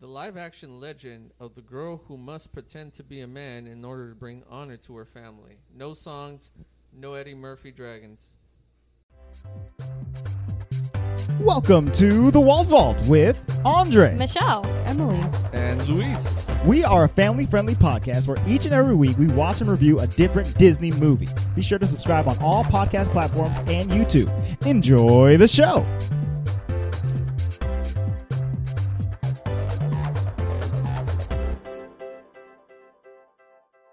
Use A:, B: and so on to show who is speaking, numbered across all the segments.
A: the live action legend of the girl who must pretend to be a man in order to bring honor to her family. No songs, no Eddie Murphy dragons.
B: Welcome to the Wald Vault with Andre.
C: Michelle.
D: Emily.
A: And Luis.
B: We are a family friendly podcast where each and every week we watch and review a different Disney movie. Be sure to subscribe on all podcast platforms and YouTube. Enjoy the show.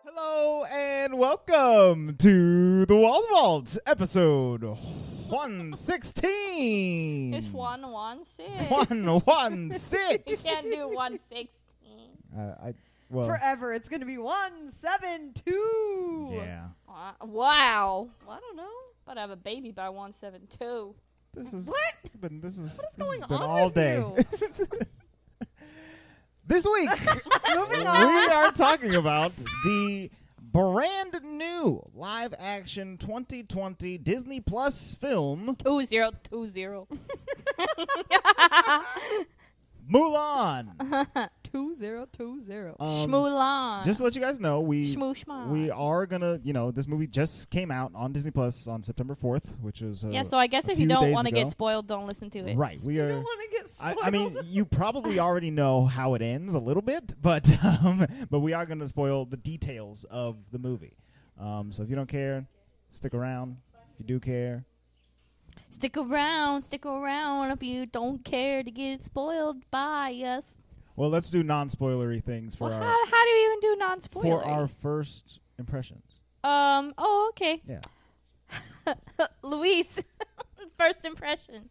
B: Hello and welcome to the Wald Vault episode 116.
C: It's one one six.
B: 116.
C: You can't do one sixteen.
B: Uh, I, well,
D: Forever. It's going to be 172.
B: yeah.
C: Uh, wow.
D: Well, I don't know.
C: But I have a baby by one seven two.
B: This is
D: What?
B: Been, this is,
D: What's
B: this
D: going
B: has been
D: on
B: all
D: with
B: day.
D: you?
B: this week,
D: Moving
B: we
D: on.
B: are talking about the brand new live action 2020 Disney Plus film
C: Two zero two zero.
B: Mulan.
D: 2020.
B: Um,
C: Shmoolan.
B: Just to let you guys know, we
C: Shmooshma.
B: we are gonna, you know, this movie just came out on Disney Plus on September 4th, which is uh,
C: yeah, so I guess
B: a
C: if you
B: few
C: don't
B: days
C: want to
B: ago.
C: get spoiled, don't listen to it.
B: right. We
D: You
B: are
D: don't want to get
B: I,
D: spoiled.
B: I mean, you probably already know how it ends a little bit, but um, but we are going to spoil the details of the movie. Um, so if you don't care, stick around. If you do care,
C: Stick around, stick around if you don't care to get spoiled by us.
B: well, let's do non-spoilery things for
C: Well,
B: our
C: how, how do you even do non
B: for our
C: spoiler?
B: first impressions.
C: um, oh, okay.
B: Yeah.
C: Luis, first impression.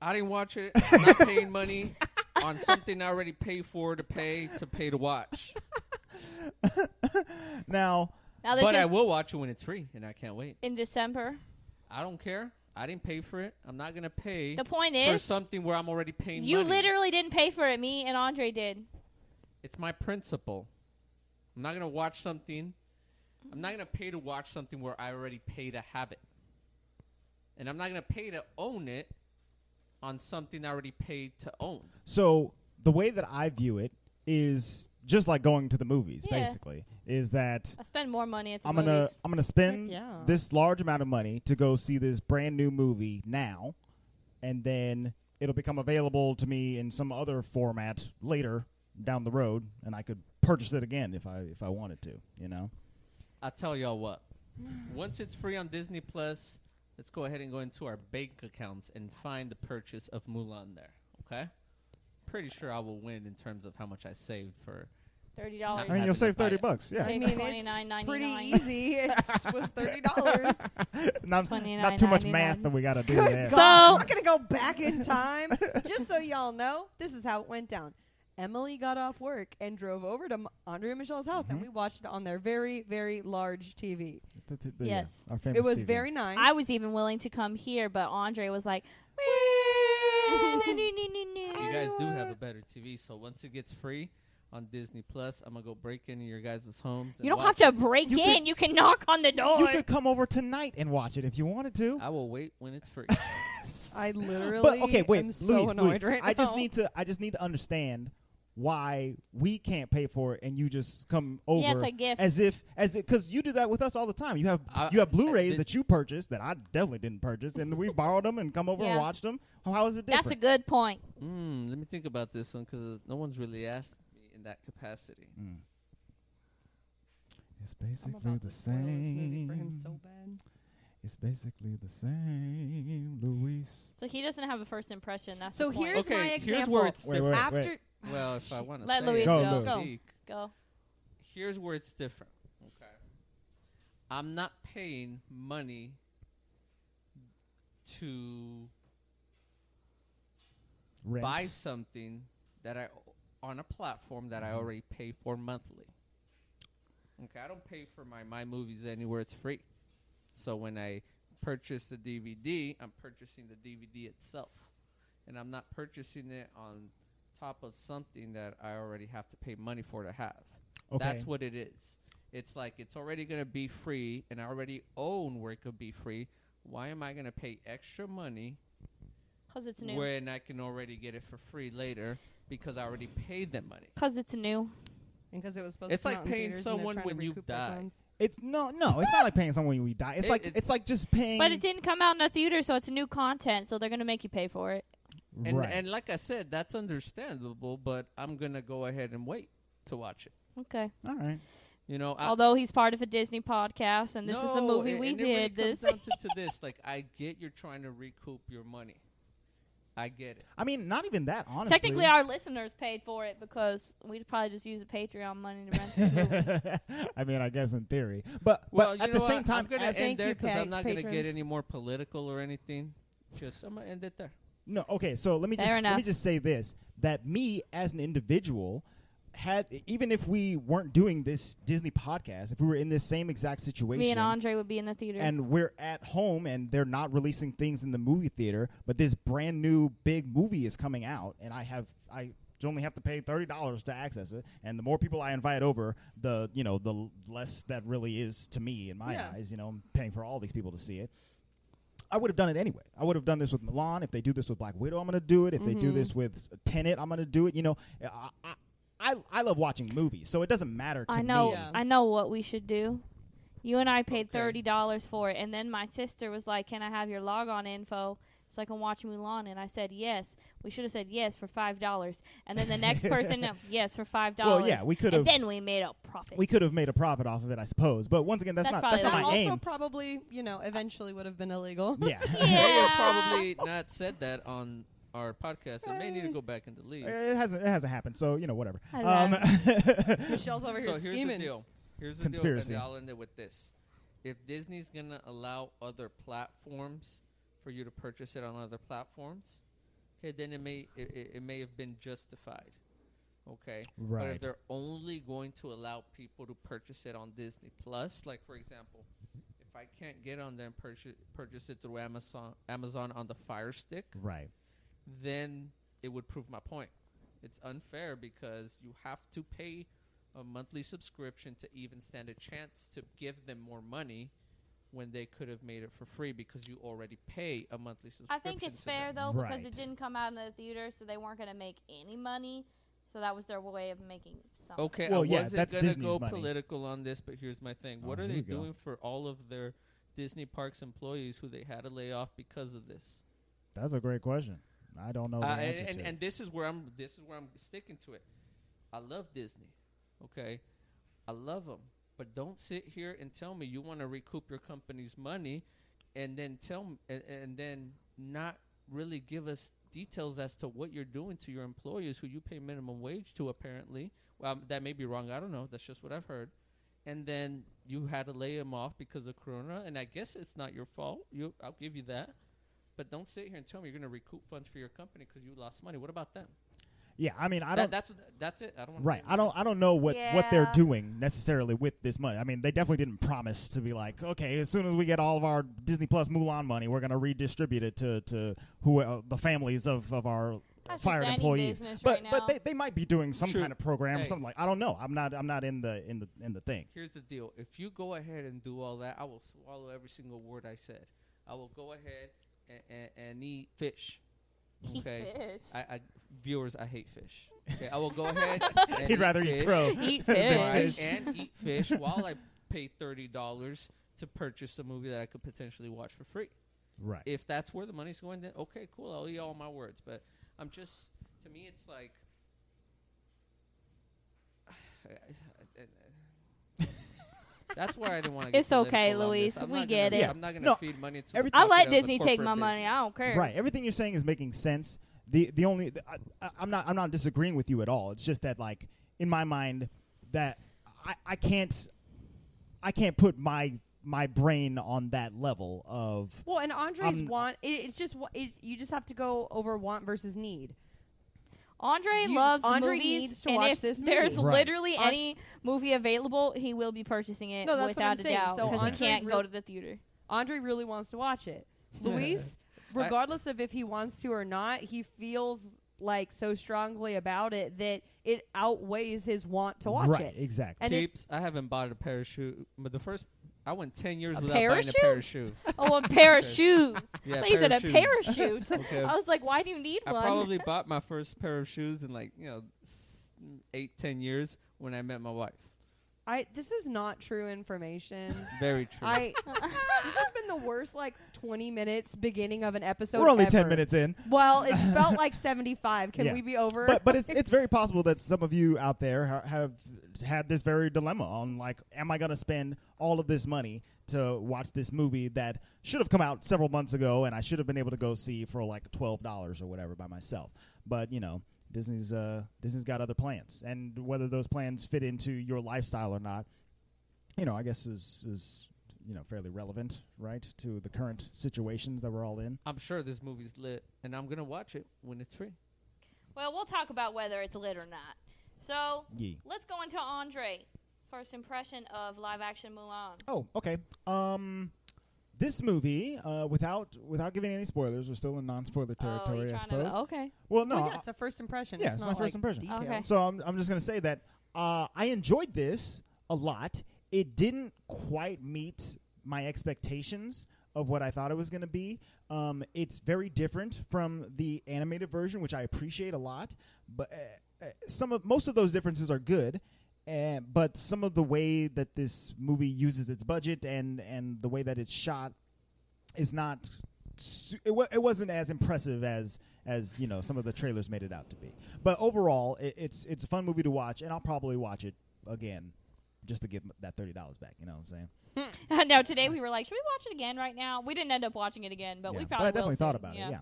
A: I didn't watch it. I'm not paying money on something I already paid for to pay to pay to watch.
B: Now,
C: Now this
A: But I
C: is
A: will watch it when it's free, and I can't wait.
C: in December.
A: I don't care. I didn't pay for it. I'm not gonna pay
C: The point
A: for
C: is,
A: something where I'm already paying.
C: You
A: money.
C: literally didn't pay for it. Me and Andre did.
A: It's my principle. I'm not gonna watch something. I'm not gonna pay to watch something where I already pay to have it, and I'm not gonna pay to own it on something I already paid to own.
B: so the way that I view it is just like going to the movies.
C: Yeah.
B: Basically, is that
C: I spend more money at the
B: I'm
C: movies.
B: gonna I'm gonna spend
D: Heck yeah.
B: this large amount of money to go see this brand new movie now, and then it'll become available to me in some other format later down the road, and I could purchase it again if I if I wanted to. You know,
A: I'll tell y'all what. Once it's free on Disney Plus, let's go ahead and go into our bank accounts and find the purchase of Mulan there. Okay. Pretty sure I will win in terms of how much I saved for.
C: Thirty
B: I
C: dollars.
B: mean,
A: Having
B: you'll
A: to
B: save
A: buy
B: thirty
A: it.
B: bucks. Yeah,
D: I
C: Save
D: mean,
C: $29.99.
D: it's pretty easy. It was $30.
B: not not too much math
C: $29.99.
B: that we got to do
D: Good
B: there.
D: God.
C: So-
D: I'm going to go back in time. Just so y'all know, this is how it went down. Emily got off work and drove over to M- Andre and Michelle's house,
B: Mm-hmm.
D: and we watched it on their very, very large TV.
B: The- the- the-
C: Yes.
B: our famous
D: It was
B: TV.
D: very nice.
C: I was even willing to come here, but Andre was like,
A: You guys do have a better TV, so once it gets free on Disney Plus, I'm gonna go break into your guys' homes.
C: "You
A: and
C: don't have
A: watch
C: to break
B: You
C: in.
B: could-
C: you can knock on the door."
B: You could come over tonight and watch it if you wanted to.
A: it. I will wait when it's free.
D: I literally.
B: But okay, wait,
D: am
B: Louise,
D: so
B: Louise,
D: annoyed right
B: I just
D: now.
B: need to I just need to understand why we can't pay for it and you just come over
C: Yeah, it's a gift.
B: as if as it because you do that with us all the time. You have
A: I-
B: you have Blu-rays
A: I-
B: that you purchased that I definitely didn't purchase and we borrowed them and come over and
C: Yeah.
B: watched them. How is it different?
C: That's a good point.
A: mm, let me think about this one because no one's really asked me in that capacity.
B: it's
D: I'm
B: basically
D: about
B: the
D: to spoil this movie for him
B: same.
D: so bad.
B: it's basically the same, Luis.
C: So he doesn't have a first impression. That's
D: So
C: the point.
D: here's
A: Okay,
D: my
A: here's
D: example.
A: where it's
B: Wait, wait,
D: After
B: wait.
A: Well, if I want to
C: Let
A: say
C: Luis
A: it,
B: Go,
A: I'll
B: Luis.
C: go.
A: speak.
C: go.
A: here's where it's different. Okay. I'm not paying money to
B: Rent.
A: buy something that I on a platform that I already pay for monthly. Okay, I don't pay for my my movies anywhere; it's free. So when I purchase the DVD, I'm purchasing the DVD itself, and I'm not purchasing it on top of something that I already have to pay money for to have.
B: Okay.
A: That's what it is. It's like it's already going to be free, and I already own where it could be free. Why am I going to pay extra money
C: Cause it's new.
A: when I can already get it for free later because I already paid them money.
C: Cause it's new.
D: because it was supposed.
A: It's
D: to come
A: like
D: out in
A: paying
D: theaters and they're
A: someone
D: trying to
A: when you
D: recoup their
A: die.
D: funds.
B: It's no, no. It's not like paying someone when we die. It's
A: It-
B: like
A: it-
B: it's like just paying.
C: But it didn't come out in a theater, so it's new content. So they're gonna make you pay for it.
A: And
B: right.
A: and like I said, that's understandable, but I'm gonna go ahead and wait to watch it.
C: Okay.
B: All right.
A: You know, I,
C: Although he's part of a Disney podcast, and this is the
A: No,
C: movie
A: and-
C: we
A: and it really
C: did.
A: comes
C: This.
A: down to, to this, like I get you're trying to recoup your money. I get it.
B: I mean, not even that. Honestly,
C: Technically, our listeners paid for it because we'd probably just use the Patreon money to rent the movie.
B: I mean, I guess in theory, but but
A: Well, you
B: at
A: know
B: the same
A: what?
B: time,
A: I'm gonna end
B: as-
D: Thank
A: there
D: you,
A: because I'm
D: pa-
A: not gonna get
D: patrons.
A: any more political or anything. Just I'm gonna end it there.
B: no. Okay, so let me
C: Fair
B: just let me
C: enough.
B: just say this: that me as an individual had even if we weren't doing this Disney podcast, if we were in this same exact situation,
C: Me and Andre would be in the theater.
B: and we're at home and they're not releasing things in the movie theater, but this brand new big movie is coming out and I have I only have to pay thirty dollars to access it, and the more people I invite over, the you know the l- less that really is to me in my
D: Yeah.
B: eyes. You know, I'm paying for all these people to see it. I would have done it anyway. I would have done this with Milan. If they do this with Black Widow, I'm going to do it. If they do
D: Mhm.
B: this with Tenet, I'm going to do it. You know, I, I I I love watching movies, so it doesn't matter to
C: I know,
B: me.
D: Yeah.
C: I know what we should do. You and I paid
A: Okay.
C: thirty dollars for it, and then my sister was like, "Can I have your logon info so I can watch Mulan?" And I said, "Yes." We should have said yes for five dollars, and then the next person, "No, yes for five dollars.
B: Well, yeah, we could have
C: and then we made a profit.
B: we could have made a profit off of it, I suppose. But once again, that's,
C: That's
B: not that's
C: probably
B: not
D: That
B: my
D: also
B: aim.
D: probably, you know, eventually would have been illegal.
B: yeah.
A: They would
C: yeah,
A: have probably not said that on our podcast. I may need to go back and delete. it.
B: It hasn't. It hasn't happened. So you know, whatever.
C: I
B: Um,
D: Michelle's over
A: so
D: here
A: here's
D: scheming.
A: the deal. Here's the
B: Conspiracy.
A: deal, and I'll end it with this: if Disney's gonna allow other platforms for you to purchase it on other platforms, okay, then it may it, it- it may have been justified, okay. But
B: right.
A: if they're only going to allow people to purchase it on Disney Plus, like for example, if I can't get on there and purchase purchase it through Amazon Amazon on the Fire Stick,
B: Right.
A: then it would prove my point. It's unfair because you have to pay a monthly subscription to even stand a chance to give them more money when they could have made it for free because you already pay a monthly subscription.
C: I think it's
A: to
C: fair
A: them.
C: though because
B: Right.
C: it didn't come out in the theater, so they weren't going to make any money. So that was their way of making something.
A: Okay,
B: Well,
A: I
B: yeah,
A: wasn't
B: that's
A: gonna
B: Disney's
A: go
B: money.
A: political on this, but here's my thing. What
B: Oh,
A: are
B: here
A: they
B: we go.
A: doing for all of their Disney Parks employees who they had to lay off because of this?
B: That's a great question. I don't know the
A: Uh,
B: answer
A: and, and,
B: to.
A: and this is where I'm. This is where I'm sticking to it. I love Disney. Okay, I love them, but don't sit here and tell me you want to recoup your company's money, and then tell m- and, and then not really give us details as to what you're doing to your employees who you pay minimum wage to. Apparently, well, um, that may be wrong. I don't know. That's just what I've heard. And then you had to lay them off because of Corona, and I guess it's not your fault. You, I'll give you that. But don't sit here and tell me you're going to recoup funds for your company because you lost money. What about them?
B: yeah, I mean, I
A: That-
B: don't.
A: that's what- that's it. I don't. wanna
B: right.
A: hear
B: I don't. I don't know what what they're
C: Yeah.
B: doing necessarily with this money. I mean, they definitely didn't promise to be like, okay, as soon as we get all of our Disney Plus Mulan money, we're gonna redistribute it to to who uh, the families of of our.
C: That's just
B: fired
C: any
B: employees,
C: business
B: but
C: right
B: but
C: now.
B: they, they might be doing some
A: True.
B: kind of program or
A: Hey.
B: something like I don't know. I'm not I'm not in the in the in the thing.
A: Here's the deal. If you go ahead and do all that, I will swallow every single word I said. I will go ahead and, and, and eat fish. Okay.
C: Fish.
A: I, I viewers, I hate fish. Okay, I will go ahead. and
B: He'd rather
A: fish,
B: eat crow.
C: Eat
B: than
A: all right,
C: fish.
A: and eat fish while I pay thirty dollars to purchase a movie that I could potentially watch for free.
B: Right.
A: if that's where the money's going, then okay, cool. I'll eat all my words. But I'm just, to me, it's like. That's where I didn't want to.
C: It's okay, Luis. We get
B: it.
A: I'm not going to
B: No,
A: feed money to.
B: every-
A: the
C: I
A: pocket
C: let
A: of a
C: Disney take
A: corporate
C: my money.
A: business.
C: I don't care.
B: Right. Everything you're saying is making sense. The the only the, I, I- I'm not I'm not disagreeing with you at all. It's just that like in my mind that I, I can't I can't put my my brain on that level of
D: Well, and Andre's
B: Um,
D: want it, it's just wa- it, you just have to go over want versus need.
C: Andre
D: You-
C: loves
D: Andre
C: movies,
D: needs to
C: and
D: watch
C: if
D: this
C: there's
B: movie. Right.
C: literally
D: An-
C: any movie available, he will be purchasing it
D: No, that's what
C: without
D: I'm
C: a
D: saying.
C: doubt
D: So
C: because he
B: Andre
C: can't
D: real-
C: go to the theater.
D: Andre really wants to watch it. Luis,
A: I-
D: regardless of if he wants to or not, he feels like so strongly about it that it outweighs his want to watch
B: right
D: it.
B: exactly.
D: And it-
A: Peeps, I haven't bought a parachute, but the first I I went ten years
C: A
A: without buying a pair of shoes.
C: Oh, a pair of shoes.
A: Yeah,
C: Please,
A: pair
C: said a
A: of shoes.
C: parachute.
A: Okay.
C: I was like, why do you need
A: I
C: one?
A: probably bought my first pair of shoes in like you know s- eight ten years when I met my wife.
D: I this is not true information.
A: Very true.
D: I this has been the worst like 20 minutes beginning of an episode.
B: We're only
D: ever.
B: ten minutes in,
D: Well, it's felt like 75. Can
B: Yeah.
D: we be over?
B: but but it's it's very possible that some of you out there ha- have had this very dilemma on like, am I going to spend all of this money to watch this movie that should have come out several months ago, and I should have been able to go see for like twelve dollars or whatever by myself. But you know, Disney's uh, Disney's got other plans, and whether those plans fit into your lifestyle or not, you know, I guess is is you know fairly relevant, right, to the current situations that we're all in.
A: I'm sure this movie's lit, and I'm gonna watch it when it's free.
C: well, we'll talk about whether it's lit or not. So
B: Yee.
C: let's go into Andre. First impression of live action Mulan.
B: Oh, okay. Um, this movie, uh, without without giving any spoilers, we're still in non-spoiler
C: oh,
B: territory,
C: you
B: I
C: trying
B: suppose.
C: to? Okay.
B: Well,
D: Well,
B: no,
D: Oh, yeah, it's a first impression.
B: yeah,
D: it's,
B: it's
D: not
B: my first
D: like
B: impression.
D: detailed.
C: Okay.
B: so I'm, I'm just going to say that uh, I enjoyed this a lot. It didn't quite meet my expectations of what I thought it was going to be. Um, it's very different from the animated version, which I appreciate a lot. But uh, uh, some of most of those differences are good. Uh, but some of the way that this movie uses its budget and, and the way that it's shot is not su- it, wa it wasn't as impressive as as you know some of the trailers made it out to be. But overall, it, it's it's a fun movie to watch, and I'll probably watch it again just to get m- that thirty dollars back. You know what I'm saying?
C: no, today we were like, should we watch it again right now? We didn't end up watching it again, but
B: yeah.
C: we probably
B: I definitely
C: will
B: thought
C: soon.
B: about it. Yeah.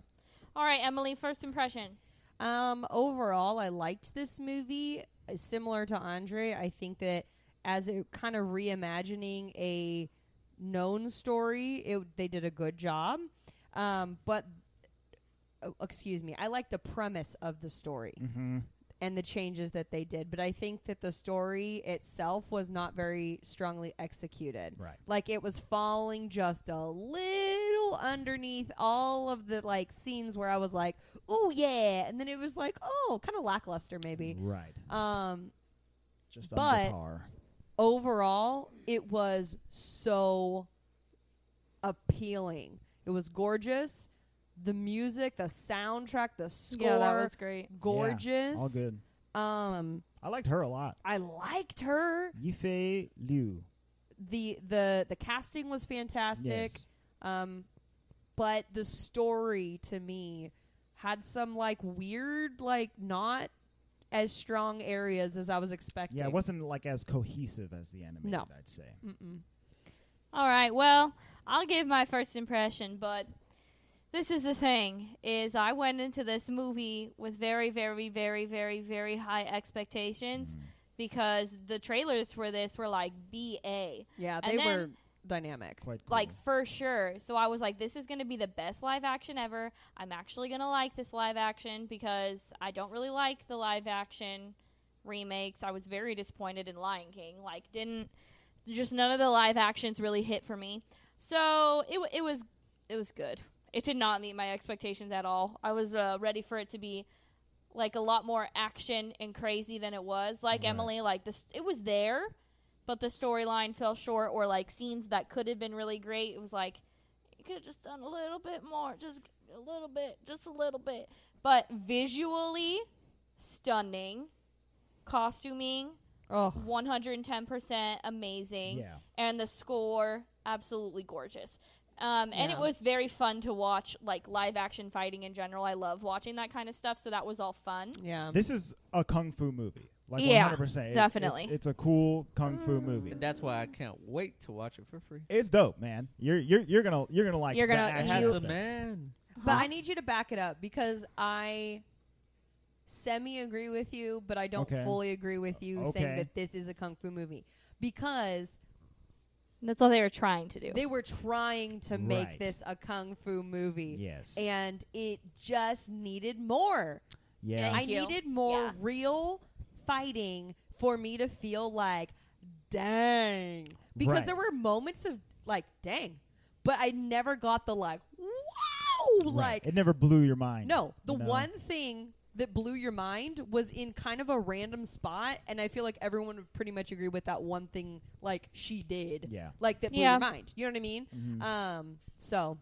C: All right, Emily. First impression.
D: Um, overall, I liked this movie. Uh, Similar to Andre, I think that as it kind of reimagining a known story, it, they did a good job. Um, but oh, excuse me, I like the premise of the story
B: Mm-hmm.
D: and the changes that they did, but I think that the story itself was not very strongly executed.
B: Right.
D: Like it was falling just a little underneath all of the like scenes where I was like, "Ooh yeah," and then it was like, "Oh, kind of lackluster maybe."
B: Right.
D: Um
B: Just
D: but-
B: under par.
D: overall, it was so appealing. It was gorgeous. The music, the soundtrack, the score,
C: Yeah, that was great.
D: gorgeous.
B: All good.
D: Um
B: I liked her a lot.
D: I liked her.
B: Yifei Liu.
D: the the the casting was fantastic
B: Yes.
D: um but the story to me had some like weird like not as strong areas as i was expecting
B: Yeah, it wasn't like as cohesive as the animated.
D: No.
B: I'd say.
D: Mm-mm.
C: All right. Well, I'll give my first impression, but this is the thing is I went into this movie with very very very very very high
B: Mm,
C: expectations because the trailers for this were like BA.
D: yeah
C: And
D: they were
C: then-
D: dynamic
B: Quite cool.
C: Like for sure. So I was like this is going to be the best live action ever. I'm actually going to like this live action because I don't really like the live action remakes. I was very disappointed in Lion King. Like didn't just none of the live actions really hit for me. So it wa- it was it was good. It did not meet my expectations at all. I was uh, ready for it to be like a lot more action and crazy than it was. Like
B: Right.
C: Emily, like this, it was there, but the storyline fell short. Or like scenes that could have been really great. It was like you could have just done a little bit more, just a little bit, just a little bit. But visually stunning, costuming
D: oh
C: 110% amazing
B: Yeah.
C: and the score absolutely gorgeous um, and
D: Yeah.
C: it was very fun to watch like live action fighting in general i love watching that kind of stuff so that was all fun
D: yeah
B: This is a kung fu movie. Like
C: Yeah,
B: 100%. It- it's-
C: definitely.
B: It's, a cool kung
D: Mm.
B: fu movie.
A: And that's why I can't wait to watch it for free.
B: It's dope, man. You're you're you're gonna you're gonna like.
C: You're
B: the
C: gonna-
A: I
B: action
A: had
C: you-
A: the
B: stuff.
A: man.
D: but i need you to back it up because i semi agree with you but i don't
B: Okay.
D: fully agree with you
B: Okay.
D: saying that this is a kung fu movie because
C: that's all they were trying to do
D: they were trying to make
B: Right.
D: this a kung fu movie
B: Yes.
D: and it just needed more.
B: yeah.
C: Thank
D: I
C: you.
D: needed more
C: Yeah.
D: real fighting for me to feel like, dang. Because
B: Right.
D: there were moments of like, dang. But I never got the like, wow.
B: Right.
D: Like,
B: it never blew your mind.
D: no, the
B: you know?
D: one thing that blew your mind was in kind of a random spot, and I feel like everyone would pretty much agree with that one thing, like she did,
B: Yeah.
D: like that blew
C: Yeah.
D: your mind. You know what I mean? Um. So,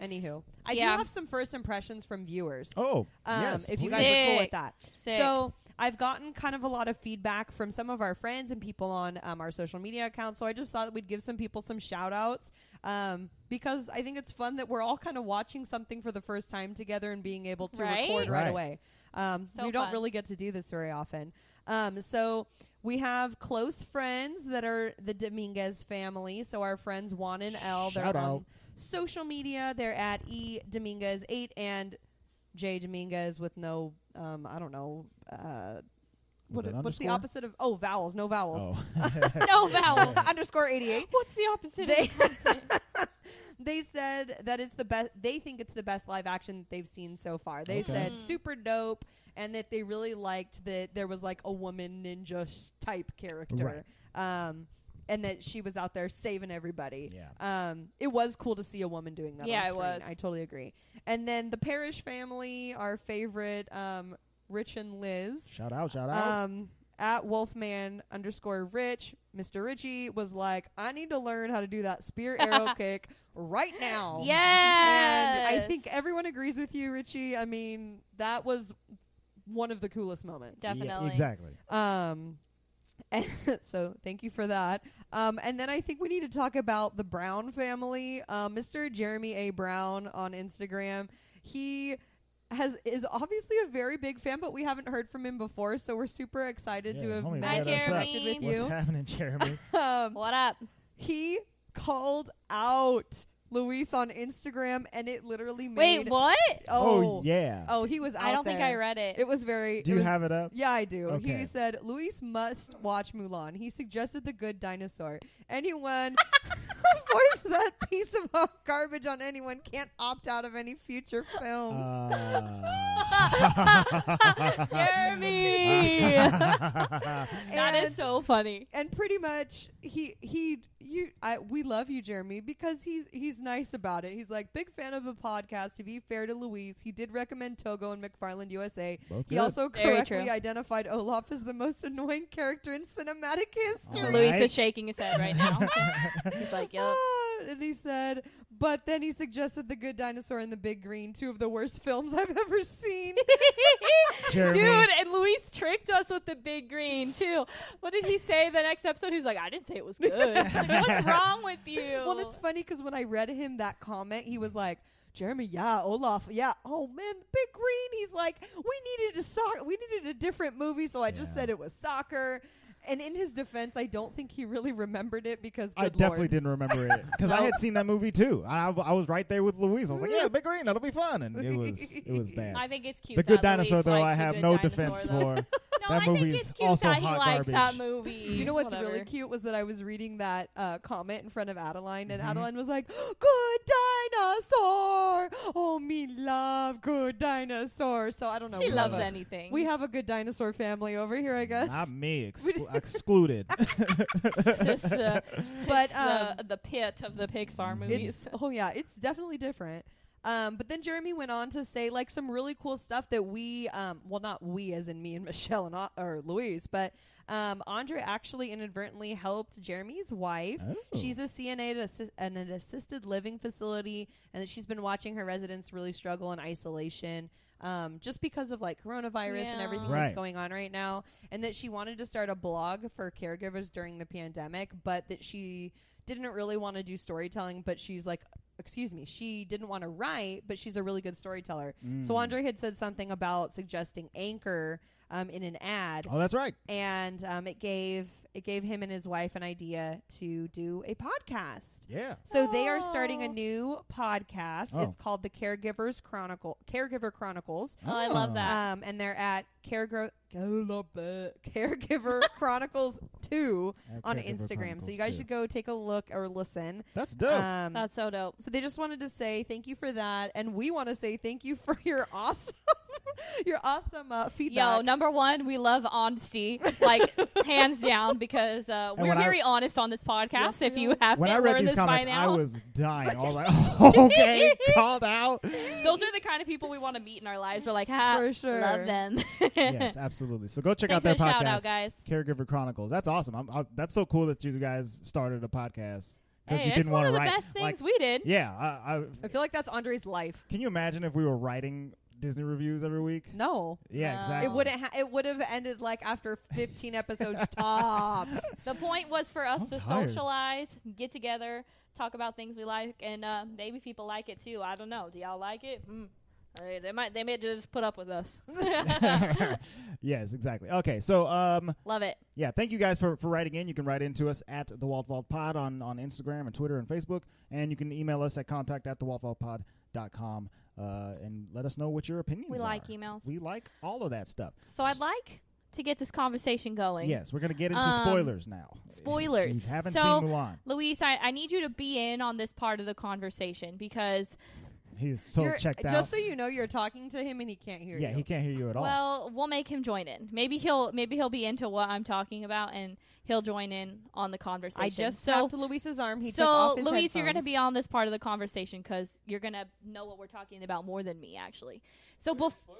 D: anywho, I
C: Yeah.
D: do have some first impressions from viewers.
B: Oh,
D: Um,
B: yes.
D: if you
B: please.
D: guys are cool with
C: Sick.
D: that.
C: Sick.
D: So I've gotten kind of a lot of feedback from some of our friends and people on um, our social media accounts. So I just thought that we'd give some people some shout outs um, because I think it's fun that we're all kind of watching something for the first time together and being able to
C: Right?
D: record right,
B: Right.
D: away. Um,
C: So
D: we don't
C: fun.
D: really get to do this very often. Um, so we have close friends that are the Dominguez family. So our friends Juan and L. They're
B: Shout
D: on
B: out.
D: social media. They're at E Dominguez eight and J Dominguez with no um I don't know uh what,
B: With an
D: what's the
B: underscore?
D: opposite of oh vowels no vowels
B: Oh.
C: no vowels.
D: underscore eighty eight.
C: What's the opposite?
D: They-
C: of something?
D: They said that it's the best. They think it's the best live action that they've seen so far. They
B: Okay.
D: said
C: Mm.
D: super dope, and that they really liked that there was like a woman ninja s- type character, um, and that she was out there saving everybody.
B: yeah.
D: Um, it was cool to see a woman doing that.
C: Yeah,
D: on
C: it
D: screen.
C: was.
D: I totally agree. And then the Parish family, our favorite, um, Rich and Liz,
B: Shout out, shout out.
D: um, at Wolfman underscore Rich, Mr. Richie was like, "I need to learn how to do that spear arrow kick right now."
C: yes.
D: and I think everyone agrees with you, Richie. I mean, that was one of the coolest moments.
B: Yeah,
C: definitely.
B: exactly.
D: Um, and so thank you for that. Um, and then I think we need to talk about the Brown family. Uh, Mr. Jeremy A. Brown on Instagram. He has is obviously a very big fan, but we haven't heard from him before, so we're super excited to
B: Yeah,
D: have
B: homie, let
D: met and
B: us up.
D: connected with
C: What's
D: you.
B: What's happening, Jeremy?
D: Um,
C: What up?
D: he called out Luis on Instagram, and it literally made
C: Wait, what?
D: Oh,
B: yeah.
D: Oh, he was. Out
C: I don't think I
D: there.
C: read it.
D: It was very.
B: Do
D: it
B: you
D: was
B: have it up?
D: yeah, I do. He
B: Okay.
D: said Luis must watch Mulan. He suggested The Good Dinosaur. Anyone voice that piece of hot garbage on anyone can't opt out of any future
B: Uh,
D: films.
C: Jeremy.
B: Uh,
C: that is so funny.
D: and pretty much he he you I, we love you jeremy because he's he's nice about it he's like big fan of the podcast to be fair to louise he did recommend togo and mcfarland usa
B: Both
D: he
B: good.
D: also
C: Very
D: correctly
C: true.
D: identified olaf as the most annoying character in cinematic history
B: All
C: Luis
B: right.
C: is shaking his head right now. He's like, yep.
D: Ah, and he said, but then he suggested The Good Dinosaur and The Big Green, two of the worst films I've ever seen.
B: Jeremy.
C: Dude, and Luis tricked us with the big green too. What did he say the next episode? He was like, I didn't say it was good. Like, What's wrong with you?
D: well, it's funny because when I read him that comment, he was like, Jeremy, yeah, Olaf, yeah. Oh man, The Big Green. He's like, we needed a soccer, we needed a different movie, so I just
B: Yeah.
D: said it was soccer. And in his defense, I don't think he really remembered it because
B: I
D: good
B: definitely
D: Lord.
B: didn't remember it because I had seen that movie too. I, I was right there with Louise. I was like, "Yeah, Big Green, that'll be fun," and it was it was bad.
C: I think it's cute.
B: the Good
C: that
B: Dinosaur,
C: Luis
B: though, I
C: likes The
B: have
C: Good
B: no
C: Dinosaur,
B: defense
C: though.
B: for.
C: No,
B: That
C: I think
B: movie's
C: it's cute
B: also
C: that he
B: hot
C: likes that
B: garbage.
C: movie.
D: You know what's really cute was that I was reading that uh, comment in front of Adeline,
B: Mm-hmm.
D: and Adeline was like, "Good dinosaur, oh me love good dinosaur." So I don't know.
C: She
D: we
C: loves
D: have a-
C: anything.
D: We have a good dinosaur family over here, I guess.
B: Not me, exclu- excluded.
C: It's just, uh,
D: But,
C: it's, uh,
D: um,
C: the pit of the Pixar movies.
D: It's oh yeah, it's definitely different. Um, but then Jeremy went on to say like some really cool stuff that we, um, well, not we as in me and Michelle and uh, or Louise, but um, Andre actually inadvertently helped Jeremy's wife.
B: Oh.
D: She's a CNA at, assi- at an assisted living facility, and that she's been watching her residents really struggle in isolation. Um, just because of like coronavirus and
C: Yeah.
D: everything that's
B: Right.
D: going on right now, and that she wanted to start a blog for caregivers during the pandemic, but that she didn't really want to do storytelling, but she's like, excuse me, she didn't want to write, but she's a really good storyteller.
B: Mm. Hmm.
D: So Andre had said something about suggesting Anchor um, in an ad,
B: oh, that's right.
D: and um, it gave it gave him and his wife an idea to do a podcast.
B: Yeah.
D: So they are starting a
C: Oh.
D: new podcast.
B: Oh.
D: It's called the Caregivers Chronicle, Caregiver Chronicles.
C: Oh, I love that.
D: Um, and they're at caregiver caregiver chronicles two
B: At
D: on
B: Caregiver
D: Instagram. so
B: Chronicles
D: you guys
B: too.
D: should go take a look or listen.
B: That's dope.
D: Um,
C: That's so dope.
D: so they just wanted to say thank you for that, and we want to say thank you for your awesome Your awesome uh, feedback.
C: Yo, number one, we love honesty, like hands down, because uh,
B: And
C: we're
B: when I-
C: very honest on this podcast.
D: Yes, we
C: if you
D: are.
C: haven't
B: When I
C: learned
B: read these
C: this
B: comments,
C: by
B: I
C: now,
B: was dying. I was like, okay, called out.
C: those are the kind of people we want to meet in our lives. We're like, ha,
D: For sure.
C: love them.
B: Yes, absolutely. So go check
C: Thanks
B: out their
C: for the
B: podcast,
C: shout out, guys.
B: Caregiver Chronicles. That's awesome. I'm, I, that's so cool that you guys started a podcast because you
C: Hey, that's
B: didn't
C: one
B: want
C: of
B: to
C: the
B: write.
C: best
B: like,
C: things we did.
B: yeah, I, I,
D: I feel like that's Andre's life.
B: can you imagine if we were writing Disney reviews every week?
D: No.
B: Yeah,
C: No.
B: exactly.
D: It wouldn't. Ha- it would have ended like after 15 episodes tops.
C: The point was for us
B: I'm
C: to
B: tired.
C: socialize, get together, talk about things we like, and uh, maybe people like it too. I don't know. Do y'all like it? Hmm. Uh, They might. They may just put up with us.
B: yes, exactly. Okay, so um,
C: Love it.
B: yeah, thank you guys for, for writing in. You can write into us at the Walt Vault Pod on, on Instagram and Twitter and Facebook, and you can email us at contact at the dot com uh, and let us know what your opinions
C: We like
B: are.
C: emails.
B: We like all of that stuff.
C: So I'd like to get this conversation going.
B: Yes, we're gonna get into
C: Um,
B: spoilers now.
C: spoilers.
B: If you haven't
C: So-
B: seen Mulan.
C: Luis, I, I need you to be in on this part of the conversation because,
B: He is so
D: You're-
B: checked
D: just
B: out.
D: so you know, you're talking to him and he can't hear
B: yeah,
D: you.
B: he can't hear you at all.
C: well, we'll make him join in. Maybe he'll maybe he'll be into what I'm talking about and he'll join in on the conversation.
D: I just
C: so
D: tapped Luis's arm. He
C: so
D: took off his
C: Luis, you're going to
D: headphones.
C: be on this part of the conversation because you're going to know what we're talking about more than me actually. So before.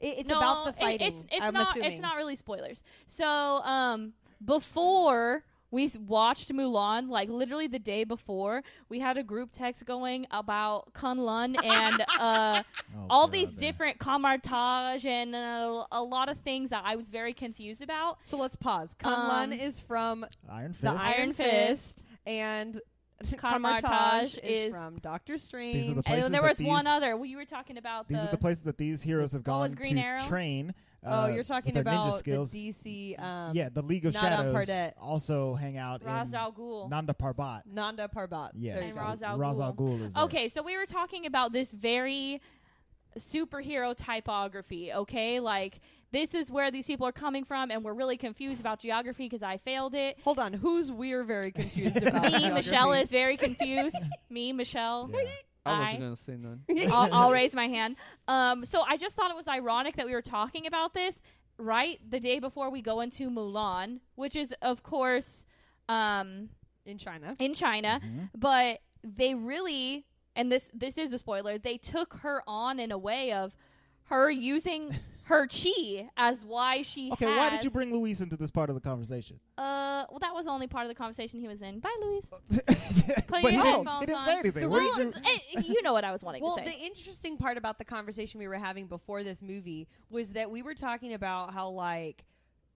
D: It, it's
C: No,
D: about the
C: it-
D: fighting.
C: it's it's
D: I'm
C: not
D: assuming.
C: it's not really spoilers. So um, before we s- watched Mulan, like literally the day before, we had a group text going about Kunlun and uh,
B: Oh,
C: all
B: God,
C: these
B: uh,
C: different Kamartage and uh, a lot of things that I was very confused about.
D: So let's pause. Kunlun
C: Um,
D: is from
B: Iron Fist.
D: the Iron,
C: Iron
D: Fist, and
C: Karmartage
D: Karmartage
C: is-
D: is from Doctor Strange.
B: These are the uh,
C: And
B: Places
C: there
B: that
C: was one
B: these-
C: other. Well, you were talking about
B: These
C: the,
B: are the places that these heroes have
C: What
B: gone
C: was Green
B: to
C: Arrow?
B: train.
D: oh,
B: uh,
D: you're
B: with
D: talking
B: their ninja
D: about the
B: skills.
D: DC. Um,
B: yeah, the League of
D: Nada
B: Shadows
D: Parbat.
B: also hang out
C: Ra's
B: in
C: al Ghul.
B: Nanda Parbat.
D: Nanda Parbat.
B: Yes,
D: There you
C: And
D: go.
C: Ra's al
B: Ra's al
C: Ghul.
B: Ghul is there.
C: Okay, so we were talking about this very superhero typography, okay? Like, this is where these people are coming from, and we're really confused about geography because I failed it.
D: Hold on. Who's we're very confused about?
C: Me,
D: geography.
C: Michelle, is very confused. Me, Michelle.
B: Yeah.
A: I
C: I-
A: wasn't gonna say none.
C: I'll, I'll raise my hand. Um, so I just thought it was ironic that we were talking about this right the day before we go into Mulan, which is, of course, um,
D: in China.
C: in China,
B: Mm-hmm.
C: but they really and this this is a spoiler. They took her on in a way of her using her chi as why she
B: Okay, why did
C: has-
B: you bring Luis into this part of the conversation?
C: uh well that was only part of the conversation he was in. Bye Luis.
B: but he
C: your
B: didn't,
C: headphones
B: he didn't
C: on.
B: say anything.
D: The
B: Where did
D: reason-
B: you-
C: Well, eh, you know what I was wanting
D: Well,
C: to
D: the
C: say.
D: interesting part about the conversation we were having before this movie was that we were talking about how like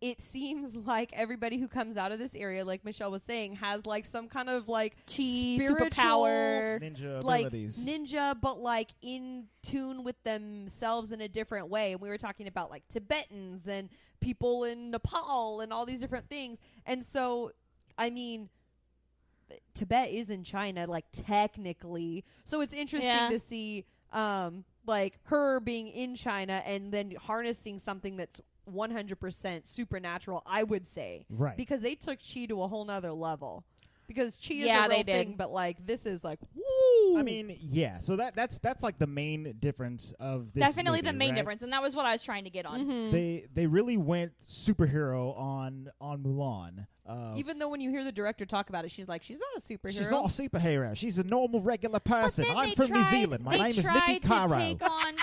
D: it seems like everybody who comes out of this area, like Michelle was saying, has like some kind of like
C: Chi
D: spiritual,
C: superpower.
B: ninja
D: like
B: abilities.
D: ninja, but like in tune with themselves in a different way. And we were talking about like Tibetans and people in Nepal and all these different things. And so, I mean, Tibet is in China, like technically. So it's interesting
C: Yeah.
D: to see, um, like her being in China and then harnessing something that's 100% supernatural. I would say
B: right.
D: because they took chi to a whole nother level. Because chi is
C: Yeah,
D: a real
C: they
D: thing,
C: did.
D: but like this is like woo.
B: I mean, yeah. So that that's that's like the main difference of this.
C: Definitely the
B: movie,
C: main
B: right?
C: difference, and that was what I was trying to get on.
D: Mm-hmm.
B: They they really went superhero on on Mulan. Uh,
D: even though when you hear the director talk about it, she's like, she's not a superhero.
B: she's not a superhero. She's a normal, regular person.
C: But then
B: I'm
C: they
B: from New
C: tried-
B: Zealand. My
C: they
B: name is
C: tried
B: Nikki
C: to
B: Caro.
C: take on-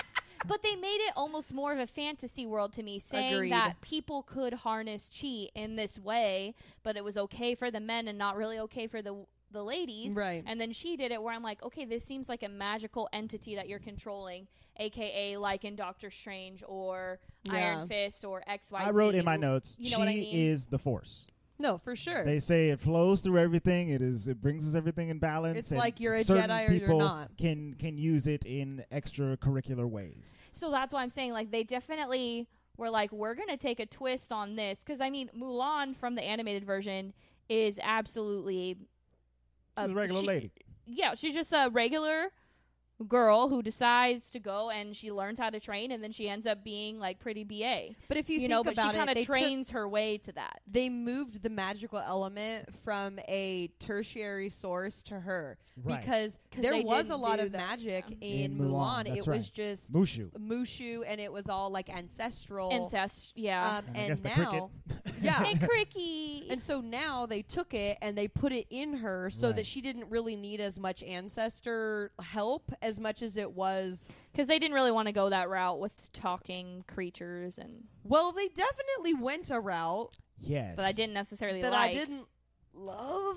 C: but they made it almost more of a fantasy world to me, saying
D: Agreed.
C: that people could harness chi in this way, but it was okay for the men and not really okay for the the ladies.
D: Right.
C: And then she did it where I'm like, okay, this seems like a magical entity that you're controlling, aka like in Doctor Strange or
D: Yeah.
C: Iron Fist or X Y Z.
B: I wrote in my notes,
C: You know
B: she
C: what I mean?
B: is the force.
D: no, for sure.
B: They say it flows through everything. It is. It brings us everything in balance.
D: It's
B: and
D: like you're a
B: certain
D: Jedi or you're
B: people
D: not.
B: Can can use it in extracurricular ways.
C: So that's why I'm saying like they definitely were like we're gonna take a twist on this because I mean Mulan from the animated version is absolutely
B: She's a regular
C: Uh, she-
B: lady.
C: Yeah, she's just a regular girl who decides to go and she learns how to train and then she ends up being like pretty BA.
D: But if you,
C: You,
D: think
C: know, but she
D: about
C: kind
D: it, they
C: of
D: took-
C: trains her way to that.
D: they moved the magical element from a tertiary source to her
B: Right.
D: because
C: 'Cause
D: there
C: they
D: was a
C: didn't
D: lot
C: do
D: of
C: that,
D: magic
C: yeah.
D: in,
B: In Mulan,
D: Mulan.
B: that's
D: It was
B: right.
D: just
B: Mushu.
D: Mushu, and it was all like ancestral.
C: Incest, yeah.
D: Um,
B: And, I
D: and
B: guess
D: now,
B: the cricket.
D: uh, yeah,
C: hey, Cricky.
D: And so now they took it and they put it in her so
B: Right.
D: that she didn't really need as much ancestor help as much as it was.
C: Because they didn't really want to go that route with talking creatures, and
D: Well, they definitely went a route
B: yes.
C: but I didn't necessarily
D: that
C: like.
D: I didn't love.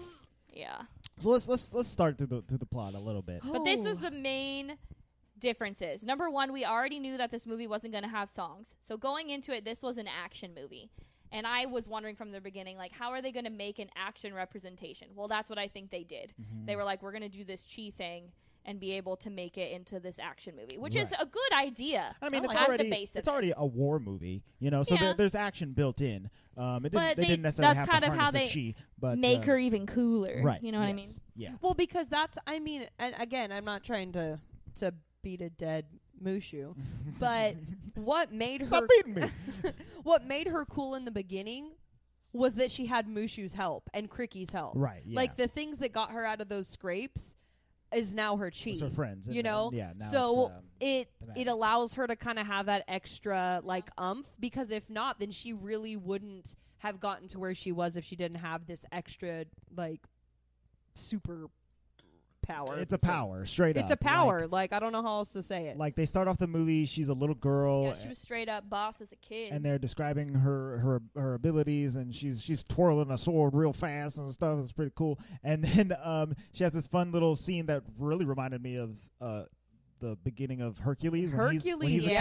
C: Yeah,
B: So let's let's let's start through the through the plot a little bit.
C: but this was the main differences. Number one, we already knew that this movie wasn't going to have songs, so going into it, this was an action movie, and I was wondering from the beginning, like, how are they going to make an action representation? Well, that's what I think they did.
B: Mm-hmm.
C: They were like, we're going to do this chi thing. And be able to make it into this action movie, which is
B: Right.
C: a good idea.
B: I mean, it's
C: at
B: already
C: the base of
B: it's
C: it.
B: already a war movie, you know. So
C: Yeah.
B: there, there's action built in. Um, it didn't,
C: But
B: they,
C: they-
B: didn't necessarily
C: that's
B: have to
C: kind of
B: harness
C: how
B: the chi, but
C: make
B: uh,
C: her even cooler.
B: right.
C: You know what I
B: yes,
C: mean?
B: Yeah.
D: Oh. Well, because that's I mean, and again, I'm not trying to to beat a dead Mushu, but what made
B: Mm-hmm. Stop
D: her
B: beating me.
D: what made her cool in the beginning was that she had Mushu's help and Cricky's help.
B: right. Yeah.
D: Like the things that got her out of those scrapes is now her chi.
B: It's her friends, and
D: you
B: then-
D: know?
B: Yeah. Now
D: so
B: it's, um,
D: it
B: the
D: it
B: magic.
D: allows her to kind of have that extra like umph because if not, then she really wouldn't have gotten to where she was if she didn't have this extra like super power.
B: it's a power, straight up.
D: It's a power. Like, I don't know how else to say
B: Like,
D: it.
B: like, they start off the movie. She's a little girl.
C: Yeah, she was straight up boss as a kid.
B: Oh, and they're describing her her her abilities and she's she's twirling a sword real fast and stuff it's pretty cool and then um she has this fun little scene that really reminded me of uh the beginning of Hercules when he's, when
D: Hercules,
B: he's a
D: yes.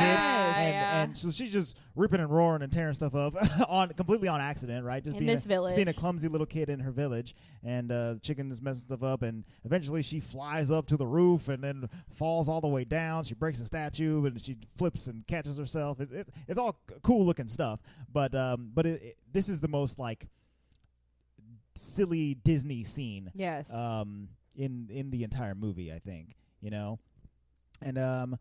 B: kid and,
C: Yeah.
B: and so she's just ripping and roaring and tearing stuff up on completely on accident right just
C: In
B: being a,
C: this village.
B: just being a clumsy little kid in her village and uh the chicken is messing stuff up and eventually she flies up to the roof and then falls all the way down she breaks a statue and she flips and catches herself it, it, it's all c- cool looking stuff but um but it, it, this is the most like silly disney scene
D: Yes.
B: um, in in the entire movie. I think you know, and um,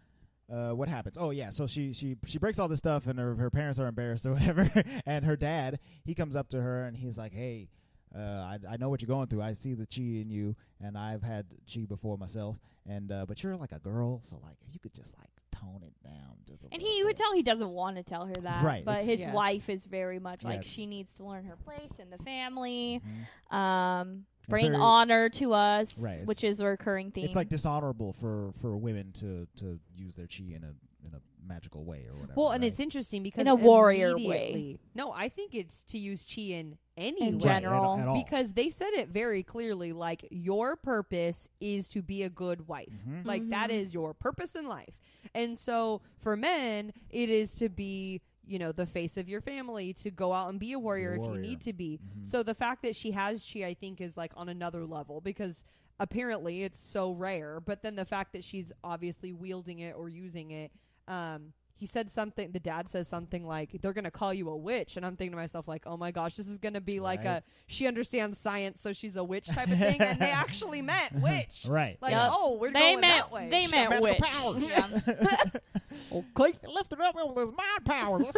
B: uh, what happens? Oh yeah, so she she she breaks all this stuff, and her her parents are embarrassed or whatever. and her dad he comes up to her and he's like, hey. Uh, I, I know what you're going through. I see the chi in you, and I've had chi before myself. And uh, but you're like a girl, so like if you could just like tone it down just a
C: And
B: little
C: he, you
B: bit.
C: could tell he doesn't want to tell her that.
B: Right,
C: But
B: it's-
C: his
D: Yes.
C: wife is very much like
B: Yes.
C: she needs to learn her place in the family,
B: Mhm.
C: um, bring
B: very-
C: honor to us,
B: Right, it's-
C: which is a recurring theme.
B: It's like dishonorable for for women to to use their chi in a in a magical way or whatever.
D: well, and
B: right?
D: it's interesting because
C: In a warrior way.
D: immediately- No, I think it's to use chi in any
C: In
D: way.
B: Right, at-
C: general.
B: at all.
D: because they said it very clearly like your purpose is to be a good wife
B: Mhm.
D: like that
C: Mhm.
D: is your purpose in life and so for men it is to be you know the face of your family to go out and be a warrior, if
B: warrior.
D: you need to be
B: Mhm.
D: so the fact that she has chi i think is like on another level because apparently it's so rare but then the fact that she's obviously wielding it or using it um he said something the dad says something like they're gonna call you a witch and i'm thinking to myself like oh my gosh this is gonna be like
B: Right.
D: a she understands science, so she's a witch type of thing. And they actually meant witch.
B: right.
D: Like,
C: Yep.
D: oh, we're
C: they
D: going
C: meant
D: that way.
C: they
B: She got
C: meant witch.
B: magical powers. okay, lift it up with his mind power. That's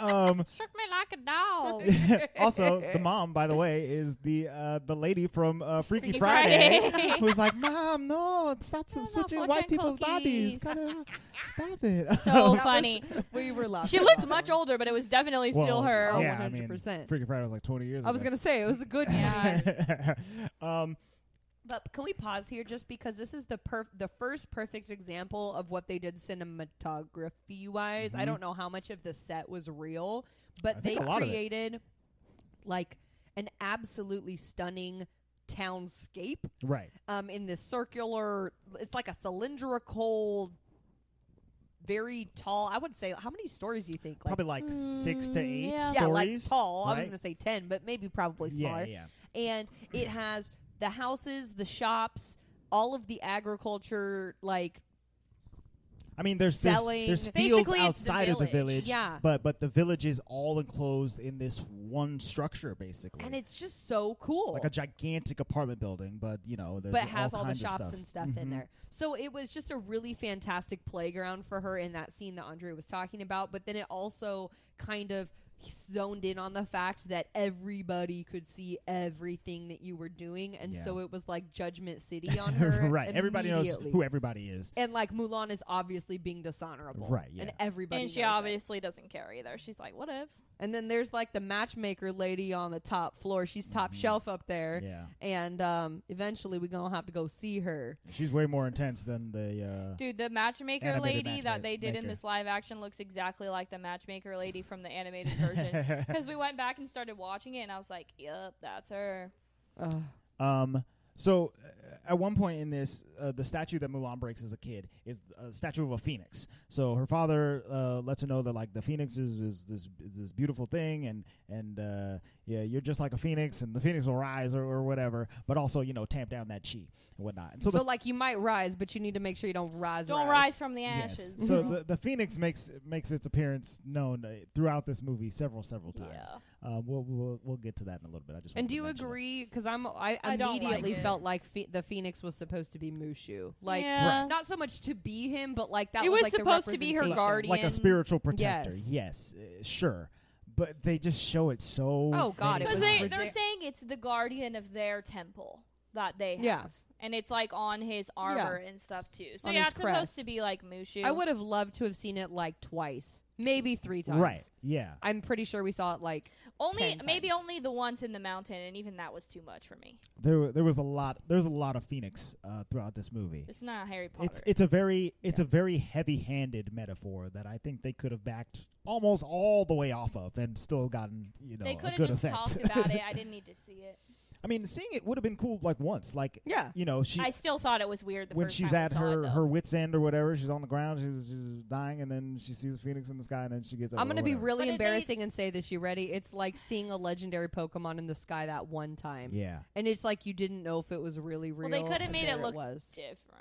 B: all. um,
C: Shook me like a dog.
B: also, the mom, by the way, is the uh, the lady from uh, Freaky,
C: Freaky
B: Friday,
C: Friday.
B: who's like, "Mom, no, stop
C: No, no,
B: switching
C: fortune
B: white people's bodies.
C: cookies."
B: Gotta stop it."
C: so
D: was-
C: funny.
D: we were laughing.
C: She looked much older, but it was definitely still
B: Well,
C: her.
D: Oh,
B: Yeah, I mean,
D: 100%.
B: Freaky Friday was like twenty years.
D: I was
B: ago.
D: gonna say it was a good.
C: Yeah.
B: um,
D: But can we pause here just because this is the perf- the first perfect example of what they did cinematography wise. I
B: Mhm.
D: don't know how much of the set was real, but
B: I
D: they
B: think a lot of it.
D: created like an absolutely stunning townscape
B: right.
D: um, in this circular. It's like a cylindrical, very tall. I would say, how many stories do you think? Like,
B: Probably like six to eight
C: Mm, yeah.
D: yeah,
B: stories.
D: like tall. I was
B: right?
D: going to say ten, but maybe probably
B: yeah,
D: smaller.
B: yeah.
D: And it has the houses, the shops, all of the agriculture, like
B: I mean, there's this,
D: Selling-
B: there's fields
E: Basically, it's the
B: outside of the
E: village.
B: village,
D: Yeah.
B: but but the village is all enclosed in this one structure, basically,
D: and it's just so cool.
B: like a gigantic apartment building. But you know, there's
D: but has all, the
B: kinds of
D: shops and stuff in
B: Mhm.
D: there. So it was just a really fantastic playground for her in that scene that Andre was talking about. But then it also kind of zoned in on the fact that everybody could see everything that you were doing, and
B: Yeah.
D: so it was like Judgment City on her.
B: right, everybody knows
D: immediately.
B: who everybody is.
D: And like Mulan is obviously being dishonorable,
B: Right, yeah.
D: And everybody,
C: and she
D: knows it.
C: obviously doesn't care either. She's like, what ifs?
D: And then there's like the matchmaker lady on the top floor. She's top shelf up there.
B: Mm-hmm. Yeah,
D: And um, eventually we're gonna have to go see her.
B: she's way more intense than the. Uh,
C: Dude, the matchmaker
B: Animated
C: lady that they did in
B: matchmaker.
C: this live action looks exactly like the matchmaker lady from the animated version. Because we went back and started watching it, and I was like, "Yep, that's her."
D: Ugh.
B: Um, so, uh, at one point in this, uh, the statue that Mulan breaks as a kid is a statue of a phoenix. So her father uh, lets her know that like the phoenix is, is this is this beautiful thing, and and uh, yeah, you're just like a phoenix, and the phoenix will rise or, or whatever. But also, you know, tamp down that chi and whatnot. And so,
D: So,
B: the
D: like you might rise, but you need to make sure you don't rise.
C: Don't rise from the
B: Yes.
C: ashes.
B: So
C: girl.
B: the, the phoenix makes makes its appearance known uh, throughout this movie several several times.
C: Yeah.
B: Uh, we'll, we'll we'll get to that in a little bit. I just
D: And
B: wanted
D: do
B: to
D: you
B: mention it.
D: agree? Because I'm I
C: I don't like
D: immediately
C: it.
D: felt like phe the phoenix was supposed to be Mushu, like
C: Yeah.
B: Right.
D: not so much to be him, but like that
C: It was
D: like
C: supposed
D: the
C: to be her
D: representation.
C: guardian.
B: like a spiritual protector.
D: Yes.
B: Yes, uh, sure, but they just show it so.
D: Oh, God,
B: many
D: it
C: Because
D: was
C: they,
B: times.
D: ridiculous.
C: they're saying it's the guardian of their temple that they have.
D: Yeah.
C: And it's like on his armor and stuff too. So
D: On
C: yeah,
D: his
C: it's supposed
D: crest.
C: to be like Mushu.
D: I would have loved to have seen it like twice, maybe three times.
B: right. Yeah,
D: I'm pretty sure we saw it like
C: only
D: 10
C: maybe
D: times.
C: only the once in the mountain, and even that was too much for me.
B: there wa- there was a lot. There's a lot of Phoenix uh, throughout this movie.
C: It's not Harry Potter.
B: It's it's a very it's a very heavy-handed metaphor that I think they could have backed almost all the way off of and still gotten you know
C: they
B: a
C: could have
B: good
C: just
B: effect.
C: talked about it. I didn't need to see it.
B: I mean, seeing it would have been cool like once, like
D: Yeah.
B: you know she
C: I still thought it was weird the
B: when
C: first
B: she's
C: time
B: at
C: I saw
B: her
C: it, though.
B: her wits end or whatever, she's on the ground, she's she's dying, and then she sees a phoenix in the sky, and then she gets. up
D: I'm
B: or
D: gonna be
B: whatever.
D: really
C: But it- they-
D: embarrassing and say this. You ready? It's like seeing a legendary Pokemon in the sky that one time,
B: Yeah.
D: and it's like you didn't know if it was really real.
C: well, they could have
D: or
C: made
D: there
C: it look
D: was.
C: different too.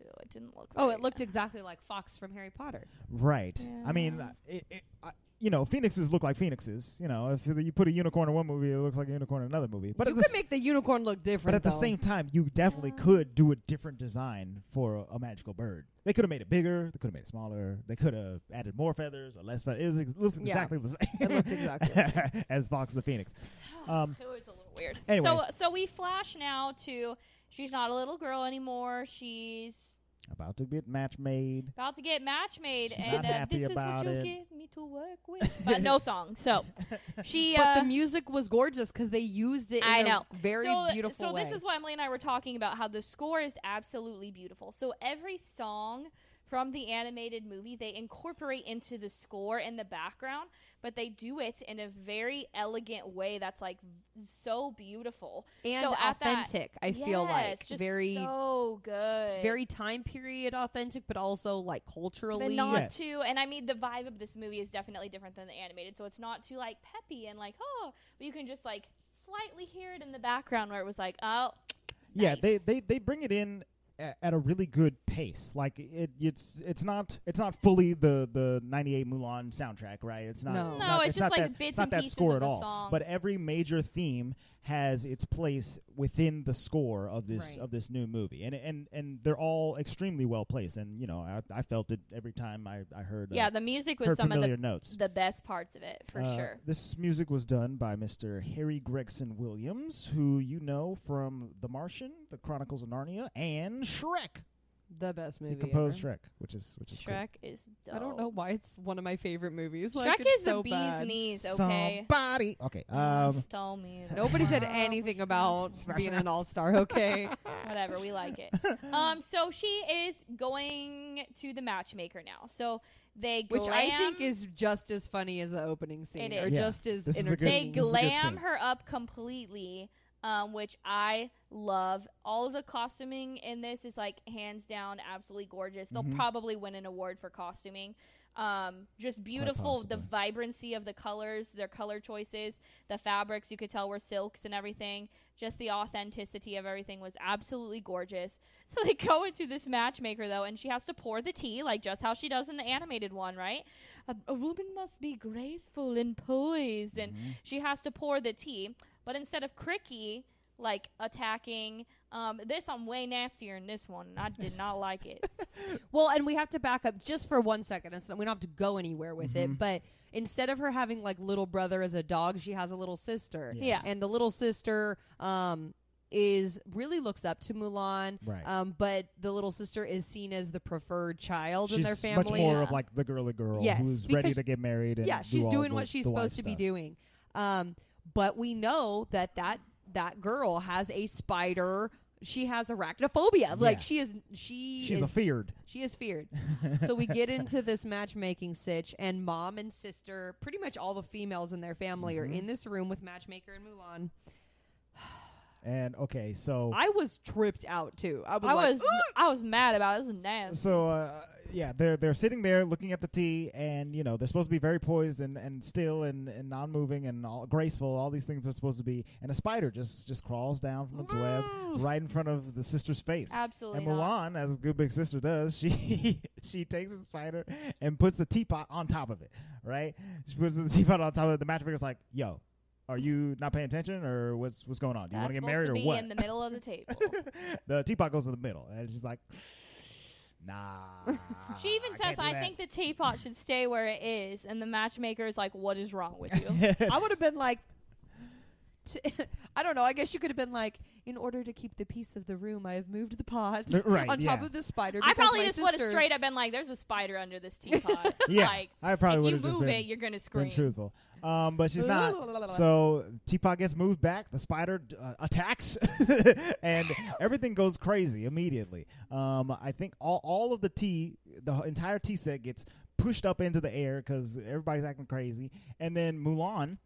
C: It didn't look.
D: Oh,
C: right.
D: it looked exactly like Fox from Harry Potter.
B: Right. I mean, uh, it, it, I, you know, phoenixes look like phoenixes. You know, if you put a unicorn in one movie, it looks like a unicorn in another movie. But
D: you
B: at the,
D: could
B: s-
D: make the unicorn look
B: but
D: different.
B: at the
D: though.
B: same time, you definitely could do a different design for a, a magical bird. They could have made it bigger. They could have made it smaller. They could have added more feathers or less feathers. It, was, ex- looks
D: Yeah.
B: exactly the same.
D: It looked exactly the
B: as Fox the Phoenix. Um,
C: it was a little weird.
B: anyway.
C: So so we flash now to she's not a little girl anymore. She's
B: About to get match made.
C: about to get match made,
B: She's
C: and
B: not
C: uh,
B: happy
C: this is
B: about
C: what you
B: it.
C: give me to work with. But no song. So she.
D: But
C: uh,
D: the music was gorgeous because they used it. In
C: I know.
D: a very
C: so, uh,
D: beautiful
C: So
D: way.
C: this is why Emily and I were talking about how the score is absolutely beautiful. So every song from the animated movie they incorporate into the score and the background, but they do it in a very elegant way that's like so beautiful
D: and
C: so at that-
D: authentic. I feel like
C: Yes, just
D: very,
C: so good,
D: very time period authentic, but also like culturally.
C: But not
B: Yeah.
C: too, and I mean the vibe of this movie is definitely different than the animated, so it's not too like peppy and like oh, but you can just like slightly hear it in the background where it was like oh,
B: Yeah,
C: nice.
B: they, they they bring it in a- at a really good pace. Like it, it's it's not it's not fully the the '98 Mulan soundtrack, right? It's not.
D: No.
B: it's,
D: No,
B: not,
C: it's just
B: not
C: like
B: that,
C: the bits
B: it's not
C: and
B: that
C: pieces
B: score
C: of
B: at
C: the
B: all.
C: song.
B: But every major theme has its place within the score of this
D: Right.
B: of this new movie, and and and they're all extremely well placed. And you know, I, I felt it every time I I heard uh,
C: yeah, the music was
B: heard
C: some of
B: familiar
C: the
B: notes
C: the best parts of it for
B: uh,
C: sure.
B: This music was done by Mr. Harry Gregson Williams, who you know from The Martian, The Chronicles of Narnia, and Shrek.
D: the best movie.
B: he composed
D: ever.
B: Shrek, which is which is cool.
C: Shrek is dope.
D: I don't know why it's one of my favorite movies.
C: Shrek
D: Like, it's
C: is
D: so
C: the bee's
D: bad.
C: knees. Okay.
B: Somebody. Okay. Um.
C: Tell me. that
D: Nobody said
C: love
D: anything
C: was
D: about being an all star. Okay.
C: Whatever, we like it. Um, so she is going to the matchmaker now. So they
D: Which
C: glam,
D: I think is just as funny as the opening scene,
C: It
D: or
C: is.
B: Yeah.
D: just as
B: This is a good-
C: they
D: entertaining.
B: this is a good
C: glam
B: scene.
C: her up completely, um, which I love. All of the costuming in this is like hands down absolutely gorgeous. They'll
B: Mhm.
C: probably win an award for costuming. Um, just beautiful, the
B: possibly.
C: vibrancy of the colors, their color choices, the fabrics you could tell were silks and everything. Just the authenticity of everything was absolutely gorgeous. So they go into this matchmaker though, and she has to pour the tea like just how she does in the animated one, right? A, a woman must be graceful and poised, and she has to pour the tea. But instead of Cricky like attacking, um, this I'm way nastier in this one. and I did not like it.
D: Well, and we have to back up just for one second. It's, we don't have to go anywhere with
B: Mm-hmm.
D: it, but instead of her having like little brother as a dog, she has a little sister.
B: Yes.
C: Yeah.
D: and the little sister um, is really looks up to Mulan.
B: Right.
D: Um, but the little sister is seen as the preferred child in
B: She's
D: their family.
B: much more of
C: Yeah.
B: like the girly girl
D: Yes,
B: who's ready
D: because-
B: to get married. And
D: yeah,
B: do
D: she's
B: all
D: doing
B: the-
D: what she's
B: the life
D: supposed to be
B: stuff.
D: doing. Um, but we know that that that girl has a spider. She has arachnophobia. Like
B: Yeah.
D: she is she
B: She's
D: is
B: afeared.
D: She is feared. so we get into this matchmaking sitch, and mom and sister, pretty much all the females in their family,
B: Mm-hmm.
D: are in this room with matchmaker and Mulan.
B: And okay, so
D: I was tripped out too. I was,
C: I
D: like,
C: was I was mad about it. This is nasty.
B: so uh, yeah, they're they're sitting there looking at the tea, and you know they're supposed to be very poised and, and still and, and non moving and all, graceful. All these things are supposed to be, and a spider just just crawls down from its web right in front of the sister's face.
C: Absolutely
B: And
C: not.
B: Milan, as a good big sister does, she she takes a spider and puts the teapot on top of it. Right? She puts the teapot on top of it. The matchmaker's like, "Yo, are you not paying attention, or what's what's going on? Do you want
C: That's
B: to get
C: supposed
B: married
C: to
B: or
C: be
B: what?"
C: In the middle of the table.
B: the teapot goes in the middle, and she's like, "Nah."
C: She even says,
B: Ah, can't do
C: "I
B: that."
C: think the teapot should stay where it is," and the matchmaker is like, "What is wrong with you?"
D: I would have been like, t- I don't know. I guess you could have been like, in order to keep the peace of the room, I have moved the pot
B: Uh, right,
D: on top
B: yeah.
D: of the spider.
C: I
D: because
C: probably
D: my
C: just would have
D: sister-
C: straight up been like, "There's a spider under this teapot."
B: Yeah,
C: like,
B: I probably
C: if you
B: would've just
C: move
B: been-
C: it, you're gonna
B: been
C: scream.
B: truthful. Um, but she's not. So teapot gets moved back. The spider uh, attacks, and everything goes crazy immediately. Um, I think all, all of the tea, the entire tea set gets pushed up into the air because everybody's acting crazy, and then Mulan.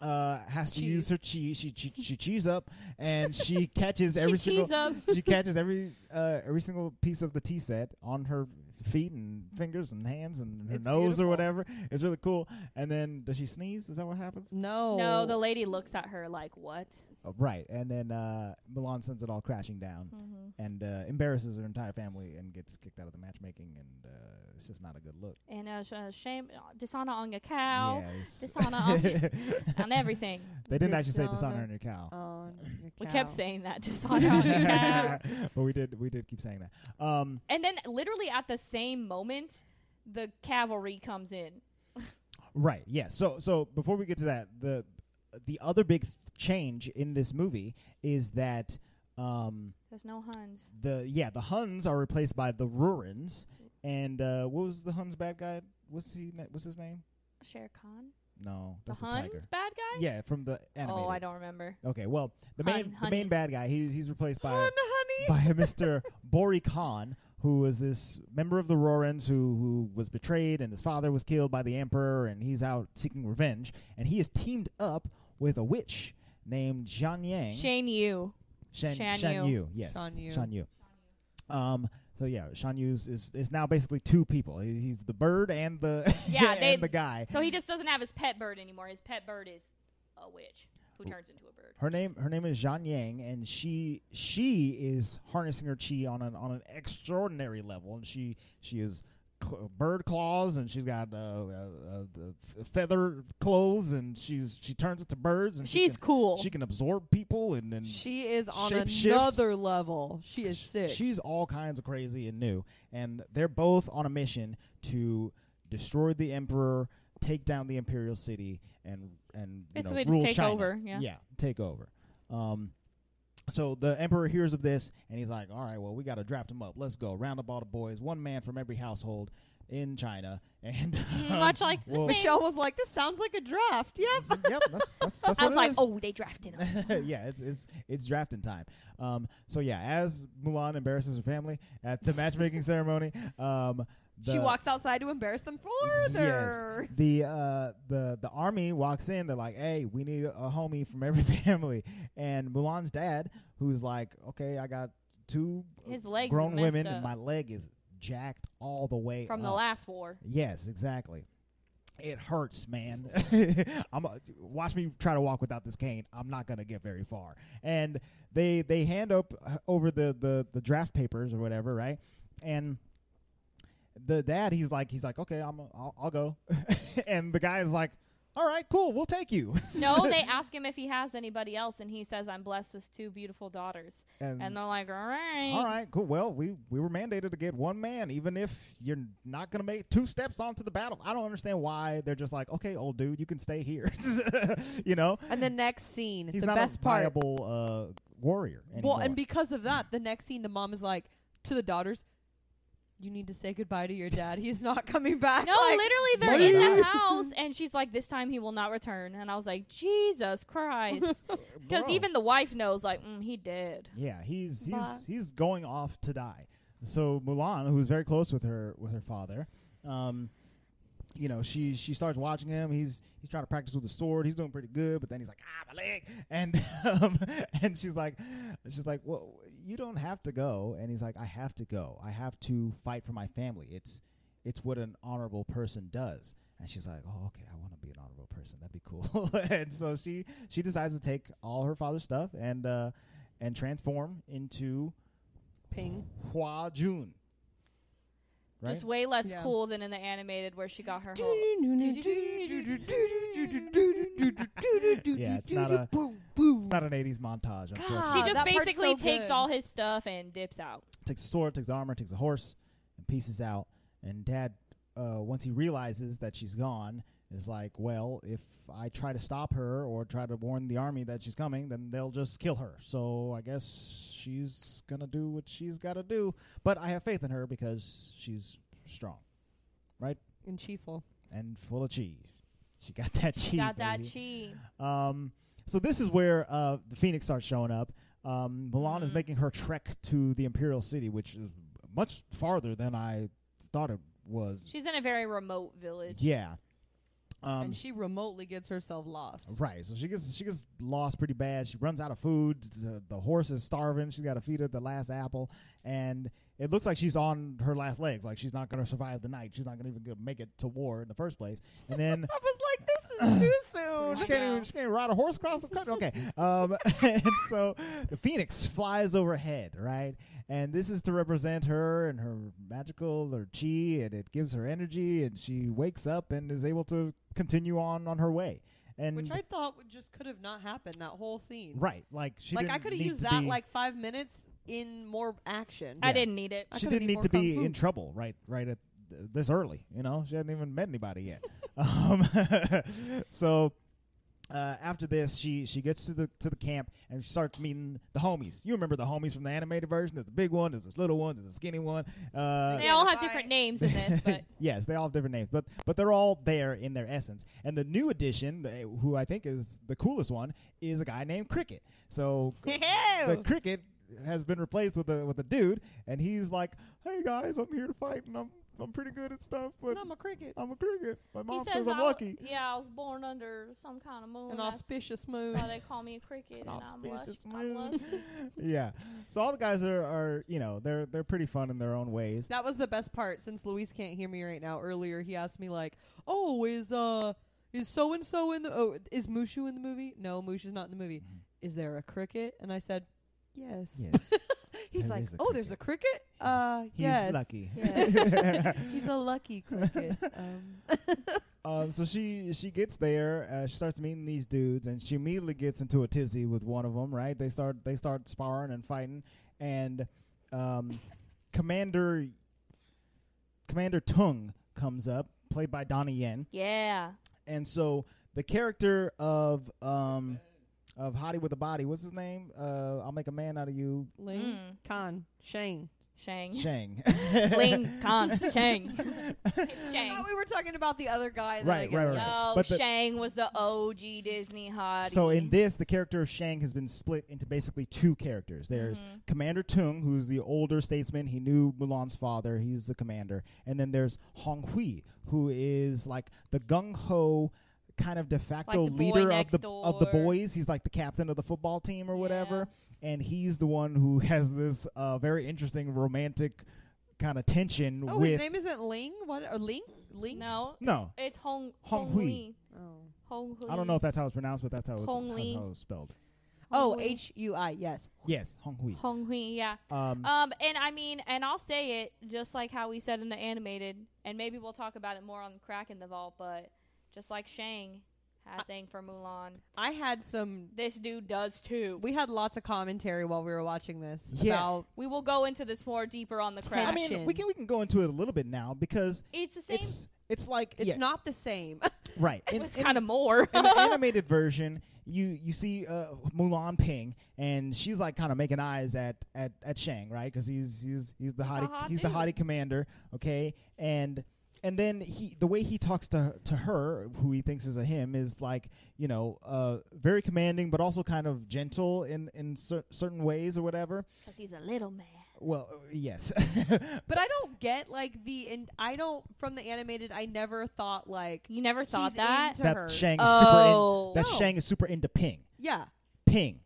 B: Uh, has to use
D: Cheese.
B: her cheese. She she, she cheese up and she catches
C: She
B: every single
C: cheese up.
B: she catches every uh, every single piece of the tea set on her feet and fingers and hands and her
D: It's
B: nose or
D: beautiful.
B: whatever. It's really cool. And then does she sneeze? Is that what happens?
D: No,
C: No, the lady looks at her like, "What?"
B: Oh, right. And then uh, Milan sends it all crashing down and uh, embarrasses her entire family and gets kicked out of the matchmaking. And uh, it's just not a good look.
C: And uh, sh- uh, shame, dishonor on your cow,
B: Yeah, it's-
C: dishonor on, your, on everything.
B: they didn't actually say
D: Dishonor.
B: dishonor on your cow.
D: Oh, your
C: We
D: cow.
C: kept saying that dishonor on your cow.
B: but we did we did keep saying that. Um,
C: And then, literally at the same moment, the cavalry comes in.
B: Right. Yeah. So so before we get to that, the the other big th- change in this movie is that um
C: There's no Huns.
B: the yeah the Huns are replaced by the Rurans, and uh, what was the Huns bad guy? What's he? na- What's his name?
C: Shere Khan,
B: No,
C: the
B: that's the,
C: Huns
B: tiger.
C: bad guy.
B: Yeah, from the animated.
C: Oh, I don't remember.
B: Okay, well the
C: Hun,
B: main the
C: honey.
B: main bad guy he, he's replaced by
D: Hun, honey.
B: by a Mr. Bori Khan, who was this member of the Rorans who, who was betrayed and his father was killed by the Emperor, and he's out seeking revenge. And he is teamed up with a witch named Jian Yang.
C: Shane Yu.
B: Shan,
C: Shan
B: Shan
C: Yu.
B: Yu, yes.
D: Shan Yu.
B: Shan Yu. Um, so yeah, Shan Yu is, is, is now basically two people. He- He's the bird and the
C: Yeah, they-
B: and the guy.
C: So he just doesn't have his pet bird anymore. His pet bird is a witch who turns into a bird.
B: Her
C: which is-
B: name her name is Zhang Yang, and she she is harnessing her chi on an on an extraordinary level, and she she is cl- bird claws, and she's got uh, uh, uh, the f- feather clothes, and she's she turns into birds, and
C: She's
B: she can,
C: cool.
B: She can absorb people, and and
D: She is on
B: Shapeshift.
D: another level. She is sick.
B: She's all kinds of crazy and new, and they're both on a mission to destroy the emperor, take down the imperial city, and and you know,
C: Basically just
B: rule
C: take
B: China.
C: over, yeah.
B: take over. Um, so the emperor hears of this, and he's like, "All right, well, we got to draft him up. Let's go. Round up all the boys, one man from every household in China." And um,
C: Mm, much like this
B: we'll-
C: man.
D: Michelle was like, "This sounds like a draft." Yep.
B: yep, that's, that's, that's
C: I
B: what it
C: was like,
B: is.
C: oh, they drafted him.
B: yeah, it's it's it's drafting time. Um, so yeah, as Mulan embarrasses her family at the matchmaking ceremony, um, the,
D: she walks outside to embarrass them further.
B: Yes, the uh, the the army walks in. They're like, "Hey, we need a homie from every family." And Mulan's dad, who's like, "Okay, I got two
C: His legs
B: grown
C: messed
B: women,
C: up.
B: and my leg is jacked all the way
C: from the
B: up.
C: last war.
B: Yes, exactly. It hurts, man. I'm a, watch me try to walk without this cane. I'm not gonna get very far. And they they hand up uh, over the the the draft papers or whatever, right? And the dad, he's like, he's like, okay, I'm a, I'll, I'll go. and the guy's like, all right, cool, we'll take you.
C: No, they ask him if he has anybody else, and he says, "I'm blessed with two beautiful daughters." And they're like, "All right,
B: All right, cool. Well, we, we were mandated to get one man, even if you're not going to make two steps onto the battle. I don't understand why they're just like, okay, old dude, you can stay here. you know,
D: And the next scene,
B: he's
D: the
B: not
D: best
B: a
D: part.
B: viable uh, warrior. Anymore.
D: Well, and because of that, the next scene, the mom is like to the daughters, "You need to say goodbye to your dad. He's not coming back."
C: No,
D: Like,
C: literally,
B: what
C: they're
B: is
C: in the
B: that?
C: house, and she's like, "This time he will not return." And I was like, "Jesus Christ!" Because
B: Bro.
C: even the wife knows, like, mm, he did.
B: yeah, he's he's
D: Bye.
B: he's going off to die. So Mulan, who's very close with her with her father, um, you know, she she starts watching him. He's he's trying to practice with the sword. He's doing pretty good, but then he's like, ah, my leg, and um, and she's like, she's like, well, you don't have to go. And he's like, I have to go. I have to fight for my family. It's it's what an honorable person does. And she's like, oh, okay, I want to be an honorable person. That'd be cool. and so she she decides to take all her father's stuff and uh, and transform into
D: ping.
B: Hua Jun. Right?
C: Just way less
D: Yeah.
C: cool than in the animated where she got her whole.
B: Yeah, it's not a-
D: Boom, boom.
B: It's not an 80s montage.
C: She
D: God. Oh,
B: unfortunately.
C: just
D: that part's
C: basically
D: so
C: takes
D: good.
C: all his stuff and dips out.
B: takes a sword, takes the armor, takes a horse, and pieces out. And dad, uh, once he realizes that she's gone, is like, well, if I try to stop her or try to warn the army that she's coming, then they'll just kill her. So I guess she's gonna do what she's gotta do. But I have faith in her because she's strong
D: And Chiefle.
B: and full of chi. She got that chi.
C: got that
B: baby.
C: chi.
B: Um, so this is where uh, the Phoenix starts showing up. Um, Milan is
C: Mhm.
B: making her trek to the Imperial City, which is much farther than I thought it was.
C: She's in a very remote village.
B: yeah. Um,
D: and she remotely gets herself lost.
B: right. So she gets she gets lost pretty bad. She runs out of food. The, the horse is starving. She's got to feed her the last apple, and it looks like she's on her last legs. Like she's not going to survive the night. She's not going to even gonna make it to war in the first place. And then
D: I was like, this is too soon.
B: she can't
C: Yeah.
B: even she can't ride a horse across the country. Okay, um, and so the phoenix flies overhead, right? And this is to represent her and her magical her chi, and it gives her energy, and she wakes up and is able to continue on on her way. And
D: Which I thought would just could have not happened. That whole scene.
B: right, like she
D: Like I
B: could
D: could
B: have
D: have used that like five minutes in more action.
C: I
B: Yeah.
C: didn't need it.
D: I
B: she
D: could've
B: didn't
D: been
B: need
D: more
B: to
D: kung
B: be
D: fu.
B: in trouble right right at th- this early you know she hadn't even met anybody yet um, so uh, after this she she gets to the to the camp and she starts meeting the homies you remember the homies from the animated version there's the big one there's this little one there's the skinny one uh,
C: They all have
D: Identify.
C: different names in this, but
B: yes, they all have different names, but but they're all there in their essence. And the new addition, the- who I think is the coolest one, is a guy named Cricket. So the Cricket has been replaced with a with a dude, and he's like, "Hey guys, I'm here to fight, and I'm I'm pretty good at stuff, but
D: And I'm a cricket.
B: I'm a cricket. My
C: he
B: mom says, I'm
C: "I-
B: lucky."
C: Yeah, I was born under some kind of moon.
D: An
C: That's
D: auspicious moon.
C: why they call me a cricket. and I'm lucky.
B: Auspicious
C: I'm
B: moon.
C: lucky.
B: yeah, so all the guys are, are you know they're they're pretty fun in their own ways.
D: That was the best part. Since Luis can't hear me right now, earlier he asked me like, "Oh, is uh, is so and so in the? Oh, is Mushu in the movie? No, Mushu's not in the movie.
B: Mhm.
D: Is there a cricket?" And I said, "Yes."
B: Yes,
D: He's
B: There
D: like,
B: is a
D: "Oh, there's a cricket. Uh,
B: he's
D: yes.
B: lucky.
D: He's a lucky cricket. Um,
B: Um, so she she gets there. Uh, she starts meeting these dudes, and she immediately gets into a tizzy with one of them. Right? They start they start sparring and fighting, and um, Commander Commander Tung comes up, played by Donnie Yen,
C: Yeah.
B: and so the character of um, of Hottie with a Body, what's his name? Uh, I'll make a man out of you,
D: Ling,
C: Mm.
D: Khan, Shane.
C: Shang.
B: Shang.
C: Ling Khan Shang.
D: I
C: Shang.
D: thought we were talking about the other guy. that I
B: Right,
D: get
B: right,
D: it.
B: right.
C: No,
B: But the-
C: Shang was the OG Disney hottie.
B: So in this, the character of Shang has been split into basically two characters. There's
C: Mhm.
B: Commander Tung, who's the older statesman. He knew Mulan's father. He's the commander. And then there's Hong Hui, who is like the gung ho kind of de facto
C: the boy
B: leader of
C: next
B: the of the
C: door.
B: boys. He's like the captain of the football team or whatever. And he's the one who has this uh, very interesting romantic kind of tension
D: Oh,
B: with
D: his name isn't Ling. What? Or Ling? Ling?
C: No.
B: No.
C: It's, it's Hong
B: Hong Hui.
C: Hui.
D: Oh.
C: Hong Hui.
B: I don't know if that's how it's pronounced, but that's how, it,
C: Hong
B: how-
C: Lee.
B: how it's spelled.
D: Oh,
C: Hui.
D: H U I. Yes.
B: Yes, Hong Hui.
C: Hong Hui, yeah.
B: Um,
C: Um, and I mean, and I'll say it just like how we said in the animated, and maybe we'll talk about it more on Crack in the Vault, but just like Shang had a thing for Mulan,
D: I had some.
C: this dude does too. We,
D: We had lots of commentary while we were watching this
B: Yeah.
D: about
C: will go into this more deeper on the
B: I
C: Crack.
B: mean, we
D: action.
B: can we can go into it a little bit now because
C: it's the same. It's,
B: it's it's like
D: it's
B: yeah,
D: not the same.
B: right. In- in-
C: kind of more.
B: in the animated version, you you see uh, Mulan Ping, and she's like kind of making eyes at at at Shang, right? Because he's he's he's the
C: He's a
B: hottie
C: hot
B: he's the
C: dude.
B: hottie commander, okay? And and then he the way he talks to to her, who he thinks is a him, is like you know uh, very commanding, but also kind of gentle in in cer- certain ways or whatever.
C: Because he's a little man.
B: Well, uh, yes,
D: But I don't get like the and I don't from the animated. I never thought like
C: You never thought
D: he's
C: that?
D: into her.
B: that Shang is
C: Oh.
B: super in, that
D: No.
B: Shang is super into Ping,
D: yeah,
B: Ping,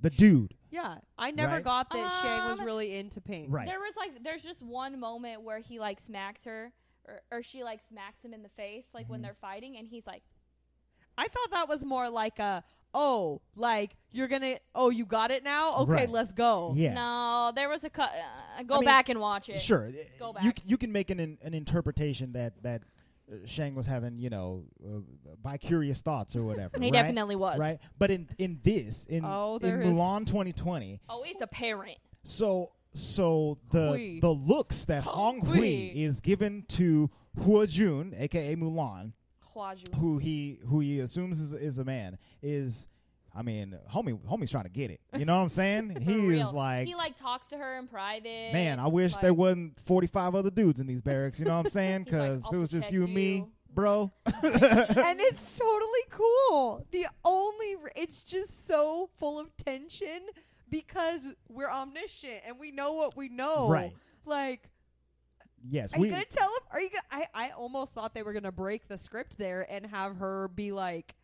B: the dude,
D: yeah. I never
B: Right.
D: got that Shang was
C: Um,
D: really into Pink.
B: right?
C: There was like, there's just one moment where he like smacks her, or, or she like smacks him in the face, like
B: Mm-hmm.
C: when they're fighting, and he's like,
D: I thought that was more like a oh, like you're gonna oh you got it now. Okay,
B: Right.
D: let's go.
B: Yeah.
C: Oh, no, there was a cut. Uh, go
B: I mean,
C: back and watch it.
B: Sure,
C: Go
B: you
C: back.
B: c- you can make an an interpretation that that uh, Shang was having, you know, uh, by curious thoughts or whatever.
C: He
B: right?
C: definitely was.
B: right. But in in this in
D: Oh,
B: in
D: there is-
B: Mulan 2020,
C: Oh, it's apparent.
B: so so the
D: Hui.
B: the looks that
D: Hong
B: Hong Hui
D: Hui.
B: is given to Hua Jun, aka Mulan,
C: Hua Ju.
B: who he who he assumes is, is a man, is. I mean, homie, homie's trying to get it. You know what I'm saying?
C: For
B: he is
C: real.
B: like,
C: he like talks to her in private.
B: Man, I wish
C: like,
B: there wasn't 45 other dudes in these barracks. You know what I'm saying?
C: He's like,
B: Because if
C: "I'll
B: it was just
C: protect
B: you and me,
C: you."
B: bro.
D: and it's totally cool. The only r- it's just so full of tension because we're omniscient and we know what we know.
B: Right.
D: Like,
B: yes,
D: are
B: we.
D: you gonna tell him? Are you gonna? I I almost thought they were gonna break the script there and have her be like,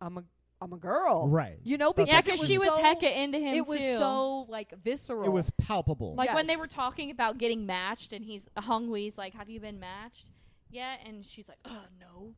D: "I'm a I'm a girl,"
B: Right.
D: You know, because
C: Yeah,
D: it
C: because she was
D: so,
C: hecka into him.
D: It was
C: too.
D: so like visceral.
B: It was palpable.
C: like when they
D: Yes.
C: were talking about getting matched, and he's Hong Hui's like, "Have you been matched yet?" And she's like, "Uh, no."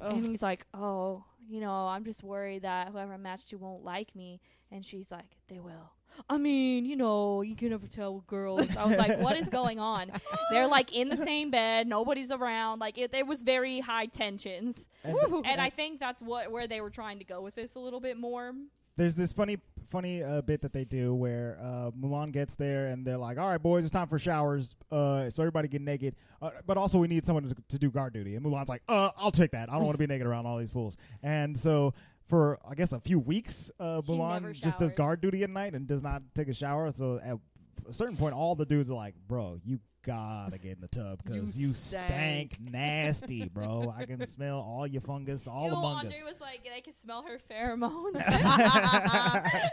C: And he's like, "Oh, you know, I'm just worried that whoever I'm matched to won't like me." And she's like, "They will." I mean, you know, you can never tell with girls. I was like, "What is going on?" They're like in the same bed, nobody's around. Like it, it was very high tensions.
B: And
C: and I think that's what where they were trying to go with this a little bit more.
B: there's this funny, funny uh, bit that they do where uh, Mulan gets there and they're like, "All right, boys, it's time for showers. Uh, so everybody get naked. Uh, but also, we need someone to, to do guard duty." And Mulan's like, "Uh, I'll take that. I don't want to be naked around all these fools." And so. For I guess a few weeks, uh,
C: She never
B: Mulan just does
C: showers.
B: guard duty at night and does not take a shower. So at a certain point, all the dudes are like, "Bro, you gotta get in the tub because
D: You
B: you,
D: stank."
B: stank. nasty, bro. I can smell all your fungus, all
C: you know,
B: among
C: Andre
B: us."
C: was like, "I can smell her pheromones."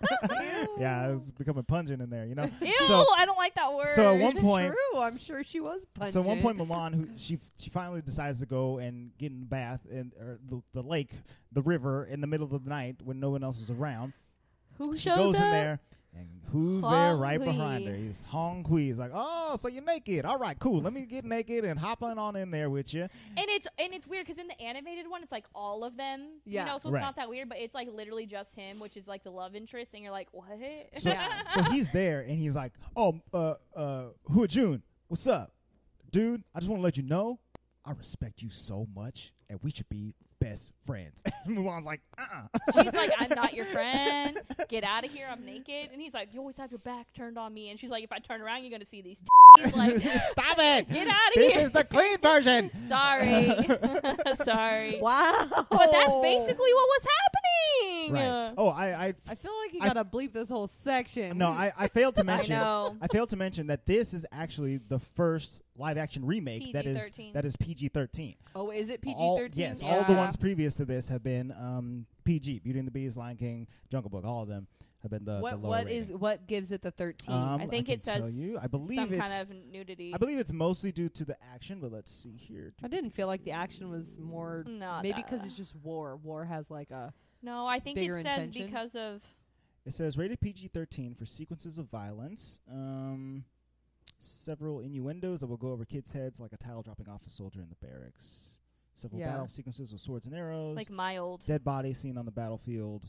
B: yeah, it's becoming pungent in there, you know.
C: Ew,
B: So,
C: I don't like that word.
B: so at one point,
D: true. I'm sure she was. Pungent.
B: so at one point, Milan, who she she finally decides to go and get in the bath and or the, the lake, the river, in the middle of the night when no one else is around.
C: who
B: She
C: shows
B: goes
C: up?
B: in there, and who's there
C: Hong
B: right
C: Hui.
B: behind her? He's Hong Hui. He's like, oh, so you're naked? All right, cool. Let me get naked and hop on on in there with you.
C: and it's and it's weird because in the animated one, it's like all of them.
D: Yeah.
C: you know, so it's
B: Right.
C: not that weird, but it's like literally just him, which is like the love interest, and you're like, what?
B: So,
D: Yeah.
B: so he's there and he's like, "Oh, uh, uh, Hua Jun, what's up, dude? I just want to let you know, I respect you so much, and we should be best friends." And Mulan's like, "Uh, uh
C: She's like, I'm not your friend. Get out of here. I'm naked. And he's like, You always have your back turned on me. And she's like, If I turn around, you're gonna see these. He's like,
B: stop it!
C: Get outta
B: this
C: here."
B: is the clean version."
C: Sorry, sorry.
D: wow.
C: But that's basically what was happening.
B: Right? Oh, I, I,
D: I feel like you
B: I-
D: gotta bleep this whole section.
B: no, I, I failed to mention.
C: I know.
B: I failed to mention that this is actually the first live action remake that is
C: PG-13.
B: that is PG thirteen.
D: Oh, is it PG
B: all,
D: thirteen?
B: Yes, all the
C: Yeah.
B: ones previous to this have been um, PG. Beauty and the Beast, Lion King, Jungle Book. All of them have been the, the
D: What
B: lower
D: what
B: rating.
D: is what gives it the thirteen?
B: Um,
C: I think
B: can
C: it says
B: tell you. I believe
C: some
B: it's.
C: kind of nudity.
B: I believe it's mostly due to the action, but let's see here.
D: I didn't feel like the action was more.
C: No,
D: maybe
C: no,
D: because
C: no.
D: it's just war. War has like a.
C: no, I think
D: bigger
C: it says
D: intention.
C: because of
B: It says rated PG-13 for sequences of violence. Um, several innuendos that will go over kids' heads like a towel dropping off a soldier in the barracks. Several
D: Yeah.
B: battle sequences with swords and arrows.
C: Like my old,
B: dead bodies seen on the battlefield.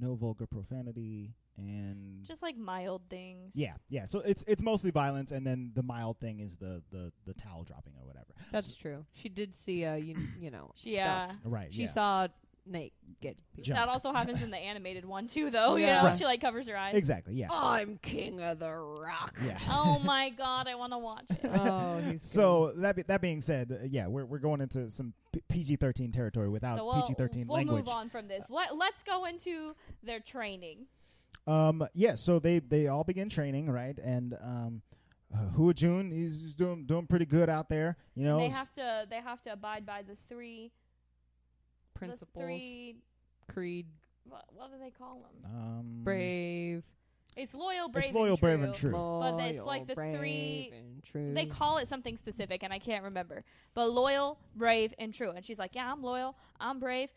B: No vulgar profanity and
C: just like my old things.
B: yeah, yeah. So it's it's mostly violence, and then the mild thing is the the, the towel dropping or whatever.
D: That's true. She did see uh you, you know
C: She,
D: stuff.
C: uh,
B: Right.
D: She
B: yeah.
D: saw naked people.
B: Jump.
C: That also happens in the animated one too, though.
D: Yeah.
C: You know,
D: Right.
C: she like covers her eyes.
B: exactly. Yeah.
D: I'm king of the rock.
B: Yeah.
C: Oh my god, I want to watch it.
D: Oh, he's good.
B: So that be, that being said, uh, yeah, we're we're going into some P- PG thirteen territory without
C: so we'll,
B: PG thirteen
C: we'll
B: language.
C: move on from this. Let, let's go into their training.
B: Um, yeah, so they they all begin training, right? And um, uh, Hua Jun is doing doing pretty good out there, you know.
C: They have to they have to abide by the three the
D: principles,
C: three
D: creed,
B: Mm-hmm.
C: what, what do they call them?
B: um,
D: brave,
C: It's loyal, brave,
B: It's loyal,
C: and
B: brave, and true.
D: loyal,
C: it's like the
D: brave,
C: three-
D: and true.
B: Mm.
C: They call it something specific, and I can't remember. But loyal, brave, and true. And she's like, "Yeah, I'm loyal. I'm brave.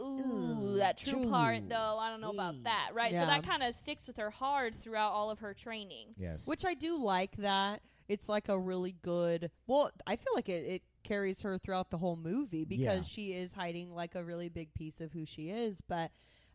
C: Ooh,
B: Ooh,
C: that true, part,
B: true.
C: though. I don't know
B: Ee.
C: about that, right? So
D: Yeah.
C: that kind of sticks with her hard throughout all of her training.
B: Yes.
D: which I do like that. It's like a really good. Well, I feel like it, it carries her throughout the whole movie because
B: Yeah.
D: she is hiding like a really big piece of who she is. But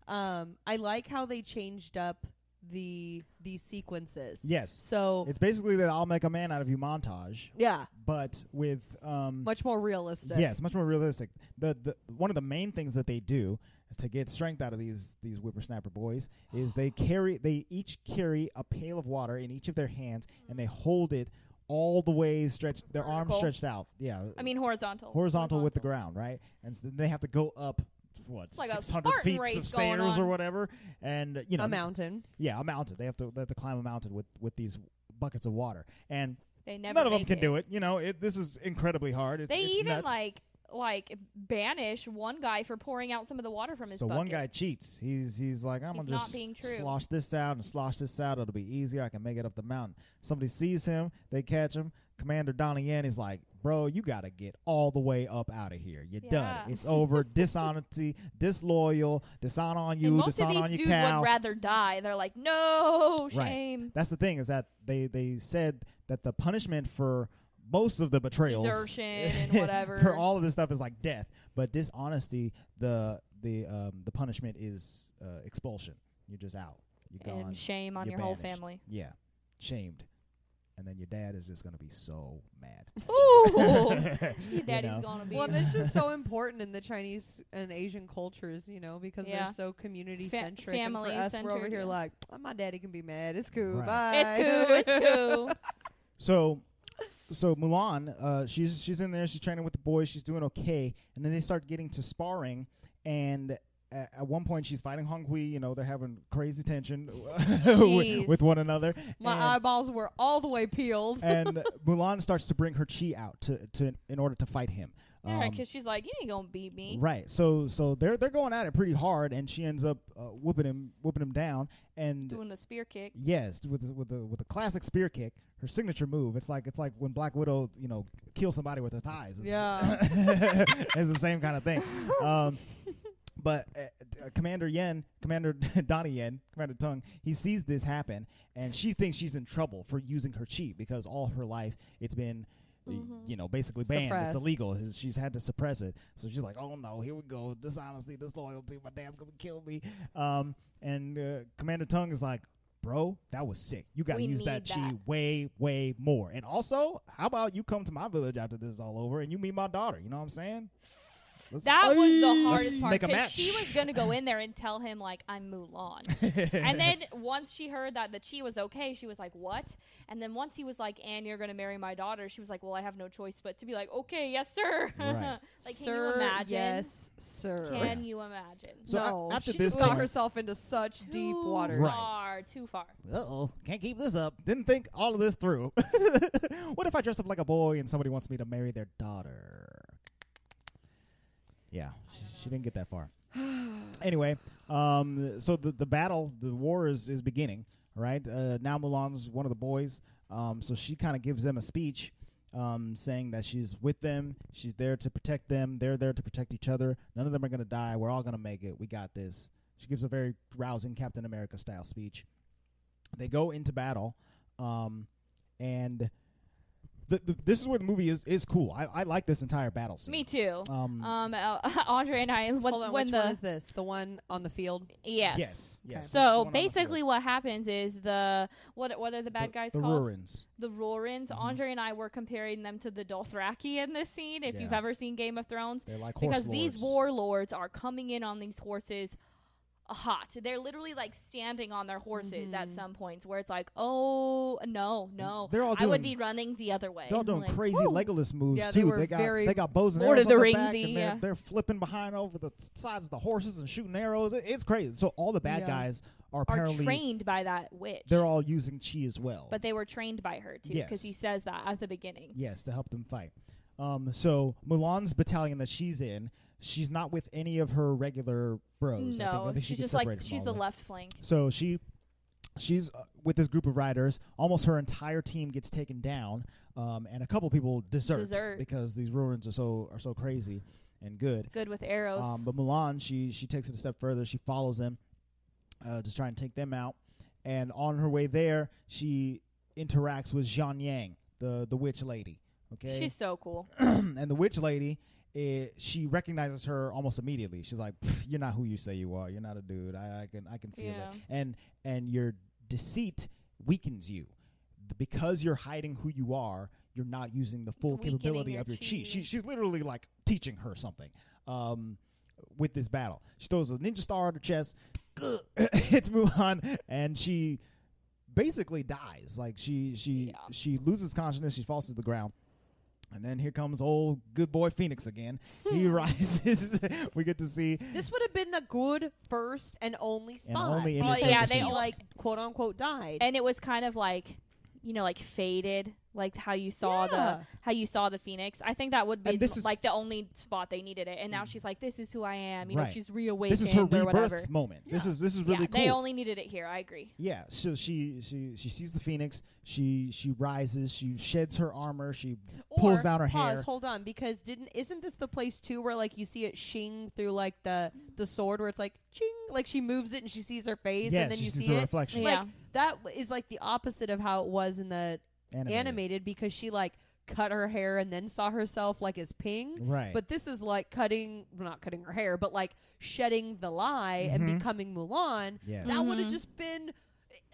D: um, I like how they changed up the these sequences.
B: yes.
D: So
B: It's basically that I'll make a man out of you montage,
D: yeah,
B: but with um,
D: much more realistic.
B: yes, much more realistic. The the one of the main things that they do to get strength out of these these whippersnapper boys is they carry they each carry a pail of water in each of their hands and they hold it all the way stretched their arms
C: Vertical.
B: stretched out. Yeah. uh,
C: I mean, horizontal.
B: horizontal with the ground, right? And so they have to go up what
C: It's like a
B: six hundred
C: Spartan
B: feet
C: race
B: of
C: going
B: stairs or
C: on.
B: whatever, and you know,
D: a mountain.
B: yeah, a mountain. They have to they have to climb a mountain with with these buckets of water, and
C: They never
B: none of them
C: make
B: can do it. You know, it, this is incredibly hard. It's,
C: They
B: it's
C: even
B: nuts.
C: like like banish one guy for pouring out some of the water from his.
B: so one
C: bucket.
B: guy cheats. He's he's like, I'm
C: He's
B: gonna
C: not
B: just
C: being true.
B: slosh this out and slosh this out. It'll be easier. I can make it up the mountain. Somebody sees him. They catch him. Commander Donnie Yen is like, bro, you gotta get all the way up out of here. You're
C: Yeah.
B: done. It's over. Dishonesty, disloyal, dishonor on
C: and
B: you,
C: most of
B: dishonor
C: these
B: on your
C: dudes
B: cow.
C: would rather die. They're like, no
B: Right.
C: shame,
B: That's the thing is that they they said that the punishment for most of the betrayals,
C: Desertion and whatever.
B: for all of this stuff is like death. But dishonesty, the the um, the punishment is uh, expulsion. You're just out. You're gone.
C: and shame on
B: You're
C: your whole
B: banished.
C: family.
B: yeah, shamed. And then your dad is just gonna be so mad.
C: Ooh, your
B: You
C: daddy's
B: know.
C: gonna be
D: Well, and it's just so important in the Chinese and Asian cultures, you know, because
C: Yeah.
D: they're so community
C: Fa-
D: centric. and for us, we're over
C: family-centered,
D: here
C: yeah.
D: like, "Oh, my daddy can be mad. It's cool.
B: Right.
D: Bye.
C: It's cool. It's cool.
B: So, so Mulan, uh, she's she's in there. She's training with the boys. She's doing okay, and then they start getting to sparring, and at, at one point she's fighting Hong Hui. You know, they're having crazy tension with,
C: Jeez.
B: with one another.
D: my
B: and,
D: eyeballs were all the way peeled.
B: and Mulan starts to bring her chi out to, to in order to fight him.
C: All right,
B: Um,
C: because she's like, you ain't gonna beat me.
B: Right. So so they're they're going at it pretty hard, and she ends up uh, whooping him whooping him down, and
C: Doing the spear kick.
B: Yes, with the, with the with the classic spear kick, her signature move. It's like it's like when Black Widow, you know, kills somebody with her thighs. It's-
D: Yeah.
B: it's the same kind of thing. Um, but uh, uh, Commander Yen, Commander Donnie Yen, Commander Tung, he sees this happen, and she thinks she's in trouble for using her chi because all her life it's been. uh,
C: Mhm.
B: You know, basically banned.
D: Mm-hmm.
B: It's
D: Suppressed.
B: illegal. She's had to suppress it. So she's like, "Oh no, here we go. Dishonesty, disloyalty. My dad's gonna kill me." Um, and uh, Commander Tung is like, bro, that was sick. You got to
C: We
B: use that
C: need
B: chi
C: that.
B: way, way more. And also, how about you come to my village after this is all over and you meet my daughter? You know what I'm saying? Let's-
C: That was the
B: Let's
C: hardest part
B: make a
C: because
B: match.
C: she was gonna go in there and tell him like I'm Mulan, and then once she heard that the chi was okay, she was like, "What?" And then once he was like, "And you're gonna marry my daughter," she was like, "Well, I have no choice but to be like, okay, yes, sir."
B: Right.
C: like, can
D: sir,
C: you imagine?
D: Yes, sir.
C: Can you imagine?
B: So a-
D: no,
B: after
D: she
B: this
D: just got
B: point-
D: herself into such deep
C: Too
D: waters.
B: Right.
C: far, too far.
B: Uh-oh, can't keep this up. Didn't think all of this through. what if I dress up like a boy and somebody wants me to marry their daughter? Yeah, she, she didn't get that far. anyway, um, so the, the battle, the war is, is beginning, right? Uh, now Mulan's one of the boys, um, so she kind of gives them a speech um, saying that she's with them, she's there to protect them, they're there to protect each other. None of them are going to die. We're all going to make it. We got this. She gives a very rousing Captain America style speech. They go into battle, um, and the, the, this is where the movie is is cool. I, I like this entire battle scene.
C: Me too.
B: Um,
C: Um, uh, Andre and I when,
D: Hold on,
C: when
D: which
C: the
D: one is this? The one on the field?
C: yes.
B: yes, yes. this is the
C: So
B: one on the
C: basically,
B: field.
C: what happens is the what what are the bad
B: The-
C: guys
B: the Mm-hmm.
C: called?
B: Rurins.
C: The Rorans. Andre and I were comparing them to the Dothraki in this scene. If you've
B: Yeah.
C: ever seen Game of Thrones,
B: They're like
C: because
B: horse
C: these
B: lords.
C: warlords are coming in on these horses hot. They're literally like standing on their horses at some points where it's like, oh no, no,
B: They're all
C: I would be
B: doing-
C: running the other way.
B: They're all doing
C: Like,
B: crazy
C: woo.
B: Legolas moves
D: Yeah,
B: too.
D: they were
B: got
D: very
B: they got bows and
C: Lord
B: arrows
C: of the
B: on their
C: Rings-y,
B: back, and they're,
C: yeah.
B: they're flipping behind over the sides of the horses and shooting arrows. It- it's crazy. So all the bad
D: Yeah.
B: guys are
C: Are
B: apparently
C: trained by that witch.
B: they're all using chi as well.
C: but they were trained by her too,
B: Yes.
C: because he says that at the beginning.
B: Yes, to help them fight. Um, so Mulan's battalion that she's in, she's not with any of her regular bros. I think, I
C: No,
B: think she
C: she's
B: gets
C: just like
B: separated from
C: she's
B: all
C: the
B: of them.
C: left flank.
B: So she, she's uh, with this group of riders. Almost her entire team gets taken down, um, and a couple people desert,
C: Desert.
B: because these ruins are so are so crazy and good.
C: Good with arrows.
B: Um, but Mulan, she she takes it a step further. She follows them uh, to try and take them out. And on her way there, she interacts with Zhang Yang, the the witch lady. Okay,
C: She's so cool.
B: and the witch lady eh, she recognizes her almost immediately she's like "Pff, you're not who you say you are you're not a dude i, I can i can feel
C: Yeah.
B: it and and your deceit weakens you Th- because you're hiding who you are you're not using the full
C: weakening
B: capability
C: your
B: of your chi,
C: chi.
B: She, she's literally like teaching her something um, with this battle she throws a ninja star at her chest hits mulan and she basically dies like she she
C: Yeah.
B: she loses consciousness she falls to the ground and then here comes old good boy Phoenix again.
D: Hmm.
B: He rises. we get to see.
D: This would have been the good first and only spot.
B: And only in
C: Oh,
B: your
C: yeah,
B: face
C: they
B: is-
D: He,
C: all-
D: like quote unquote died.
C: And it was kind of like you know, like faded, like how you saw
D: Yeah.
C: the how you saw the phoenix. I think that would be
B: And this is-
C: like the only spot they needed it. And now she's like, "This is who I am." You know,
B: Right.
C: she's reawakened
B: This is her
C: or whatever.
B: rebirth moment. This is this is really
C: yeah,
B: cool.
C: they only needed it here. I agree.
B: yeah, so she she she sees the Phoenix. She she rises. She sheds her armor. She
D: or,
B: pulls down her
D: pause,
B: hair.
D: Hold on, because didn't isn't this the place too where like you see it shing through like the the sword where it's like ching, like she moves it and she sees her face
B: yes,
D: and then
B: she
D: you
B: sees
D: see
B: her
D: it.
B: reflection.
C: Yeah.
D: Like that w- is like the opposite of how it was in the
B: Animated.
D: animated, because she like cut her hair and then saw herself like as ping.
B: Right.
D: But this is like cutting, well, not cutting her hair, but like shedding the lie
B: Mm-hmm.
D: and becoming Mulan.
B: Yes.
D: That would have just been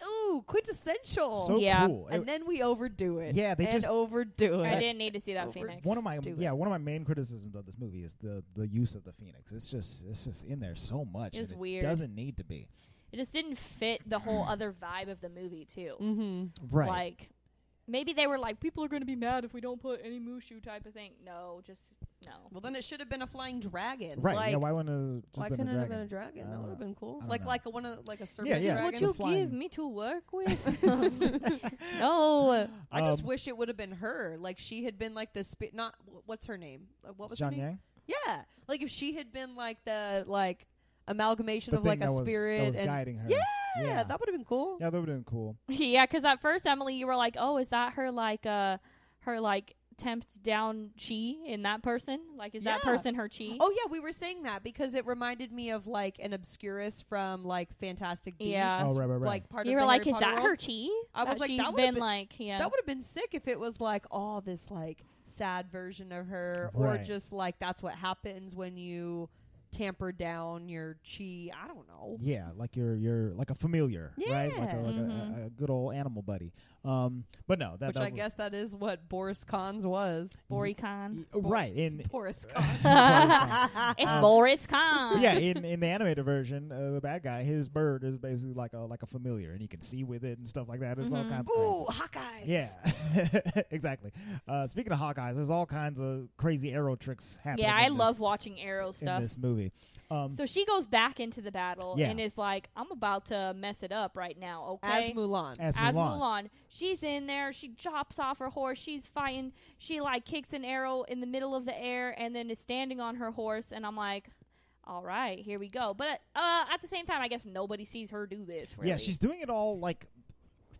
D: ooh quintessential.
B: so
C: Yeah.
B: cool. It-
D: and then we overdo it.
B: Yeah, they
D: and
B: just-
D: overdo it.
C: I didn't need to see that phoenix.
B: one of my
D: do it.
B: yeah one of my main criticisms of this movie is the the use of the Phoenix. It's just it's just in there so much.
C: It was
B: and
C: weird.
B: doesn't need to be.
C: It just didn't fit the whole other vibe of the movie too.
D: Mm-hmm.
B: Right.
C: Like maybe they were like, "People are going to be mad if we don't put any Mushu type of thing." No, just no.
D: Well, then it should have been a flying dragon.
B: right.
D: Like,
B: yeah. Why wouldn't it have just
D: why
B: been
D: couldn't
B: a
D: it have been a
B: dragon? I
D: dragon? That
B: don't
D: would have
B: know.
D: been cool.
B: I don't
D: Like
B: know.
D: like a one of like a circus
B: Yeah, yeah.
D: dragon.
C: What you
B: flying-
C: give me to work with? no.
D: I just
B: Um,
D: wish it would have been her. Like she had been like the sp- not wh- what's her name? Like, what was
B: Zhang
D: her name?
B: Yang?
D: Yeah, like if she had been like the like amalgamation
B: The
D: of like
B: thing
D: a
B: that was- that
D: spirit
B: was
D: and
B: guiding her.
D: yeah,
B: Yeah.
D: that would have been cool.
B: Yeah, that would have been cool.
C: Yeah, because at first Emily, you were like, "Oh, is that her like uh her like tempt down chi in that person? Like, is that
D: Yeah.
C: person her chi?"
D: Oh yeah, we were saying that because it reminded me of like an obscurus from like Fantastic Beasts.
C: Yeah.
B: Oh, right, right, right.
D: Like part
C: you
D: of
C: were
D: the
C: like,
D: Harry
C: "Is
D: Potter
C: that her
D: world.
C: chi?"
D: I was
C: That
D: like,
C: she's
D: that would've
C: been
D: been-
C: like, yeah,
D: That would have been sick if it was like oh this like sad version of her, or
B: Right.
D: just like that's what happens when you tamper down your chi. I don't know.
B: Yeah, like you're you're like a familiar, right? Like, a,
D: Yeah.
B: like a,
C: Mhm.
B: a, a good old animal buddy. Um, but no, that
D: Which
B: that
D: I
B: was-
D: guess that is what Boris Cons was.
C: Bori Khan.
B: y- right in
D: Boris Khan.
C: It's
D: Um,
C: Boris Khan.
B: yeah in in the animated version, uh, the bad guy, his bird is basically like a like a familiar, and you can see with it and stuff like that. There's all
C: Mhm.
B: kinds of things.
D: Ooh, Hawkeyes.
B: Yeah, exactly. Uh, speaking of Hawkeyes, there's all kinds of crazy arrow tricks happening.
C: Yeah, I
B: in this-
C: love watching arrow
B: in
C: stuff.
B: this movie. Um,
C: So she goes back into the battle
B: Yeah.
C: and is like, "I'm about to mess it up right now."
D: As
C: Okay,
D: Mulan.
B: as
C: as Mulan. She's in there. She chops off her horse. She's fighting. She like kicks an arrow in the middle of the air and then is standing on her horse. And I'm like, all right, here we go. But uh, at the same time, I guess nobody sees her do this. Really.
B: Yeah, she's doing it all like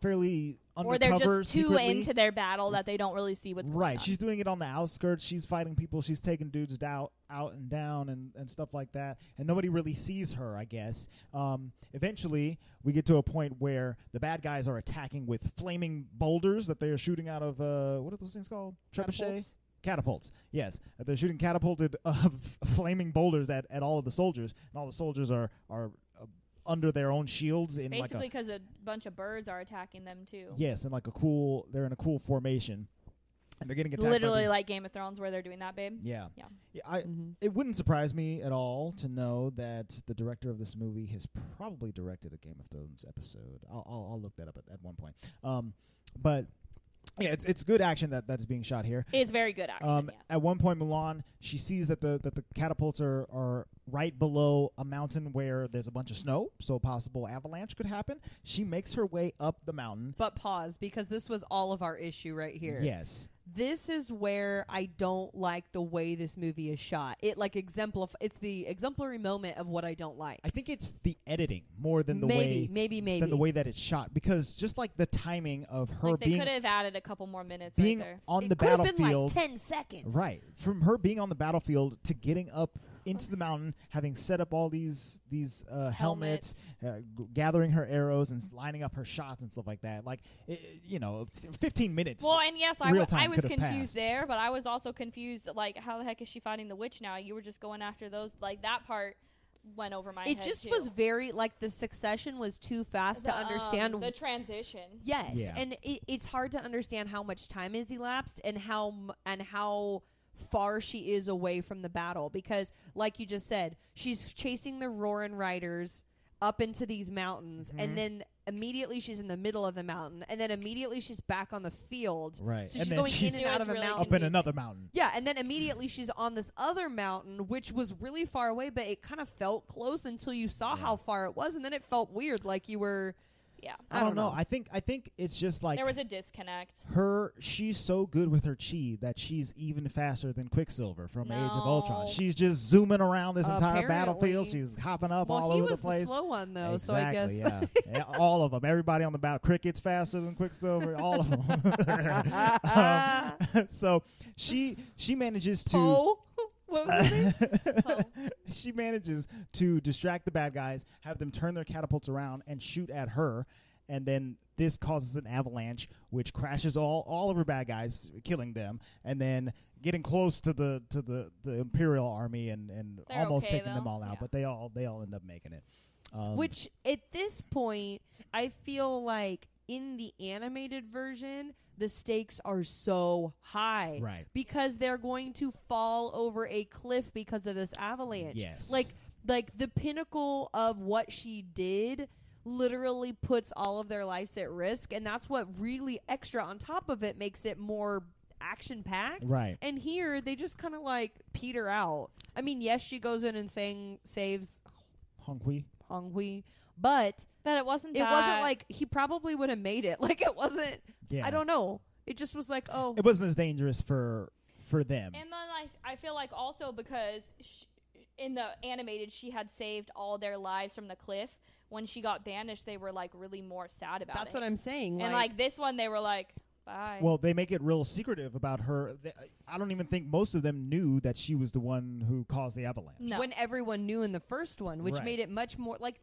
B: fairly
C: or
B: undercover.
C: they're just too
B: secretly.
C: into their battle that they don't really see what's
B: right.
C: Going
B: She's doing it on the outskirts. She's fighting people. She's taking dudes out, out and down, and, and stuff like that. And nobody really sees her, I guess. Um, eventually, we get to a point where the bad guys are attacking with flaming boulders that they are shooting out of. Uh, what are those things called? Trebuchet.
D: Catapults?
B: Catapults, yes. Uh, They're shooting catapulted uh, flaming boulders at, at all of the soldiers, and all the soldiers are are uh, under their own shields in
C: on.
B: like a
C: Basically, because a bunch of birds are attacking them too.
B: Yes, in like a cool. They're in a cool formation, and they're getting attacked. by
C: Literally
B: these-
C: like Game of Thrones where they're doing that, babe.
B: Yeah.
C: Yeah.
B: I.
D: Mm-hmm.
B: It wouldn't surprise me at all to know that the director of this movie has probably directed a Game of Thrones episode. I'll I'll, I'll look that up at, at one point. Um, but yeah, it's it's good action that that's being shot here.
C: It's very good action.
B: Um,
C: yes.
B: at one point, Milan she sees that the that the catapults are, are right below a mountain where there's a bunch of snow, so a possible avalanche could happen. She makes her way up the mountain.
D: But pause because this was all of our issue right here.
B: Yes,
D: This is where I don't like the way this movie is shot. It like exemplif it's the exemplary moment of what I don't like.
B: I think it's the editing more than the
D: maybe,
B: way
D: maybe, maybe.
B: than the way that it's shot because just like the timing of her
C: like they
B: being
C: could have added a couple more minutes
B: being
C: right there.
B: on
D: it
B: the
D: could have been
B: battlefield
D: like ten seconds.
B: Right. From her being on the battlefield to getting up into the mountain, having set up all these these uh, helmets, uh, g- gathering her arrows and s- lining up her shots and stuff like that. Like, i i- you know, f- 15 minutes.
C: Well, and yes, I,
B: real
C: w- I
B: time
C: was
B: could have passed.
C: confused there, but I was also confused. Like, how the heck is she finding the witch now? You were just going after those. Like that part went over my
D: It
C: head.
D: just
C: too.
D: was very like the succession was too fast
C: The,
D: to
C: um,
D: understand
C: the transition.
D: Yes,
B: Yeah.
D: and it, it's hard to understand how much time has elapsed and how m- and how far she is away from the battle because, like you just said, she's chasing the roaring riders up into these mountains,
B: Mm-hmm.
D: and then immediately she's in the middle of the mountain, and then immediately she's back on the field.
B: Right.
D: So
B: And
D: she's
B: then
D: going
B: she's-
D: in
C: It
D: and out
C: was
D: of a
C: really
D: mountain.
B: up in another mountain.
D: Yeah, and then immediately she's on this other mountain, which was really far away, but it kind of felt close until you saw how far it was, and then it felt weird, like you were.
C: Yeah,
B: I, don't know. I think I think it's just like
C: there was a disconnect.
B: her she's so good with her chi that she's even faster than Quicksilver from Age of Ultron.
C: No.
B: She's just zooming around this entire battlefield.
D: Apparently.
B: She's hopping up all
D: he
B: over
D: was
B: the place.
D: slow one though,
B: exactly,
D: so I guess.
B: yeah. Yeah, all of them. Everybody on the bout. Cricket's faster than Quicksilver. All of them. Um, so she she manages to
D: Poe? What was his name?
B: she manages to distract the bad guys, have them turn their catapults around and shoot at her, and then this causes an avalanche which crashes all all of her bad guys, killing them, and then getting close to the to the, the Imperial army and and
C: They're
B: almost
C: okay,
B: taking them
C: though.
B: all out,
C: Yeah.
B: but they all they all end up making it. Um,
D: Which at this point, I feel like in the animated version, the stakes are so high,
B: Right.
D: Because they're going to fall over a cliff because of this avalanche.
B: Yes.
D: like like the pinnacle of what she did literally puts all of their lives at risk and that's what really extra on top of it makes it more action packed
B: Right.
D: and here they just kind of like peter out i mean yes she goes in and sang saves
B: Hong Hui.
D: hong hui but
C: But it wasn't.
D: it
C: that-
D: wasn't like he probably would have made it like it wasn't
B: Yeah.
D: i don't know it just was like oh
B: it wasn't as dangerous for for them.
C: And then I, I feel like also because sh in the animated she had saved all their lives from the cliff. When she got banished, they were like really more sad about
D: that's
C: it.
D: what i'm saying
C: And like this one, they were like, "Bye."
B: Well, they make it real secretive about her. Th- I don't even think most of them knew that she was the one who caused the avalanche.
C: no.
D: when everyone knew in the first one, which
B: Right.
D: made it much more like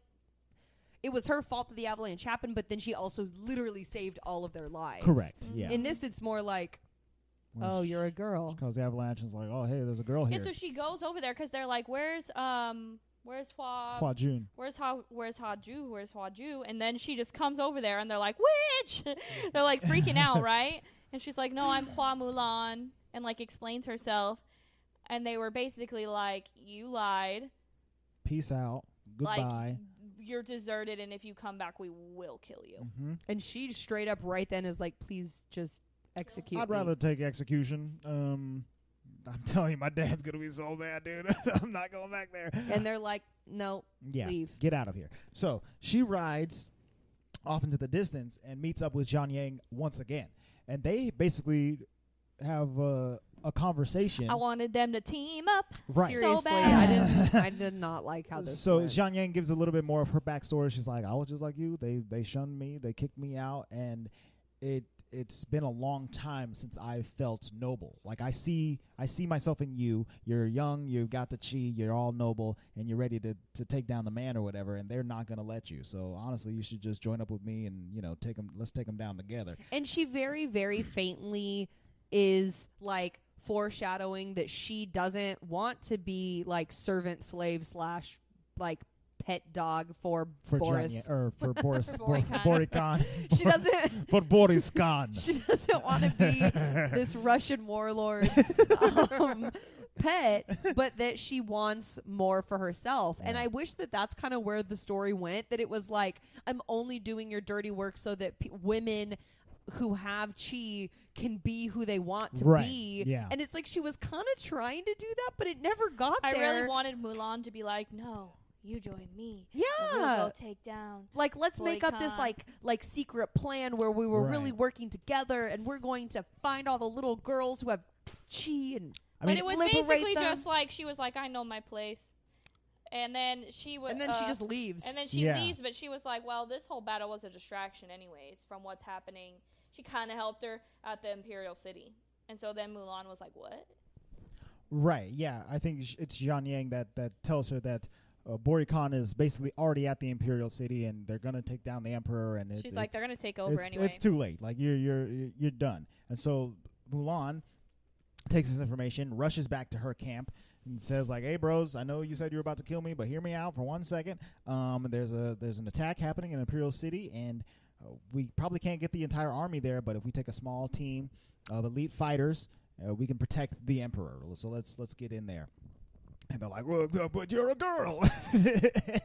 D: it was her fault that the avalanche happened, but then she also literally saved all of their lives.
B: Correct. Yeah.
D: In this, it's more like,
B: When
D: Mm-hmm. oh,
B: she
D: you're a girl.
B: caused the avalanche and it's like, oh, hey, there's a girl
C: yeah,
B: here.
C: so she goes over there because they're like, "Where's um, where's Hua?
B: Hua Jun.
C: Where's Ha? Where's Haju? Where's Haju?" And then she just comes over there, and they're like, "Witch!" they're like freaking out, right? And she's like, "No, I'm Hua Mulan," and like explains herself. And they were basically like, "You lied."
B: Peace out. Goodbye.
C: you're deserted, and if you come back, we will kill you.
B: hmm
D: And she straight up right then is like, please just execute.
B: I'd
D: me."
B: rather take execution. Um, I'm telling you, my dad's gonna be so mad, dude. I'm not going back there.
D: And they're like, no,
B: yeah,
D: leave.
B: get out of here. So she rides off into the distance and meets up with Zhang Yang once again, and they basically have uh, a conversation.
C: I wanted them to team up.
B: Right.
C: So
D: Seriously, I
C: bad.
D: didn't. I did not like how this.
B: so
D: went.
B: Zhang Yang gives a little bit more of her backstory. She's like, I was just like you. They they shunned me. They kicked me out, and it it's been a long time since I felt noble. Like I see I see myself in you. You're young. You've got the chi. You're all noble, and you're ready to to take down the man or whatever. And they're not gonna let you. So honestly, you should just join up with me and you know take them. Let's take them down together.
D: And she very, very faintly is like foreshadowing that she doesn't want to be like servant slave slash like pet dog for,
B: For
D: Boris.
B: Zhang Yang- or for Boris Bor-
C: Borikhan.
B: Borikhan.
D: She doesn't.
B: For Boris Khan.
D: She doesn't want to be this Russian warlord's um, pet, but that she wants more for herself. And
B: Yeah.
D: I wish that that's kind of where the story went. That it was like, I'm only doing your dirty work so that p- women who have chi can be who they want to
B: Right.
D: be.
B: Yeah.
D: And it's like she was kind of trying to do that, but it never got
C: I
D: there.
C: really wanted Mulan to be like, no, you join me. and we'll
D: Yeah.
C: go take down.
D: like let's make up this
C: Boycott.
D: like like secret plan where we were really
B: Right.
D: working together and we're going to find all the little girls who have chi and
B: I
C: but
B: mean,
C: it was
D: liberate
C: basically
D: them.
C: just like she was like, I know my place, and then she was,
D: and then she
C: uh,
D: just leaves
C: and then she
B: Yeah.
C: leaves. But she was like, well, this whole battle was a distraction, anyways, from what's happening. She kind of helped her at the Imperial City, and so then Mulan was like, what?
B: Right. Yeah, I think sh- it's Zhang Yang that that tells her that uh, Borikhan is basically already at the Imperial City, and they're gonna take down the Emperor. And it,
C: She's like,
B: it's-
C: they're gonna take over
B: it's,
C: anyway.
B: It's too late. Like you're you're you're done. And so Mulan takes this information, rushes back to her camp, and says like, "Hey, bros, I know you said you were about to kill me, but hear me out for one second. Um, there's a there's an attack happening in Imperial City, and uh, we probably can't get the entire army there, but if we take a small team of elite fighters." Uh, we can protect the emperor, so let's let's get in there. And they're like, well, "But you're a girl,"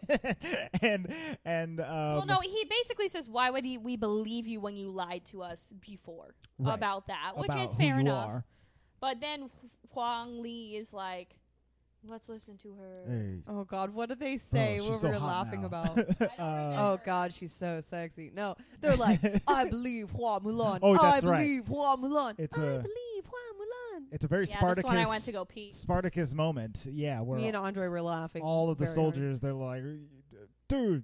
B: and and um,
C: well, no, he basically says, why would he, we believe you when you lied to us before
B: Right.
C: about that? Which
B: about
C: is fair
B: who you
C: enough.
B: are.
C: But then Huang Li is like, let's listen to her.
B: Hey.
D: oh god what did they
B: Bro,
D: say
B: Oh, she's
D: what
B: so
D: we were
B: hot
D: laughing
B: now.
D: about
B: Uh,
D: oh god she's so sexy no they're like i believe hua mulan
B: Oh,
D: i
B: that's right.
D: believe hua mulan
B: It's
D: i
B: a-
D: believe hua mulan
B: it's a very
C: yeah,
B: Spartacus
C: that's when I went to go pee.
B: Spartacus moment. Yeah, where
D: me and andre were laughing
B: all of the
D: very hard.
B: soldiers they're like, dude, you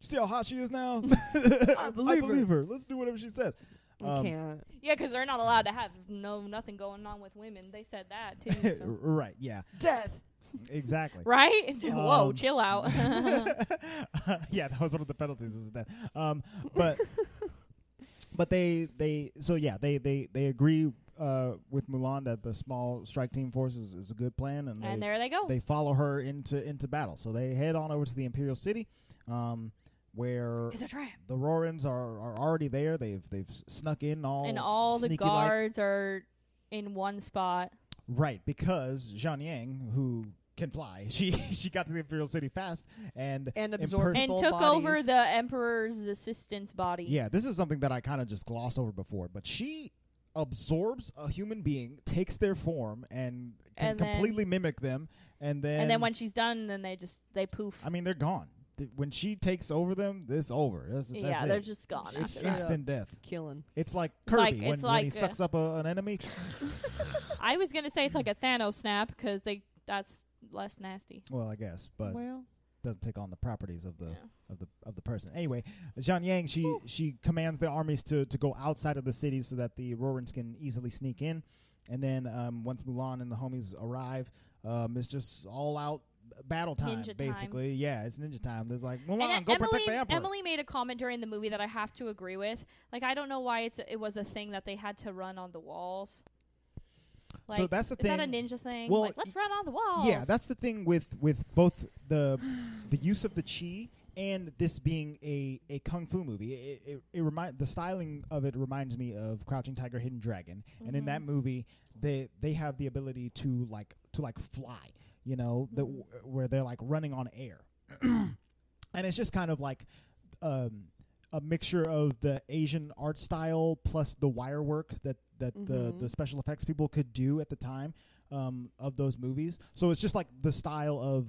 B: see how hot she is now? I
D: believe her.
B: Let's do whatever she says.
D: We
B: Um,
D: can't
C: Yeah, because they're not allowed to have no nothing going on with women. They said that too. so-
B: right. Yeah.
D: death
B: Exactly.
C: Right? Whoa,
B: Um,
C: chill out.
B: yeah, that was one of the penalties. Is that? Um, but but they they so yeah they they they agree uh, with Mulan that the small strike team force is, is a good plan, and,
C: and
B: they,
C: there they go.
B: they follow her into into battle. So they head on over to the Imperial City, um, where
C: it's a trap.
B: the Rorans are, are already there. They've they've snuck in all
C: And all the
B: sneaky like-
C: guards are in one spot.
B: right because Zhang Yang who can fly. She she got to the Imperial City fast and
D: and
B: in
D: absorb
B: person-
C: And
D: full
C: took
D: bodies.
C: over the Emperor's assistant's body.
B: yeah, this is something that I kind of just glossed over before, but she absorbs a human being, takes their form, and can
C: And then-
B: completely mimic them, and then
C: And, then when she's done, then they just, they poof.
B: I mean they're gone. Th- When she takes over them, it's over. That's, that's
C: yeah,
B: it.
C: they're just gone.
B: it's
C: After that.
B: instant death.
D: killing
B: It's like
C: It's
B: Kirby
C: like-
B: when,
C: it's
B: when he
C: like, uh,
B: sucks up a, an enemy.
C: I was going to say it's like a Thanos snap because they, that's less nasty.
B: well, I guess, but
D: well
B: doesn't take on the properties of the
C: Yeah.
B: of the of the person. Anyway, Zhang Yang she she commands the armies to to go outside of the city so that the Rorans can easily sneak in. And then um, once Mulan and the homies arrive, um, it's just all out battle time
C: Ninja time.
B: basically. Yeah, it's ninja time. There's like
C: And
B: Mulan,
C: then
B: go
C: Emily,
B: protect the emperor.
C: Emily made a comment during the movie that I have to agree with. Like, I don't know why it's it was a thing that they had to run on the walls. Like,
B: so that's the
C: is
B: thing.
C: that a ninja thing?
B: Well,
C: like, let's run on the walls.
B: Yeah, that's the thing with with both the the use of the chi and this being a, a kung fu movie. It it, it remind the styling of it reminds me of Crouching Tiger, Hidden Dragon. And in that movie, they they have the ability to like to like fly. You know, the, where they're like running on air, and it's just kind of like. Um, a mixture of the Asian art style plus the wire work that that the
D: Mhm.
B: the special effects people could do at the time um, of those movies. So it's just like the style of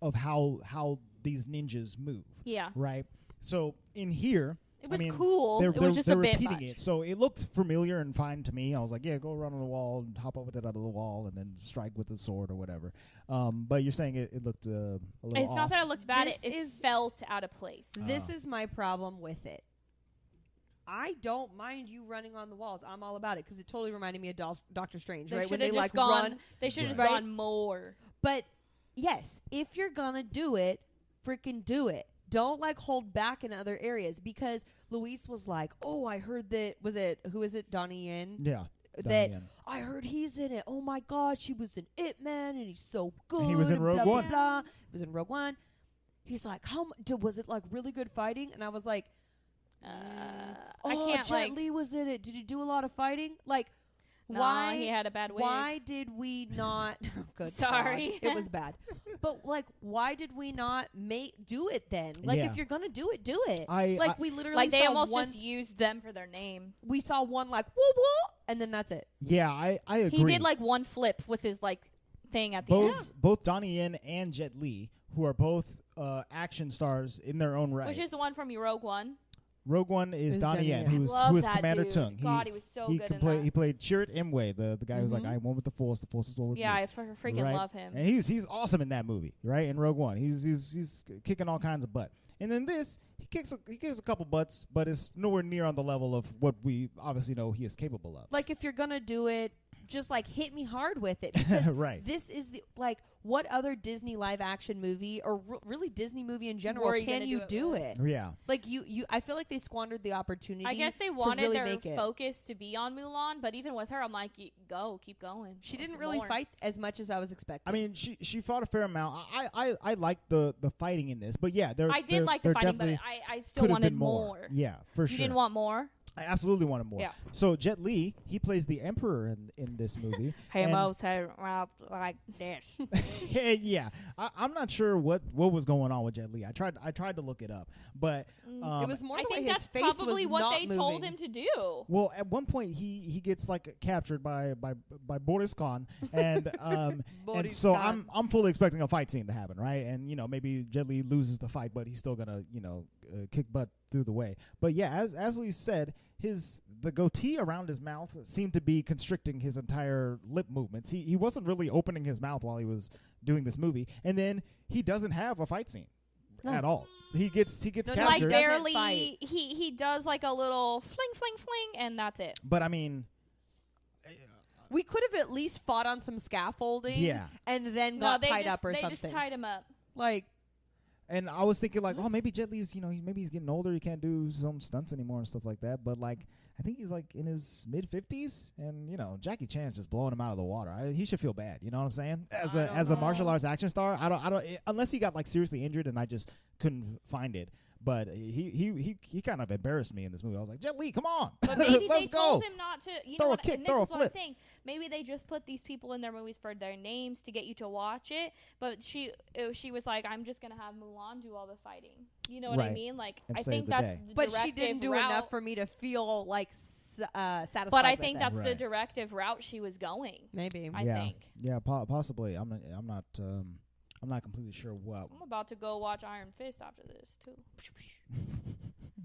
B: of how how these ninjas move,
C: yeah.
B: right? So in here,
C: It It
B: I
C: was
B: mean,
C: cool.
B: They're,
C: it
B: they're-
C: was just
B: they're
C: a bit
B: repeating
C: much.
B: it, so it looked familiar and fine to me. I was like, yeah, go around on the wall and hop up with it out of the wall, and then strike with the sword or whatever. Um, but you're saying it, it looked uh, a little.
C: It's not
B: off.
C: that it looked bad. It,
D: This
C: it
D: is-
C: felt out of place.
D: This
B: Oh.
D: is my problem with it. I don't mind you running on the walls. I'm all about it because it totally reminded me of Dol- Doctor Strange,
C: They
D: right?
C: should
D: When
C: have
D: they
C: just
D: like
C: gone.
D: run.
C: They should have
D: Right.
C: gone more.
D: But yes, if you're gonna do it, freaking do it. Don't like hold back in other areas because Luis was like, "Oh, I heard that. Was it who is it? Donnie Yen?
B: Yeah,
D: that
B: Diane.
D: I heard he's in it. Oh my gosh, he was in It Man, and he's so good.
B: And he was in
D: and
B: Rogue
D: blah, blah,
B: One.
D: Blah, He was in Rogue One. He's like, how mu- did, was it like really good fighting? And I was like,
C: Uh,
D: oh,
C: I can't
D: Jet
C: like.
D: Li was in it. Did you do a lot of fighting? Like,
C: Nah,
D: why?
C: he had a bad wig.
D: why did we not? good
C: Sorry.
D: God, it was bad. But like, why did we not make do it then? Like,
B: Yeah.
D: if you're gonna do it, do it.
B: I-
D: like
B: I-
D: we literally
C: Like they
D: saw
C: almost
D: one.
C: just used them for their name.
D: we saw one like whoa whoa, and then that's it.
B: yeah, I I agree.
C: He did like one flip with his like thing at the
B: both
C: end,
B: both Donnie Yen and Jet Li, who are both uh, action stars in their own right.
C: which is the one from Rogue One.
B: Rogue One is
D: Is
B: Donnie
D: Donnie
B: Yen,
D: Yen.
B: who's
C: Love
B: who is
C: that
B: Commander
C: dude.
B: Tung.
C: God, he was so
B: he
C: good
B: can
C: in
B: play-
C: that.
B: He played Chirrut Imwe, the the guy who's like,
D: Mhm.
B: "I am one with the Force, the Force is one with
C: Yeah,
B: me."
C: I f- freaking
B: right?
C: love him.
B: And he was, he's awesome in that movie, right? In Rogue One, he's he's he's kicking all kinds of butt. And then this, he kicks a, he kicks a couple butts, but it's nowhere near on the level of what we obviously know he is capable of.
D: like if you're gonna do it just like hit me hard with it because
B: Right.
D: this is the like what other disney live action movie or r- really disney movie in general
C: Were you
D: can
C: gonna
D: you
C: do it with?
D: do it,
B: yeah,
D: like you you i feel like they squandered the opportunity
C: I guess they
D: to
C: wanted
D: really
C: their
D: make it
C: focus to be on Mulan, but even with her, I'm like, "Y- go, keep going.
D: she
C: Want
D: didn't
C: some
D: really
C: more."
D: fight as much as i was expecting
B: I mean, she she fought a fair amount. I I, I like the the fighting in this, but yeah, there
C: I did
B: there-
C: like the
B: there
C: fighting, but
B: definitely
C: I, I still
B: could have
C: wanted
B: been more. Yeah, for
C: you
B: sure.
C: didn't want more.
B: I absolutely wanted more.
C: Yeah.
B: So Jet Li, he plays the emperor in in this movie. and-
C: like this.
B: and yeah, I, I'm not sure what what was going on with Jet Li. I tried I tried to look it up, but um,
D: Mm, it was more
C: Mm. I
D: the way
C: think
D: his
C: that's
D: uh, face
C: probably
D: was
C: what
D: not
C: they told
D: moving.
C: him to do.
B: well, at one point he he gets like captured by by by Boris Khan, and um and
D: Boris
B: so
D: Khan.
B: I'm I'm fully expecting a fight scene to happen, right? And you know maybe Jet Li loses the fight, but he's still gonna you know uh, kick butt through the way. But yeah, as as we said, his the goatee around his mouth seemed to be constricting his entire lip movements. He he wasn't really opening his mouth while he was doing this movie, and then he doesn't have a fight scene
D: No.
B: at all. He gets he gets
D: No, no,
B: captured.
C: Like
D: Doesn't
C: barely,
D: fight.
C: he he does like a little fling, fling, fling, and that's it.
B: but I mean,
D: we could have at least fought on some scaffolding
B: Yeah.
D: and then
C: No,
D: got
C: they
D: tied
C: just,
D: up or
C: they
D: something
C: just tied him up.
D: like
B: And I was thinking like, oh, maybe Jet Li's, you know, he, maybe he's getting older. He can't do some stunts anymore and stuff like that. But like, I think he's like in his mid fifties, and you know, Jackie Chan's just blowing him out of the water. I, he should feel bad. You know what I'm saying? As
C: I
B: a
C: don't
B: as a martial
C: know.
B: arts action star, I don't, I don't, it, unless he got like seriously injured and I just couldn't find it. But he he he he kind of embarrassed me in this movie. I was like, Jet Li, come on,
C: But maybe
B: let's
C: they
B: go.
C: told him not to. You
B: Throw
C: know
B: a
C: what,
B: kick,
C: and this
B: throw a
C: is what I'm
B: flip.
C: saying. Maybe they just put these people in their movies for their names to get you to watch it. But she, it, she was like, "I'm just gonna have Mulan do all the fighting." You know what I
B: Right.
C: mean? Like,
B: And
C: I
B: save
C: think
B: the
C: that's
B: day.
C: the
D: but she
C: directive
D: didn't do
C: route,
D: enough for me to feel like s- uh, satisfied
C: But I
D: with
C: think
D: it.
C: that's the
B: Right.
C: directive route she was going.
D: maybe
C: I
B: yeah,
C: think.
B: yeah, po- possibly. I'm not, I'm not um I'm not completely sure what.
C: I'm about to go watch Iron Fist after this too.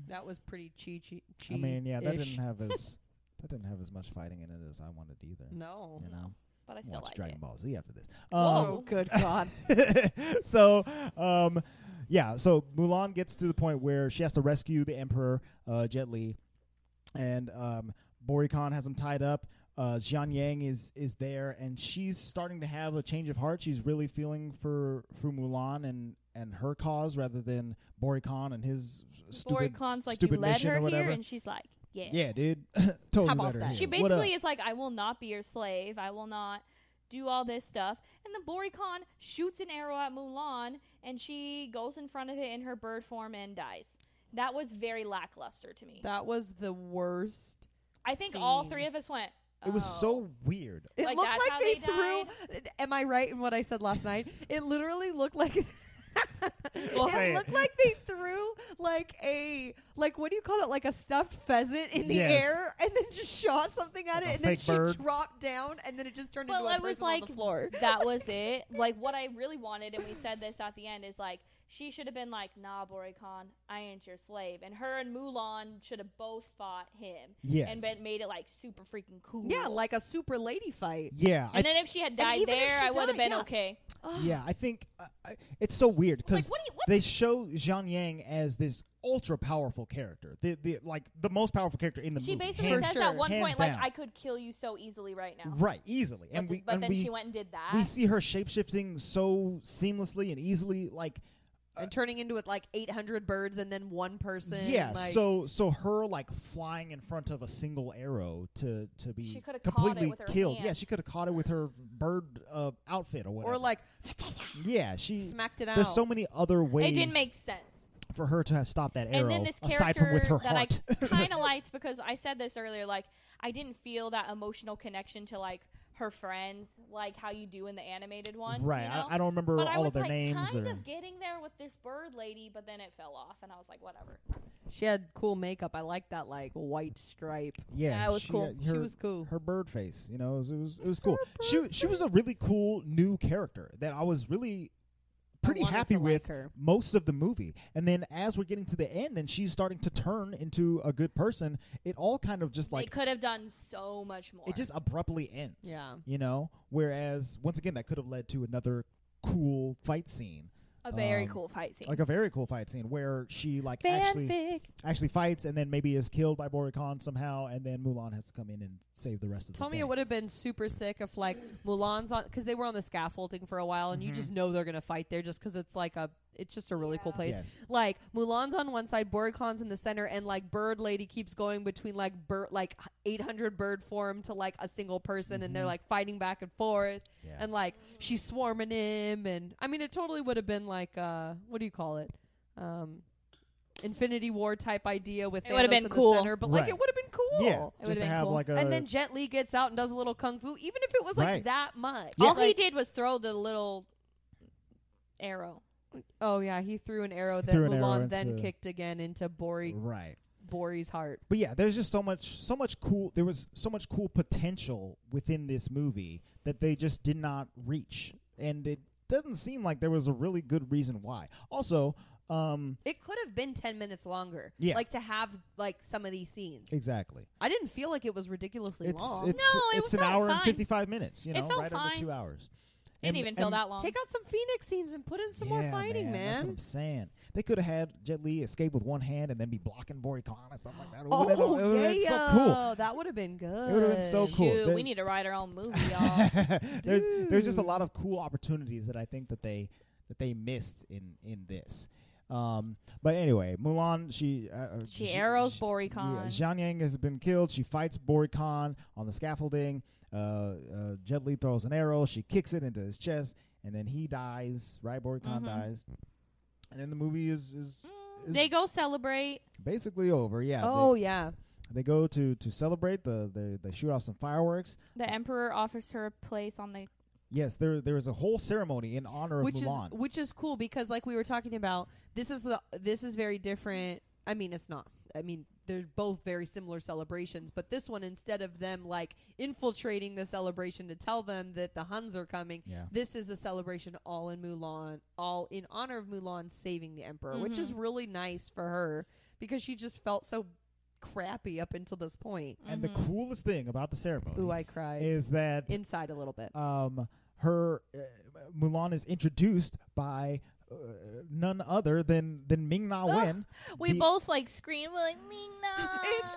D: that was pretty cheesy
B: I mean, yeah, that didn't have as that didn't have as much fighting in it as I wanted either.
D: No.
B: you know,
C: But I still
B: watch
C: like
B: Dragon
C: it.
B: Ball Z after this.
C: Whoa.
B: Um,
D: Oh, good God.
B: so, um, yeah, so Mulan gets to the point where she has to rescue the Emperor uh, Jet Li, and um, Boricon has him tied up. Uh, Jian Yang is is there, and she's starting to have a change of heart. She's really feeling for for Mulan and and her cause rather than Boricon and his stupid
C: Boricon's like you
B: stupid
C: led
B: mission
C: her
B: or whatever.
C: here, and she's like, "Yeah."
B: yeah, dude, totally
D: How about
B: let her
D: that?
B: here.
C: She
B: What up?
C: basically is like, I will not be your slave. I will not do all this stuff. And the Boricon shoots an arrow at Mulan, and she goes in front of it in her bird form and dies. That was very lackluster to me.
D: That was the worst.
C: I think all
D: scene.
C: three of us went.
B: It was
C: "Oh."
B: so weird.
D: It
C: Like,
D: looked
C: that's
D: like
C: how
D: they,
C: they
D: threw. Am I right in what I said last night? It literally looked like.
B: say
D: it
B: it.
D: looked like they threw like a like what do you call it like a stuffed pheasant in the
B: Yes.
D: air and then just shot something at
B: Like a
D: it and then
B: fake
D: she
B: bird.
D: dropped down and then it just turned
C: Well,
D: into a
C: I was
D: person
C: like,
D: on the floor.
C: that was it. Like what I really wanted, and we said this at the end, is like She should have been like, "Nah, Boricon, I ain't your slave," and her and Mulan should have both fought him.
B: Yes.
C: and been, made it like super freaking cool.
D: Yeah, like a super lady fight.
B: yeah, I
C: And then if she had
D: And
C: died
D: even if
C: there,
D: she
C: I would have
D: died,
C: been
D: yeah.
C: okay.
B: yeah, I think I, I, it's so weird
C: Like,
B: because
C: what do you? What?
B: they show Zhang Yang as this ultra powerful character, the the like the most powerful character in the
C: she
B: movie.
C: basically
B: hands-
C: says
D: sure.
C: at one
B: Hands
C: point, like,
B: down.
C: "I could kill you so easily right now."
B: right easily,
C: But,
B: and
C: th-
B: we
C: but
B: and
C: then
B: we
C: she went and did that.
B: we see her shapeshifting so seamlessly and easily, like
D: and turning into it like 800 birds and then one person.
B: yeah.
D: like,
B: so so her like flying in front of a single arrow to to be
C: She coulda caught it
B: completely
C: with her
B: killed. Yeah,
C: hands.
B: she could have caught it with her bird uh, outfit or whatever.
D: or like
B: yeah, she
D: smacked it out.
B: There's so many other ways
C: it didn't make sense.
B: for her to have stopped that arrow
C: and then this
B: aside from
C: character
B: with her
C: that
B: heart.
C: I kind of liked because I said this earlier, like I didn't feel that emotional connection to like her friends, like how you do in the animated one,
B: right.
C: You know?
B: I, I don't remember
C: but I
B: all
C: was
B: of their
C: like
B: names
C: kind
B: or
C: of getting there with this bird lady, but then it fell off, and I was like, whatever.
D: she had cool makeup. I like that like white stripe.
B: yeah.
C: Yeah, it was
B: she,
C: cool.
B: had
D: She
B: Her,
D: was cool.
B: Her bird face, you know, it was it was, it was cool. She she was a really cool new character that I was really
D: I
B: pretty
D: wanted
B: happy
D: to
B: with
D: like her.
B: most of the movie. And then as we're getting to the end and she's starting to turn into a good person, it all kind of just
C: they
B: like
C: could have done so much more.
B: it just abruptly ends.
D: Yeah.
B: You know, whereas once again that could have led to another cool fight scene.
C: a very
B: um,
C: cool fight scene.
B: Like a very cool fight scene where she like actually
C: Fanfic.
B: actually fights and then maybe is killed by Boricon somehow, and then Mulan has to come in and save the rest of
D: Tell
B: the
D: me
B: day.
D: it would have been super sick if like Mulan's on because they were on the scaffolding for a while
B: Mm-hmm.
D: and you just know they're gonna fight there just because it's like a it's just a really cool
C: Yeah.
D: place.
B: Yes.
D: Like Mulan's on one side, Boricon's in the center, and like Bird Lady keeps going between like bird like 800 bird form to like a single person, and they're like fighting back and forth,
B: Mm-hmm. Yeah.
D: and like she's swarming him, and I mean it totally would have been like uh what do you call it? Um, Infinity War type idea with
C: It would've
D: Thanos
C: been
D: in
C: cool.
D: the center, but like
B: Right.
D: it would have been cool.
B: Yeah,
C: would've
B: just to
C: been
B: have
C: cool.
B: like a
D: And then Jet Li gets out and does a little kung fu, even if it was like
B: Right.
D: that much.
C: All he
D: Like-
C: did was throw the little arrow.
D: Oh yeah, he threw an arrow that
B: Threw an
D: Mulan
B: arrow
D: then
B: into-
D: kicked again into Bori
B: right.
D: Bori's heart.
B: But yeah, there's just so much, so much cool. There was so much cool potential within this movie that they just did not reach, and it doesn't seem like there was a really good reason why. Also, um,
D: It could have been ten minutes longer.
B: Yeah.
D: Like to have like some of these scenes.
B: exactly.
D: I didn't feel like it was ridiculously
B: It's
D: long.
B: it's
C: No, it
B: it's
C: was
B: an
C: felt
B: hour and
C: fine.
B: fifty five minutes. You
C: It
B: know,
C: felt
B: right
C: fine.
B: over two hours.
C: It
B: And-
C: didn't even feel
B: and-
C: that long.
D: Take out some Phoenix scenes and put in some more
B: Yeah,
D: fighting,
B: That's
D: man.
B: what I'm saying. They could have had Jet Li escape with one hand and then be blocking Boricon and stuff like that. It would've been- it
D: Oh
B: would've been
D: yeah,
B: so cool.
D: that would have been good.
B: It would have been so Oh, cool.
C: Shoot,
B: There-
C: we need to write our own movie, y'all.
B: there's, there's just a
D: Dude.
B: lot of cool opportunities that I think that they that they missed in in this. Um, but anyway, Mulan she uh, uh,
C: She arrows
B: she- yeah,
C: Boricon.
B: Zhang Yang has been killed. She fights Boricon on the scaffolding. Uh, uh, Jet Li throws an arrow. She kicks it into his chest, and then he dies. Right, Boricon
D: Mm-hmm.
C: Mhm.
B: dies, and then the movie is is, is
C: Mm, they go celebrate.
B: basically over. Yeah.
D: Oh
B: They,
D: yeah.
B: they go to to celebrate. The they they shoot off some fireworks.
C: The emperor offers her a place on the.
B: Yes, there there is a whole ceremony in honor of
D: which
B: Mulan.
D: is which is cool because like we were talking about this is the this is very different i mean it's not i mean they're both very similar celebrations but this one instead of them like infiltrating the celebration to tell them that the huns are coming
B: yeah.
D: this is a celebration all in mulan all in honor of mulan saving the emperor which is
C: Mm-hmm.
D: really nice for her because she just felt so crappy up until this point
C: mm-hmm.
B: And the coolest thing about the ceremony
D: ooh i cried
B: is that
D: inside a little bit
B: um, her uh, Mulan is introduced by uh, none other than than Ming Na
C: Ugh,
B: Wen.
C: We
B: the-
C: both like scream. We're like Mingna.
D: It's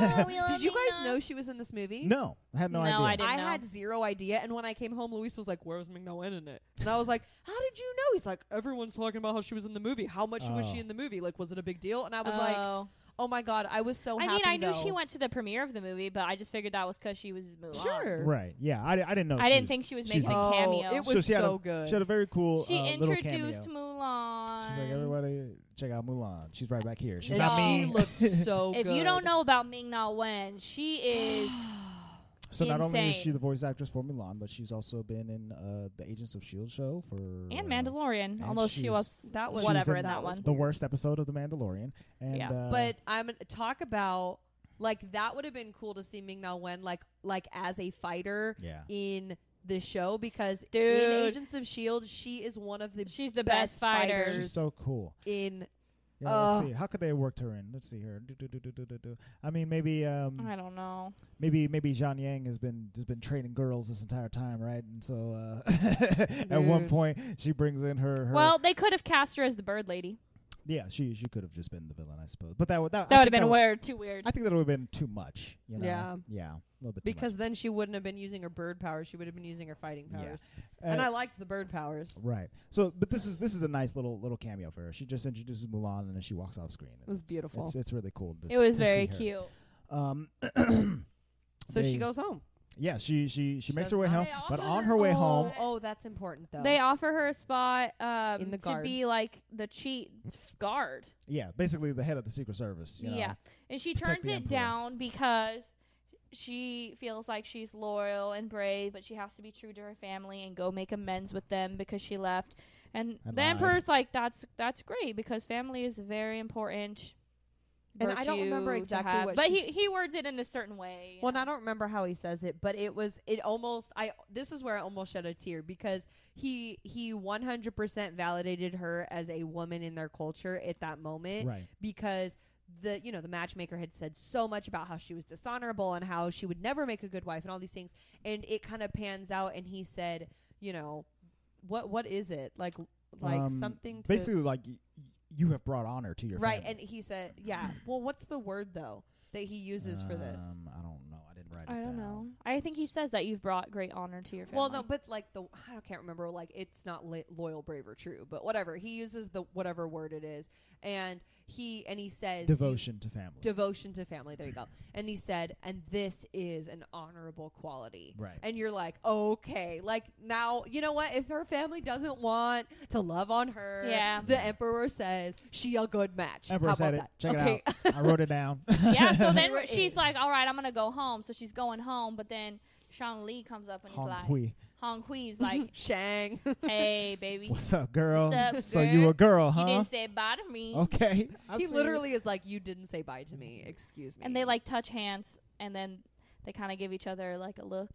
C: Mingna. we love
D: did you guys
C: Mingna."
D: know she was in this movie
B: No, I had no,
C: No, I
B: idea.
C: didn't
D: I
C: know.
D: had zero idea. And when I came home, Luis was like, "Where was McNowen in it?" And I was like, "How did you know?" He's like, "Everyone's talking about how she was in the movie. How much was
B: Oh.
D: she in the movie? Like, was it a big deal?" And I was like,
C: Oh.
D: "Oh my god, I was so
C: I mean,
D: happy."
C: I knew
D: though."
C: she went to the premiere of the movie, but I just figured that was because she was Mulan.
D: Sure,
B: Right? Yeah, I, I didn't know.
C: I
B: she
C: didn't
B: was-
C: think she was
B: she's
C: making a
D: like-
C: cameo.
D: Oh, it was
B: she had
D: so
B: a,
D: good.
B: She had a very cool
C: she
B: uh, little cameo.
C: introduced Mulan.
B: She's like, everybody, check out Mulan. She's right back here. She's
D: and
B: not me.
D: she looked so.
C: If
D: good.
C: you don't know about Ming Na Wen, she is.
B: so not only is she
C: insane.
B: the voice actress for Mulan, but she's also been in uh, the Agents of Shield show for
C: and
B: uh,
C: Mandalorian,
B: and
C: although
B: she's-
C: she was
D: that was
C: whatever
B: in
C: in that
D: was
C: one.
B: the worst episode of The Mandalorian. And,
C: Yeah.
B: uh,
D: but I'm talk about like that would have been cool to see Ming Na Wen like like as a fighter
B: yeah,
D: in this show because in
C: Dude.
D: Agents of Shield, E she is one of the
C: She's the best,
D: best
C: fighter.
D: fighters.
B: She's so cool.
D: in.
B: Yeah,
D: Uh.
B: let's see. How could they have worked her in? Let's see here. Do, do, do, do, do, do, do. I mean, maybe, um,
C: I don't know.
B: maybe, maybe Zhang Yang has been has been training girls this entire time, right? And so, uh, at one
D: Dude.
B: point, she brings in her. her
C: Well, they could have cast her as the bird lady.
B: yeah, she she could have just been the villain, I suppose. But that would that,
C: That
B: I
C: would
B: think
C: have been
B: that would-
C: weird. Too weird.
B: I think that would have been too much. You know?
D: Yeah.
B: yeah, a little bit. too much.
D: Because then she wouldn't have been using her bird powers; she would have been using her fighting
B: Yeah.
D: powers.
B: Uh,
D: and I liked the bird powers.
B: Right. So, but this is this is a nice little little cameo for her. She just introduces Mulan and then she walks off screen.
D: was
B: It's-
D: beautiful.
B: It's, it's really cool. to-
C: it was
B: to see
C: very
B: her.
C: cute.
B: Um,
D: So
B: they-
D: she goes home.
B: Yeah, she she she,
D: She
B: makes
D: says,
B: her way
D: "I
B: home, but on her way
C: Oh.
B: home,
D: Oh, that's important though.
C: They offer her a spot um,
D: In the
C: to
D: guard.
C: be like the cheat guard.
B: yeah, basically the head of the Secret Service. You know?
C: Yeah, and she
B: protect
C: turns
B: the
C: it
B: emperor.
C: down because she feels like she's loyal and brave, but she has to be true to her family and go make amends with them because she left. And
B: And
C: the
B: lied.
C: emperor's like, "That's that's great because family is a very important."
D: And I don't remember
C: virtue to
D: exactly
C: have."
D: what
C: but
D: she
C: he he words it in a certain way. you
D: Well, and
C: know.
D: I don't remember how he says it, but it was it almost I this is where I almost shed a tear because he he 100% validated her as a woman in their culture at that moment
B: Right.
D: because the you know the matchmaker had said so much about how she was dishonorable and how she would never make a good wife and all these things and it kind of pans out and he said, you know, what what is it? Like like
B: Um,
D: something to
B: Basically, like y- you have brought honor to your
D: Right,
B: family.
D: and he said, yeah. Well, what's the word though that he uses for this?
B: Um, I don't know. I didn't write.
C: I
B: it down.
C: don't know. I think he says that you've brought great honor to your family.
D: Well, no, but like the I can't remember. Like it's not li- loyal, brave, or true, but whatever. He uses the whatever word it is, and he and he says
B: Devotion to family.
D: devotion to family. There you go. And he said, and this is an honorable quality.
B: Right.
D: And you're like, okay, like now you know what? If her family doesn't want to love on her,
C: Yeah.
D: the emperor says she a good match.
B: Emperor
D: How
B: said it.
D: about
B: Check
D: that? okay.
B: it out. I wrote it down.
C: yeah, so then
D: There it
C: she's
D: is.
C: like, "All right, I'm gonna go home." So she's going home, but then Sean Lee comes up and he's
B: Hong
C: like,
B: Hui.
C: "Hong Hui's like,
D: Shang.
C: hey, baby,
B: What's up, girl?
C: What's up,
B: So you
C: girl?
B: a girl, huh? Oh.
C: you didn't say bye to me."
B: Okay. I
D: he
B: see.
D: literally is like, you didn't say bye to me. Excuse me.
C: And they like touch hands, and then they kind of give each other like a look.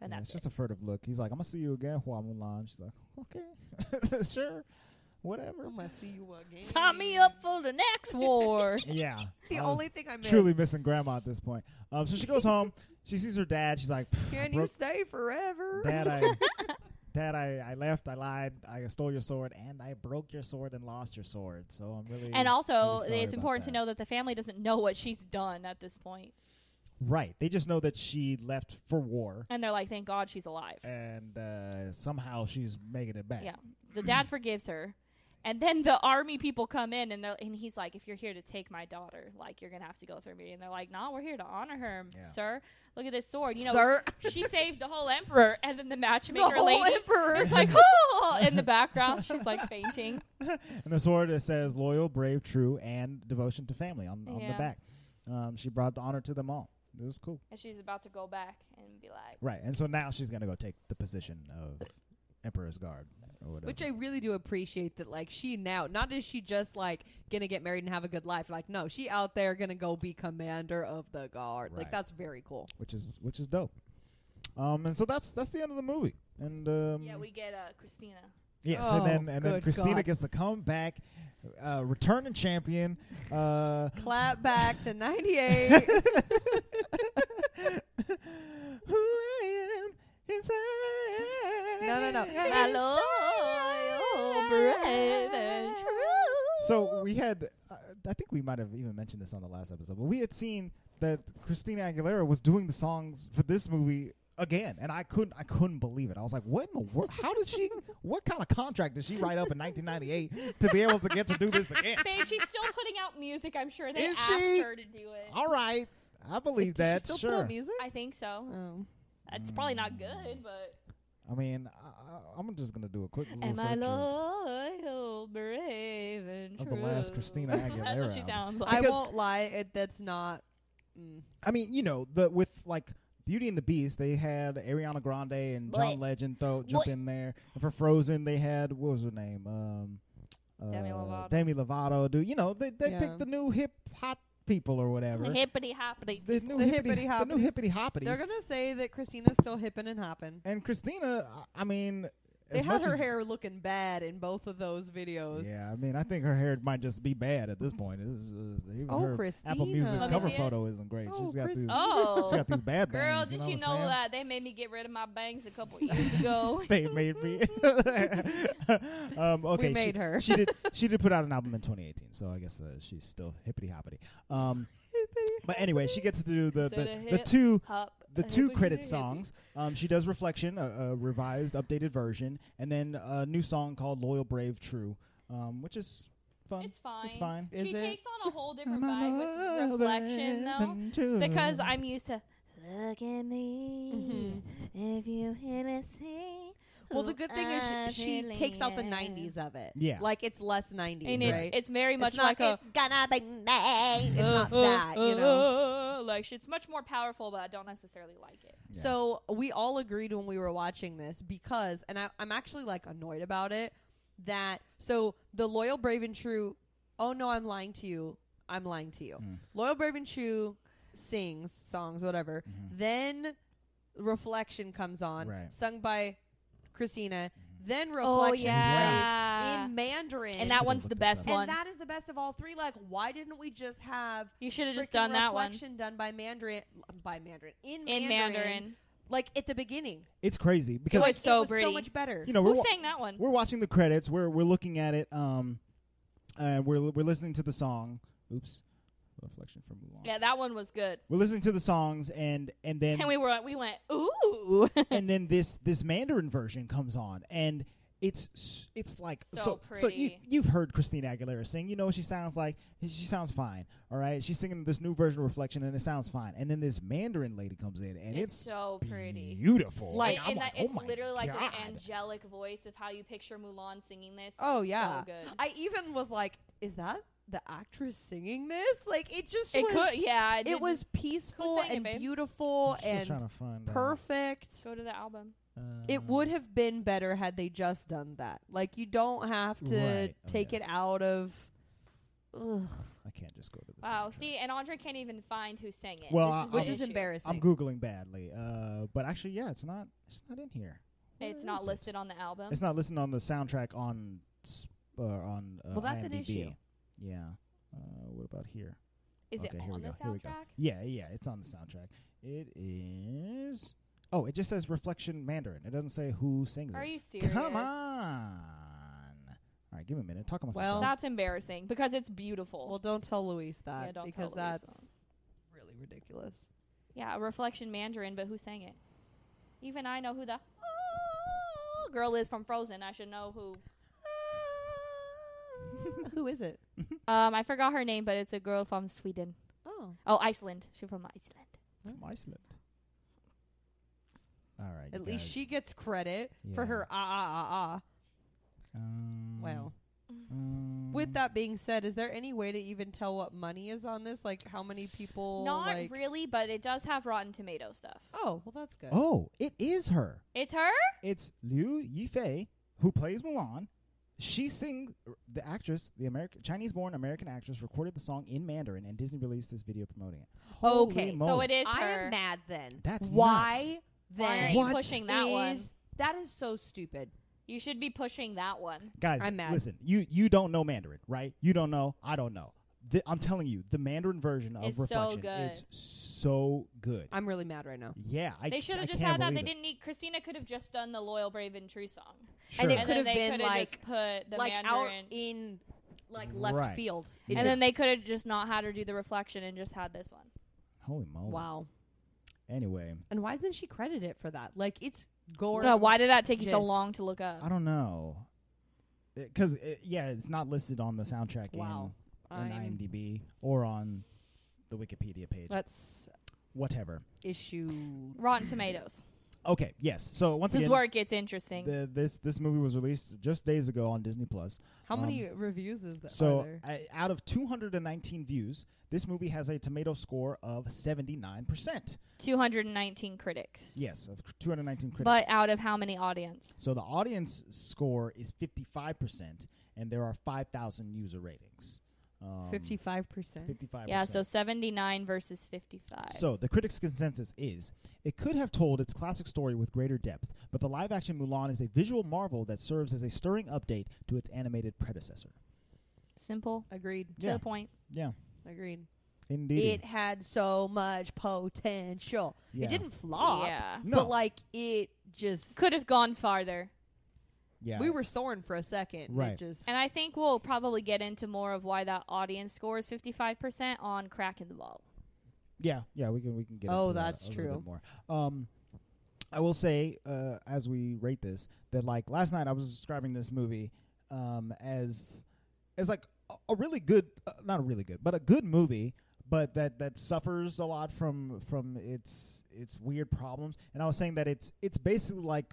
C: And
B: Yeah,
C: that's
B: it's
C: it.
B: just a furtive look. He's like, I'm gonna see you again, Hua Mulan. She's like, okay, sure, whatever.
D: I'm gonna see you again.
C: sign me up for the next war.
B: Yeah,
D: The
B: I was
D: only thing I missed.
B: truly missing grandma at this point. Um, so she goes home. She sees her dad. She's like, "Pff, I
D: Can you
B: broke-
D: stay forever?
B: Dad, I, Dad, I, I left. I lied. I stole your sword, and I broke your sword and lost your sword. So I'm really
C: and also,
B: really sorry
C: it's
B: about
C: important
B: that."
C: to know that the family doesn't know what she's done at this point,
B: Right? They just know that she left for war,
C: and they're like, "Thank God she's alive."
B: and uh, somehow she's making it back.
C: Yeah. The dad forgives her. And then the army people come in and they're- and he's like, if you're here to take my daughter, like you're gonna have to go through me. And they're like, nah, we're here to honor her,
B: Yeah.
C: sir. Look at this sword. You know,
D: Sir,
C: she saved the whole emperor. And then the matchmaker
D: whole
C: lady
D: emperor.
C: is like, oh, in the background, she's like fainting.
B: And the sword it says loyal, brave, true, and devotion to family on, on the
C: Yeah.
B: back. Um, she brought honor to them all. It was cool.
C: And she's about to go back and be like,
B: Right. And so now she's gonna go take the position of Emperor's Guard or whatever.
D: which I really do appreciate that. Like she now, not is she just like gonna get married and have a good life. Like no, she out there gonna go be commander of the guard.
B: Right.
D: Like that's very cool.
B: which is which is dope. Um and so that's that's the end of the movie. And um
C: yeah, we get uh, Christina.
B: yes,
D: Oh,
B: and then and then
D: good
B: Christina
D: God.
B: gets to come back, uh returning champion. Uh
D: Clap back to '98.
B: who I am is I
D: No, no, no.
B: am
C: My loyal, brave, and true.
B: So we had, uh, I think we might have even mentioned this on the last episode, but we had seen that Christina Aguilera was doing the songs for this movie again, and I couldn't, I couldn't believe it. I was like, what in the world? How did she? What kind of contract did she write up in 1998 to be able to get to do this again?
C: Babe, she's still putting out music. I'm sure they
B: Is
C: asked
B: she?
C: her to do it.
B: All right, I believe
D: Did she
B: that.
D: still put
B: sure.
D: on music?
C: I think so.
D: Oh.
C: It's probably not good, but.
B: I mean, I, I, I'm just gonna do a quick Google
C: Am
B: search
C: I
B: of-
C: loyal, brave, and
B: of
C: true?
B: the last Christina
C: That's
B: Aguilera
C: what she
B: album.
C: sounds like.
D: I
B: Because-
D: won't lie. It, that's not. Mm.
B: I mean, you know, the with like Beauty and the Beast, they had Ariana Grande and John
C: Blech.
B: Legend throw jump
C: Blech.
B: in there. And for Frozen, they had what was her name? Um, uh,
C: Demi Lovato.
B: Demi Lovato. Do you know they they
D: Yeah.
B: picked the new hip hot people or whatever.
C: Hippity hoppity.
B: the new
D: The
B: hippity, the
D: hippity
B: new hippity hoppities.
D: They're gonna say that Christina's still hippin' and hoppin'.
B: and Christina, I- I mean,
D: They
B: as
D: had
B: much
D: her
B: as-
D: hair looking bad in both of those videos.
B: Yeah, I mean, I think her hair might just be bad at this point. This is, uh, even
D: Oh,
B: her Apple Music
C: Let
D: Christina.
C: me
B: cover
C: see it.
B: photo isn't great.
D: Oh,
B: she's got
D: Christina.
B: these, she's
C: Oh,
B: got these bad
C: girl,
B: bangs.
C: did
B: you
C: you
B: know,
C: know
B: what I'm saying?
C: that they made me get rid of my bangs a couple years ago?
B: they made me. um, okay,
D: made
B: she,
D: her.
B: she did. She did put out an album in 2018, so I guess uh, she's still hippity hoppity. Um, but anyway, she gets to do the
C: Instead
B: the,
C: of
B: the
C: hip,
B: two
C: Hop,
B: the
C: a
B: two
C: hippity
B: credit
C: hippity.
B: songs. Um, she does reflection, a, a revised, updated version, and then a new song called "Loyal, Brave, True," um, which is fun.
C: It's fine.
B: It's fine.
D: Is
C: she
D: it?
C: takes on a whole different
B: I'm
C: vibe
B: a
C: with reflection,
B: lover
C: though,
B: and true.
C: because I'm used to look at me if you wanna see.
D: Mm-hmm. Well,
C: who
D: the good thing is she,
C: I
D: she
C: really
D: takes out the
C: am.
D: '90s of it.
B: Yeah.
D: like it's less '90s,
C: and it's,
D: right?
C: it's very much
D: not
C: like a
D: it's gonna be me. It's not
C: uh,
D: that, you know.
C: uh, like sh- it's much more powerful, but I don't necessarily like it.
B: Yeah.
D: So we all agreed when we were watching this because, and I, I'm actually like annoyed about it. That so the loyal, brave, and true. Oh no, I'm lying to you. I'm lying to you.
B: Mm.
D: Loyal, brave, and true sings songs, whatever. Then reflection comes on,
B: Mm-hmm. Right. Mm-hmm.
D: sung by Christina. Then
C: Oh,
D: reflection
C: yeah.
D: plays in Mandarin,
C: And that
B: should
C: one's
B: look
C: the
B: this
C: best
B: up.
D: And
C: one.
D: that is the best of all three. Like, why didn't we just have
C: you should have just
D: freaking
C: done that one
D: reflection done by Mandarin by Mandarin in,
C: in Mandarin.
D: like at the beginning.
B: it's crazy because
C: was
D: like,
C: so
D: it was so
C: pretty.
D: much better.
B: you know we're
C: Who
B: wa-
C: sang that one?
B: we're watching the credits. We're we're looking at it. Um, and we're we're listening to the song. Oops, reflection from Mulan.
C: Yeah, that one was good.
B: We're listening to the songs, and and then
C: And we were we went ooh.
B: and then this this Mandarin version comes on, and it's s- it's like
C: So
B: so so you
C: pretty.
B: you've heard Christina Aguilera sing. You know what she sounds like. She sounds fine. All right, she's singing this new version of Reflection, and it sounds fine. And then this Mandarin lady comes in, and
C: It's
B: it's,
C: so pretty.
B: beautiful.
D: Like,
C: and,
B: I'm
C: and
B: like,
C: that
B: oh
C: it's
B: my
C: literally like
B: God.
C: this angelic voice of how you picture Mulan singing this.
D: oh
C: It's
D: yeah,
C: so good.
D: I even was like, is that the actress singing this? Like, it just
C: it
D: was.
C: could, yeah. I
D: it
C: didn't
D: was peaceful
C: sang it,
D: and
C: babe?
D: beautiful
B: I'm still trying
D: and
B: to find that.
D: perfect.
C: go to the album.
B: Uh,
D: It would have been better had they just done that. Like, you don't have to
B: Right. Oh,
D: take
B: yeah.
D: it out of. Ugh.
B: I can't just go to this.
C: Wow. See, and Andre can't even find who sang it.
B: Well,
C: This
B: I-
C: is the
D: which
B: I'm-
D: is
C: issue.
D: embarrassing.
B: I'm googling badly, uh, but actually, yeah, it's not. It's not in here. Where
C: It's not
B: is it?
C: listed on the album.
B: It's not listed on the soundtrack on s- uh, on. Uh,
D: Well, that's an
B: IMDb.
D: issue.
B: Yeah. Uh, what about here?
C: Is
B: okay,
C: it
B: here
C: on
B: we
C: the
B: go. Here we go.
C: soundtrack?
B: Yeah, yeah, it's on the soundtrack. It is. Oh, it just says Reflection Mandarin. It doesn't say who sings
C: Are
B: it.
C: you serious?
B: Come on. All right, give me a minute. Talk amongst
D: Well,
B: yourselves.
C: That's embarrassing because it's beautiful.
D: Well, don't tell Luis that
C: Yeah, don't tell
D: because
C: Luis
D: that's
C: that.
D: really ridiculous.
C: yeah, a reflection Mandarin, but who sang it? Even I know who the "Oh, girl is from Frozen. I should know who.
D: Who is it?
C: Um, I forgot her name, but it's a girl from Sweden.
D: Oh,
C: Oh, Iceland. She's from Iceland.
B: From Iceland. All right.
D: at
B: you
D: least she
B: guys.
D: gets credit for
B: Yeah.
D: her ah ah ah ah.
B: Um,
D: Wow.
B: um,
D: With that being said, is there any way to even tell what money is on this? Like how many people?
C: Not
D: Oh, like,
C: really, but it does have Rotten Tomato stuff.
D: Oh, well, that's good.
B: Oh, it is her.
C: It's her.
B: It's Liu Yifei who plays Mulan. She sings the actress, the American Chinese-born American actress, recorded the song in Mandarin, and Disney released this video promoting it. Holy
D: Okay, so
C: So
B: moly.
C: it is
D: I
C: her.
D: am mad then.
B: That's
C: Why
D: why
C: are
D: then
C: you
B: What
C: pushing that one?
D: is that is so stupid.
C: You should be pushing that one.
B: guys.
D: I'm mad.
B: Listen, you you don't know Mandarin, right? You don't know. I don't know. The, I'm telling you, the Mandarin version of
C: It's so
B: Reflection
C: good.
B: is so good.
D: I'm really mad right now.
B: yeah, I
C: they should
B: I
C: have just
B: can't
C: had that. They
B: believe it.
C: didn't need Christina. Could have just done the loyal, brave, and true song,
B: Sure.
D: And it
C: and then
D: could have
C: they
D: been
C: could have
D: like-
C: just put the
D: like out
C: Mandarin,
D: in like left
B: Right.
D: field.
B: Yeah.
C: and then they could have just not had her do the reflection and just had this one.
B: Holy moly!
D: wow.
B: Anyway,
D: And why isn't she credited for that? Like it's gore.
C: But why did that take you so
D: Yes.
C: long to look up?
B: I don't know. Because yeah, it's not listed on the soundtrack
D: Wow.
B: in, in
D: I'm-
B: IMDb or on the Wikipedia page.
D: That's
B: Whatever.
D: issue.
C: Rotten Tomatoes.
B: Okay. Yes. So once
C: This is
B: again,
C: where it gets interesting.
B: the, this this movie was released just days ago on Disney Plus.
D: How
B: Um,
D: many reviews is that? are
B: So
D: there?
B: I, out of 219 views, this movie has a tomato score of 79 percent.
C: 219 critics.
B: Yes, of 219 critics.
C: But out of how many audience?
B: so the audience score is 55 percent, and there are 5,000 user ratings. Um,
D: Fifty-five percent.
B: 55%.
C: Yeah, so 79 versus 55.
B: So, the critics' consensus is it could have told its classic story with greater depth, but the live action Mulan is a visual marvel that serves as a stirring update to its animated predecessor.
C: Simple.
D: Agreed.
C: To
B: Yeah.
C: the point.
B: Yeah,
D: Agreed.
B: indeed.
D: It had so much potential.
B: Yeah.
D: It didn't flop.
C: Yeah.
B: No.
D: But like it just
C: Could have gone farther.
B: yeah.
D: we were soaring for a second. and
B: Right.
D: It just
C: And I think we'll probably get into more of why that audience score is 55% on cracking the ball.
B: Yeah, yeah, we can we can get.
D: Oh,
B: into that
D: that's
B: a little bit
D: true.
B: more. Um, I will say uh, as we rate this that like last night I was describing this movie um, as as like a, a really good, uh, not a really good, but a good movie, but that that suffers a lot from from its its weird problems. And I was saying that it's it's basically like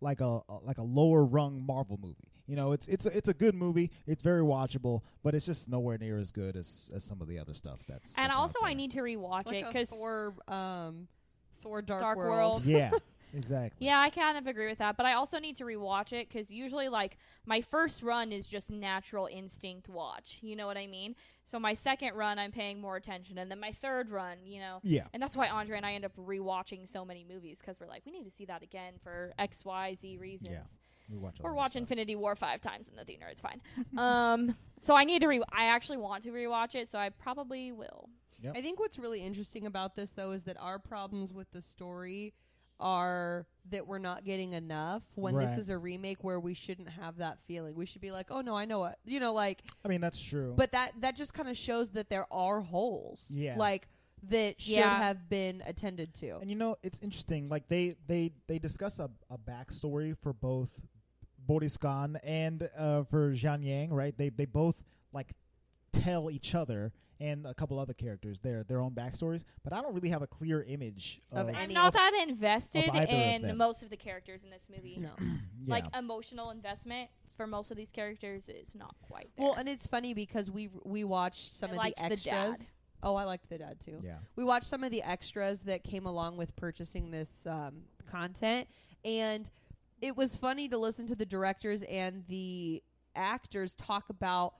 B: like a, a like a lower rung Marvel movie. You know, it's it's a, it's a good movie. It's very watchable, but it's just nowhere near as good as, as some of the other stuff that's.
C: And
B: that's out
C: also, I
B: there.
C: need to rewatch
D: like
C: it
D: a
C: 'cause it because,
D: Thor, um, Thor Dark,
C: Dark
D: World.
C: World.
B: yeah, exactly.
C: yeah, I kind of agree with that. But I also need to rewatch it because usually, like, my first run is just natural instinct watch. You know what I mean? So my second run, I'm paying more attention. And then my third run, you know.
B: Yeah.
C: And that's why Andre and I end up rewatching so many movies because we're like, we need to see that again for X, Y, Z reasons.
B: We watch all
C: Or
B: this
C: watch
B: stuff.
C: Infinity War five times in the theater. It's fine. um, so I need to re. I actually want to rewatch it, so I probably will.
B: Yep.
D: I think what's really interesting about this though is that our problems with the story are that we're not getting enough when this
B: Right.
D: is a remake where we shouldn't have that feeling. We should be like, "Oh no, I know what." You know, like
B: I mean, that's true.
D: but that that just kind of shows that there are holes.
B: Yeah.
D: Like that should
C: Yeah.
D: have been attended to.
B: and you know, it's interesting. Like they they they discuss a, a backstory for both Boris Khan and uh, for Zhang Yang, right? They they both like tell each other and a couple other characters their their own backstories, but I don't really have a clear image
D: Of
B: of,
D: any-
C: I'm not
D: of-
C: that invested
B: either of
C: in
B: them.
C: most of the characters in this movie.
D: no.
B: yeah.
C: Like emotional investment for most of these characters is not quite there.
D: Well, and it's funny because we we watched some
C: I
D: of
C: liked
D: the
C: the dad.
D: extras. Oh, I liked the dad too.
B: yeah.
D: we watched some of the extras that came along with purchasing this um, content and it was funny to listen to the directors and the actors talk about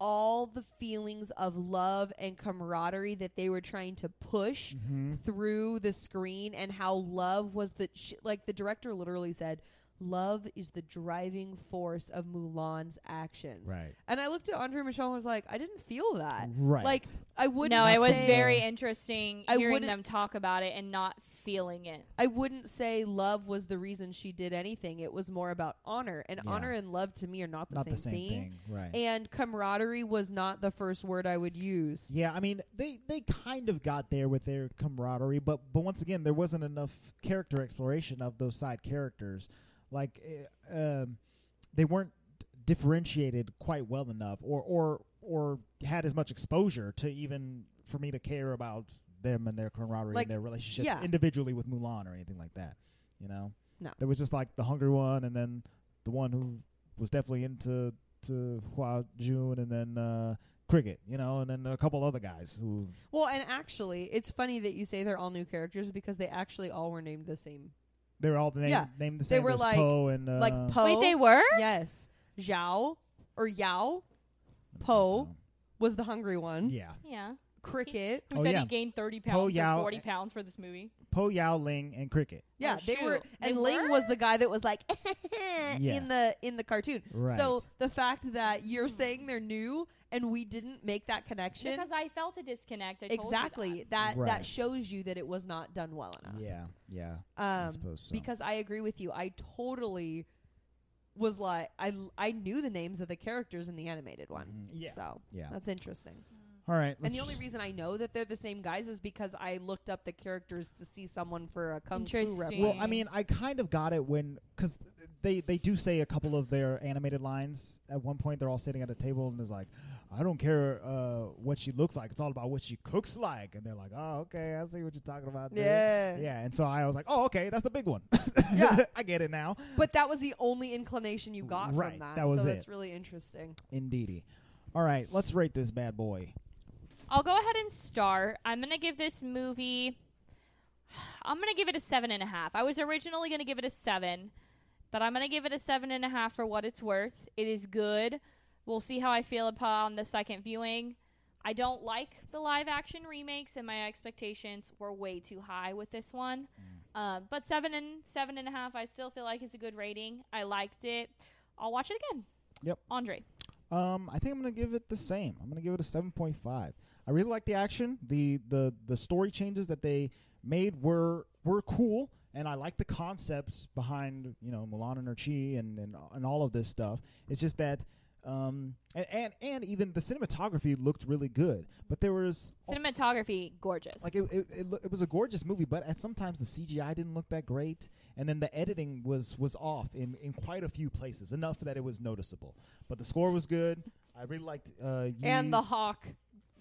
D: all the feelings of love and camaraderie that they were trying to push
B: Mhm.
D: through the screen and how love was the sh- like the director literally said love is the driving force of Mulan's actions
B: Right.
D: and I looked at Andre Michel and was like I didn't feel that
B: Right.
D: like I wouldn't
C: no, it was
D: say-
C: very interesting
D: I
C: hearing
D: wouldn't-
C: them talk about it and not feeling it.
D: I wouldn't say love was the reason she did anything. It was more about honor. And
B: Yeah.
D: honor and love to me are not the,
B: not
D: same,
B: the same
D: thing.
B: thing, right?
D: And camaraderie was not the first word I would use.
B: Yeah, I mean they they kind of got there with their camaraderie, but but once again there wasn't enough character exploration of those side characters. Like eh, um, they weren't differentiated quite well enough, or or or had as much exposure to even for me to care about them and their camaraderie
D: Like,
B: and their relationships
D: yeah.
B: individually with Mulan or anything like that. You know,
D: No.
B: there was just like the hungry one, and then the one who was definitely into to Hua Jun, and then. uh Cricket, you know, and then a couple other guys who.
D: Well, and actually, it's funny that you say they're all new characters because they actually all were named the same.
B: They were all named,
D: Yeah.
B: named the
D: They
B: same.
D: were
B: as
D: like-
B: Poe and uh,
D: like Poe.
C: Wait, they
D: Oh.
C: were?
D: Yes. Zhao or Yao Poe was the hungry one.
B: Yeah,
C: Yeah.
D: Cricket.
C: Who
B: Oh,
C: said
B: yeah.
C: he gained 30 pounds
B: Poe
C: or
B: Yao- eh,
C: 40 pounds for this movie?
B: Poe Yao Ling and Cricket.
D: Yeah,
C: Oh,
D: they were
C: shoot. They
D: and Ling
C: were?
D: was the guy that was like
B: Yeah.
D: in the in the cartoon.
B: Right.
D: So the fact that you're saying they're new and we didn't make that connection
C: Because I felt a disconnect. I told you that.
D: exactly that
B: Right.
D: that shows you that it was not done well enough.
B: Yeah, yeah. I
D: uh, Um
B: suppose so.
D: because I agree with you. I totally was like I I knew the names of the characters in the animated one.
B: Mhm. Yeah.
D: So
B: yeah.
D: that's interesting.
B: All right. Let's
D: and the only reason I know that they're the same guys is because I looked up the characters to see someone for a kung fu
C: Interesting.
D: reference.
B: well, I mean, I kind of got it when because they they do say a couple of their animated lines at one point. They're all sitting at a table and is like, "I don't care uh, what she looks like. It's all about what she cooks like." And they're like, "Oh, okay, I see what you're talking about." dude."
D: Yeah.
B: yeah. And so I was like, "Oh, okay, that's the big one.
D: Yeah.
B: I get it now."
D: But that was the only inclination you got
B: Right,
D: from that.
B: that was
D: so
B: it.
D: that's really interesting.
B: Indeedy. All right, let's rate this bad boy.
C: I'll go ahead and start. I'm gonna give this movie. I'm gonna give it a seven and a half. I was originally gonna give it a seven, but I'm gonna give it a seven and a half for what it's worth. It is good, We'll see how I feel upon the second viewing. I don't like the live action remakes, and my expectations were way too high with this one.
B: Mm.
C: Um, but seven and seven and a half, I still feel like it's a good rating. I liked it. I'll watch it again.
B: Yep.
C: Andre.
B: Um, I think I'm gonna give it the same. I'm gonna give it a 7.5. I really like the action. the the The story changes that they made were were cool, and I like the concepts behind you know Mulan and her chi and and and all of this stuff. It's just that. Um and, and and even the cinematography looked really good, but there was
C: Cinematography, gorgeous.
B: Oh. like it, it, it, loo- it was a gorgeous movie, but at sometimes the CGI didn't look that great, and then the editing was was off in in quite a few places, enough that it was noticeable. But the score was good. I really liked uh, Yi-
D: And the hawk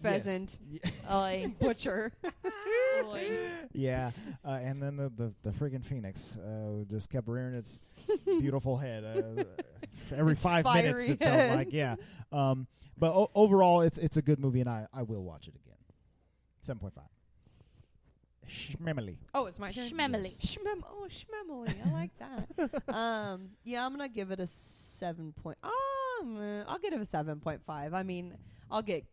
B: Yes.
D: pheasant
B: Y-
C: Oy.
D: butcher.
C: Oy.
B: yeah, uh, and then the the, the friggin' phoenix uh, just kept rearing its beautiful head. Uh, every
D: Its
B: five minutes,
D: fiery
B: it felt
D: head.
B: like yeah. Um, but o- overall, it's it's a good movie, and I I will watch it again. Seven point five. Shmemily.
D: Oh, it's my turn.
C: Schmemily.
D: Schmem- oh, schmemily. I like that. um, yeah, I'm gonna give it a seven point. Um, uh, I'll give it a seven point five. I mean, I'll get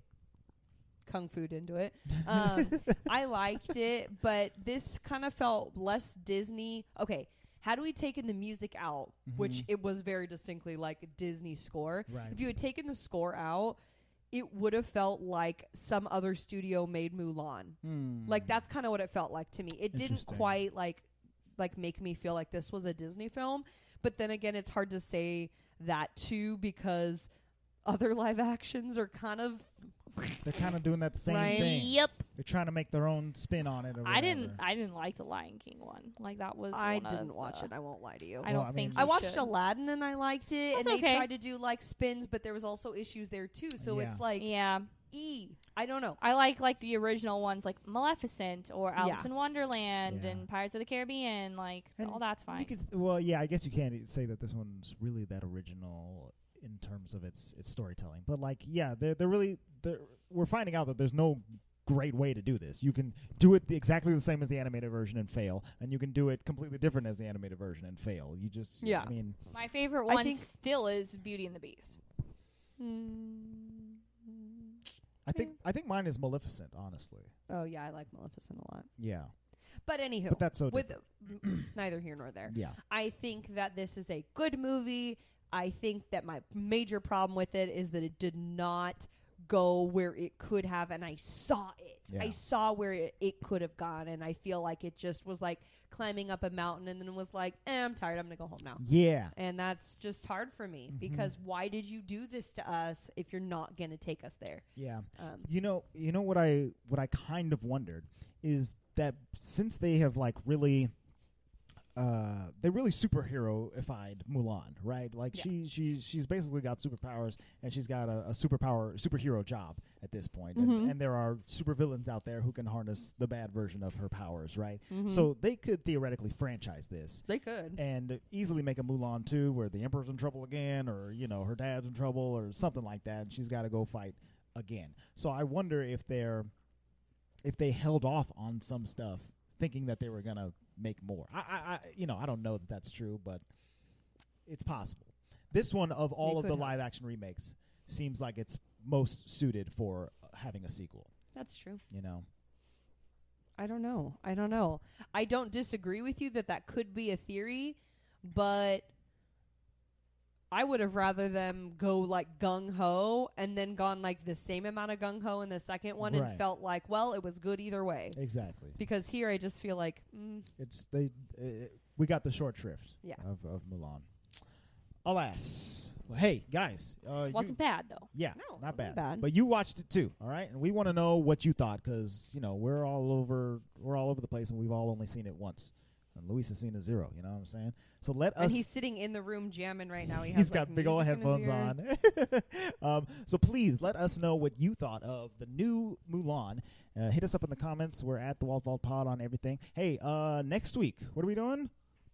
D: kung fu into it. Um, I liked it, but this kind of felt less Disney. Okay, had we taken the music out, which
B: Mhm.
D: it was very distinctly like Disney score.
B: Right.
D: If you had taken the score out, it would have felt like some other studio made Mulan.
B: Hmm.
D: Like that's kind of what it felt like to me. It didn't
B: Mm. Interesting.
D: quite like like make me feel like this was a Disney film, but then again it's hard to say that too because other live actions are kind of
B: They're kind of doing that same
D: Right.
B: thing.
C: Yep.
B: They're trying to make their own spin on it. Or
C: I didn't.
B: whatever.
C: I didn't like the Lion King one. Like that was.
D: I
C: one of
D: didn't watch
C: the-
D: it. I won't lie to you.
B: Well,
C: I don't
B: I
C: think
B: mean-
C: you
D: I watched
C: should.
D: Aladdin and I liked it,
C: That's
D: and they
C: okay.
D: tried to do like spins, but there was also issues there too. So
B: Yeah.
D: it's like
C: Yeah,
D: e. I don't know.
C: I like like the original ones, like Maleficent or Alice
D: Yeah.
C: in Wonderland
B: Yeah.
C: and Pirates of the Caribbean. Like
B: And
C: all that's fine.
B: You could, well, yeah, I guess you can't say that this one's really that original in terms of its its storytelling. But like, yeah, they're they're really they're, we're finding out that there's no great way to do this. You can do it the- exactly the same as the animated version and fail, and you can do it completely different as the animated version and fail. You just,
D: Yeah.
B: I mean,
C: My favorite
D: I
C: one
D: think-
C: still is Beauty and the Beast. Hmm.
B: I think I think mine is Maleficent, honestly.
D: Oh yeah, I like Maleficent a lot.
B: Yeah,
D: But anywho,
B: but that's so
D: with neither here nor there.
B: different. yeah.
D: I think that this is a good movie. I think that my major problem with it is that it did not go where it could have, and I saw it.
B: Yeah.
D: I saw where it, it could have gone, and I feel like it just was like climbing up a mountain and then was like, eh, I'm tired. I'm going to go home now.
B: Yeah,
D: And that's just hard for
B: Mm-hmm.
D: me because why did you do this to us if you're not going to take us there?
B: yeah.
D: Um,
B: You know, you know what I what I kind of wondered is that since they have like really uh they really superheroified Mulan, right? Like
D: Yeah.
B: she she she's basically got superpowers and she's got a, a superpower superhero job at this point.
D: Mhm.
B: And, and there are supervillains out there who can harness the bad version of her powers, right?
D: Mm-hmm.
B: So they could theoretically franchise this
D: they could.
B: and easily make a Mulan 2 where the emperor's in trouble again or you know her dad's in trouble or something like that and she's got to go fight again. So I wonder if they're if they held off on some stuff thinking that they were going to make more. I, I I you know, I don't know that that's true, but it's possible. This one of all of
D: could
B: the
D: have.
B: live action remakes seems like it's most suited for uh, having a sequel,
D: That's true.
B: you know.
D: I don't know. I don't know. I don't disagree with you that that could be a theory, but I would have rather them go like gung ho and then gone like the same amount of gung ho in the second one
B: Right.
D: and felt like, well, it was good either way.
B: Exactly.
D: Because here I just feel like, mm,
B: It's they. Uh, we got the short shrift.
D: Yeah.
B: Of of Mulan. Alas. Well, hey guys. Uh, you-
C: Wasn't bad though.
B: yeah.
D: No,
B: not
D: wasn't
B: bad.
D: bad.
B: But you watched it too. All right. And we want to know what you thought because you know we're all over we're all over the place and we've all only seen it once. And Luis has seen a zero. You know what I'm saying? So let us.
D: and he's sitting in the room jamming right now. He has
B: He's
D: like,
B: got big old
D: music in his
B: headphones
D: ear.
B: on. um, so please let us know what you thought of the new Mulan. Uh, hit us up in the comments. We're at the Walt Vault Pod on everything. Hey, uh, next week, what are we doing?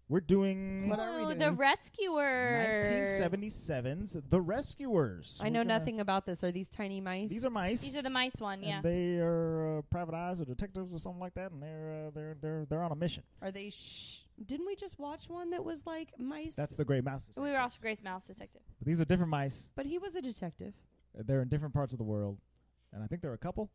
B: We're doing
D: What are we
C: Ooh, the
D: doing?
C: rescuer.
B: 1977's The Rescuers.
D: I know nothing about this. Are these tiny mice?
B: These are mice.
C: These are the mice one, yeah.
B: And they are uh, private eyes or detectives or something like that, and they're uh, they're they're they're on a mission.
D: Are they? Sh- didn't we just watch one that was like mice?
B: That's the Gray Mouse.
C: we were also Grace Mouse Detective.
B: But these are different mice.
D: but he was a detective.
B: They're in different parts of the world, and I think there are a couple.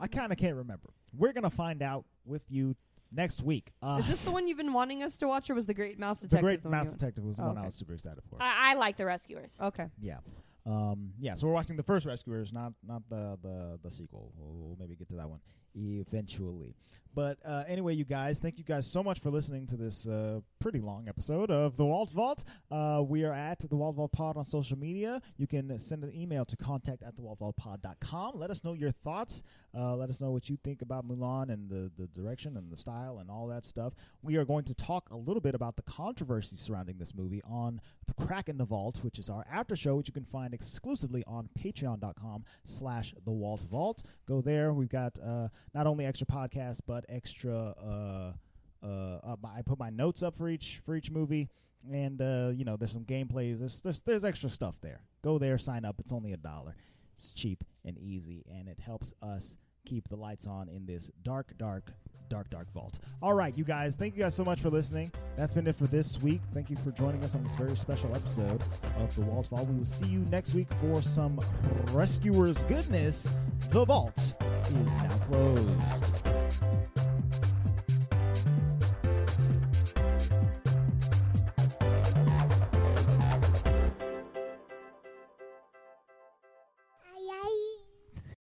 B: I kind of can't remember. We're gonna find out with you next week. Uh,
D: Is this the one you've been wanting us to watch, or was the Great Mouse
B: The
D: Detective?
B: Great
D: the one
B: Mouse
D: you-
B: Detective was the
D: Oh,
B: one I
D: okay.
B: was super excited for.
C: I, I like the rescuers.
D: Okay.
B: Yeah. Um, yeah, so we're watching the first Rescuers, not not the the, the sequel. We'll, we'll maybe get to that one eventually. But uh, anyway, you guys, thank you guys so much for listening to this uh, pretty long episode of The Walt Vault. Uh, we are at The Walt Vault Pod on social media. You can send an email to contact at com. Let us know your thoughts. Uh, let us know what you think about Mulan and the, the direction and the style and all that stuff. We are going to talk a little bit about the controversy surrounding this movie on The Crack in the Vault, which is our after show, which you can find exclusively on patreon.com slash The Walt Vault. Go there. We've got uh, not only extra podcasts, but extra... Uh, uh, up my, I put my notes up for each for each movie, and uh, you know there's some gameplays. There's there's there's extra stuff there. Go there, sign up. It's only a dollar. It's cheap and easy, and it helps us keep the lights on in this dark, dark, dark, dark vault. All right, you guys. Thank you guys so much for listening. That's been it for this week. Thank you for joining us on this very special episode of the Vault Vault. We will see you next week for some rescuers goodness. The vault is now closed.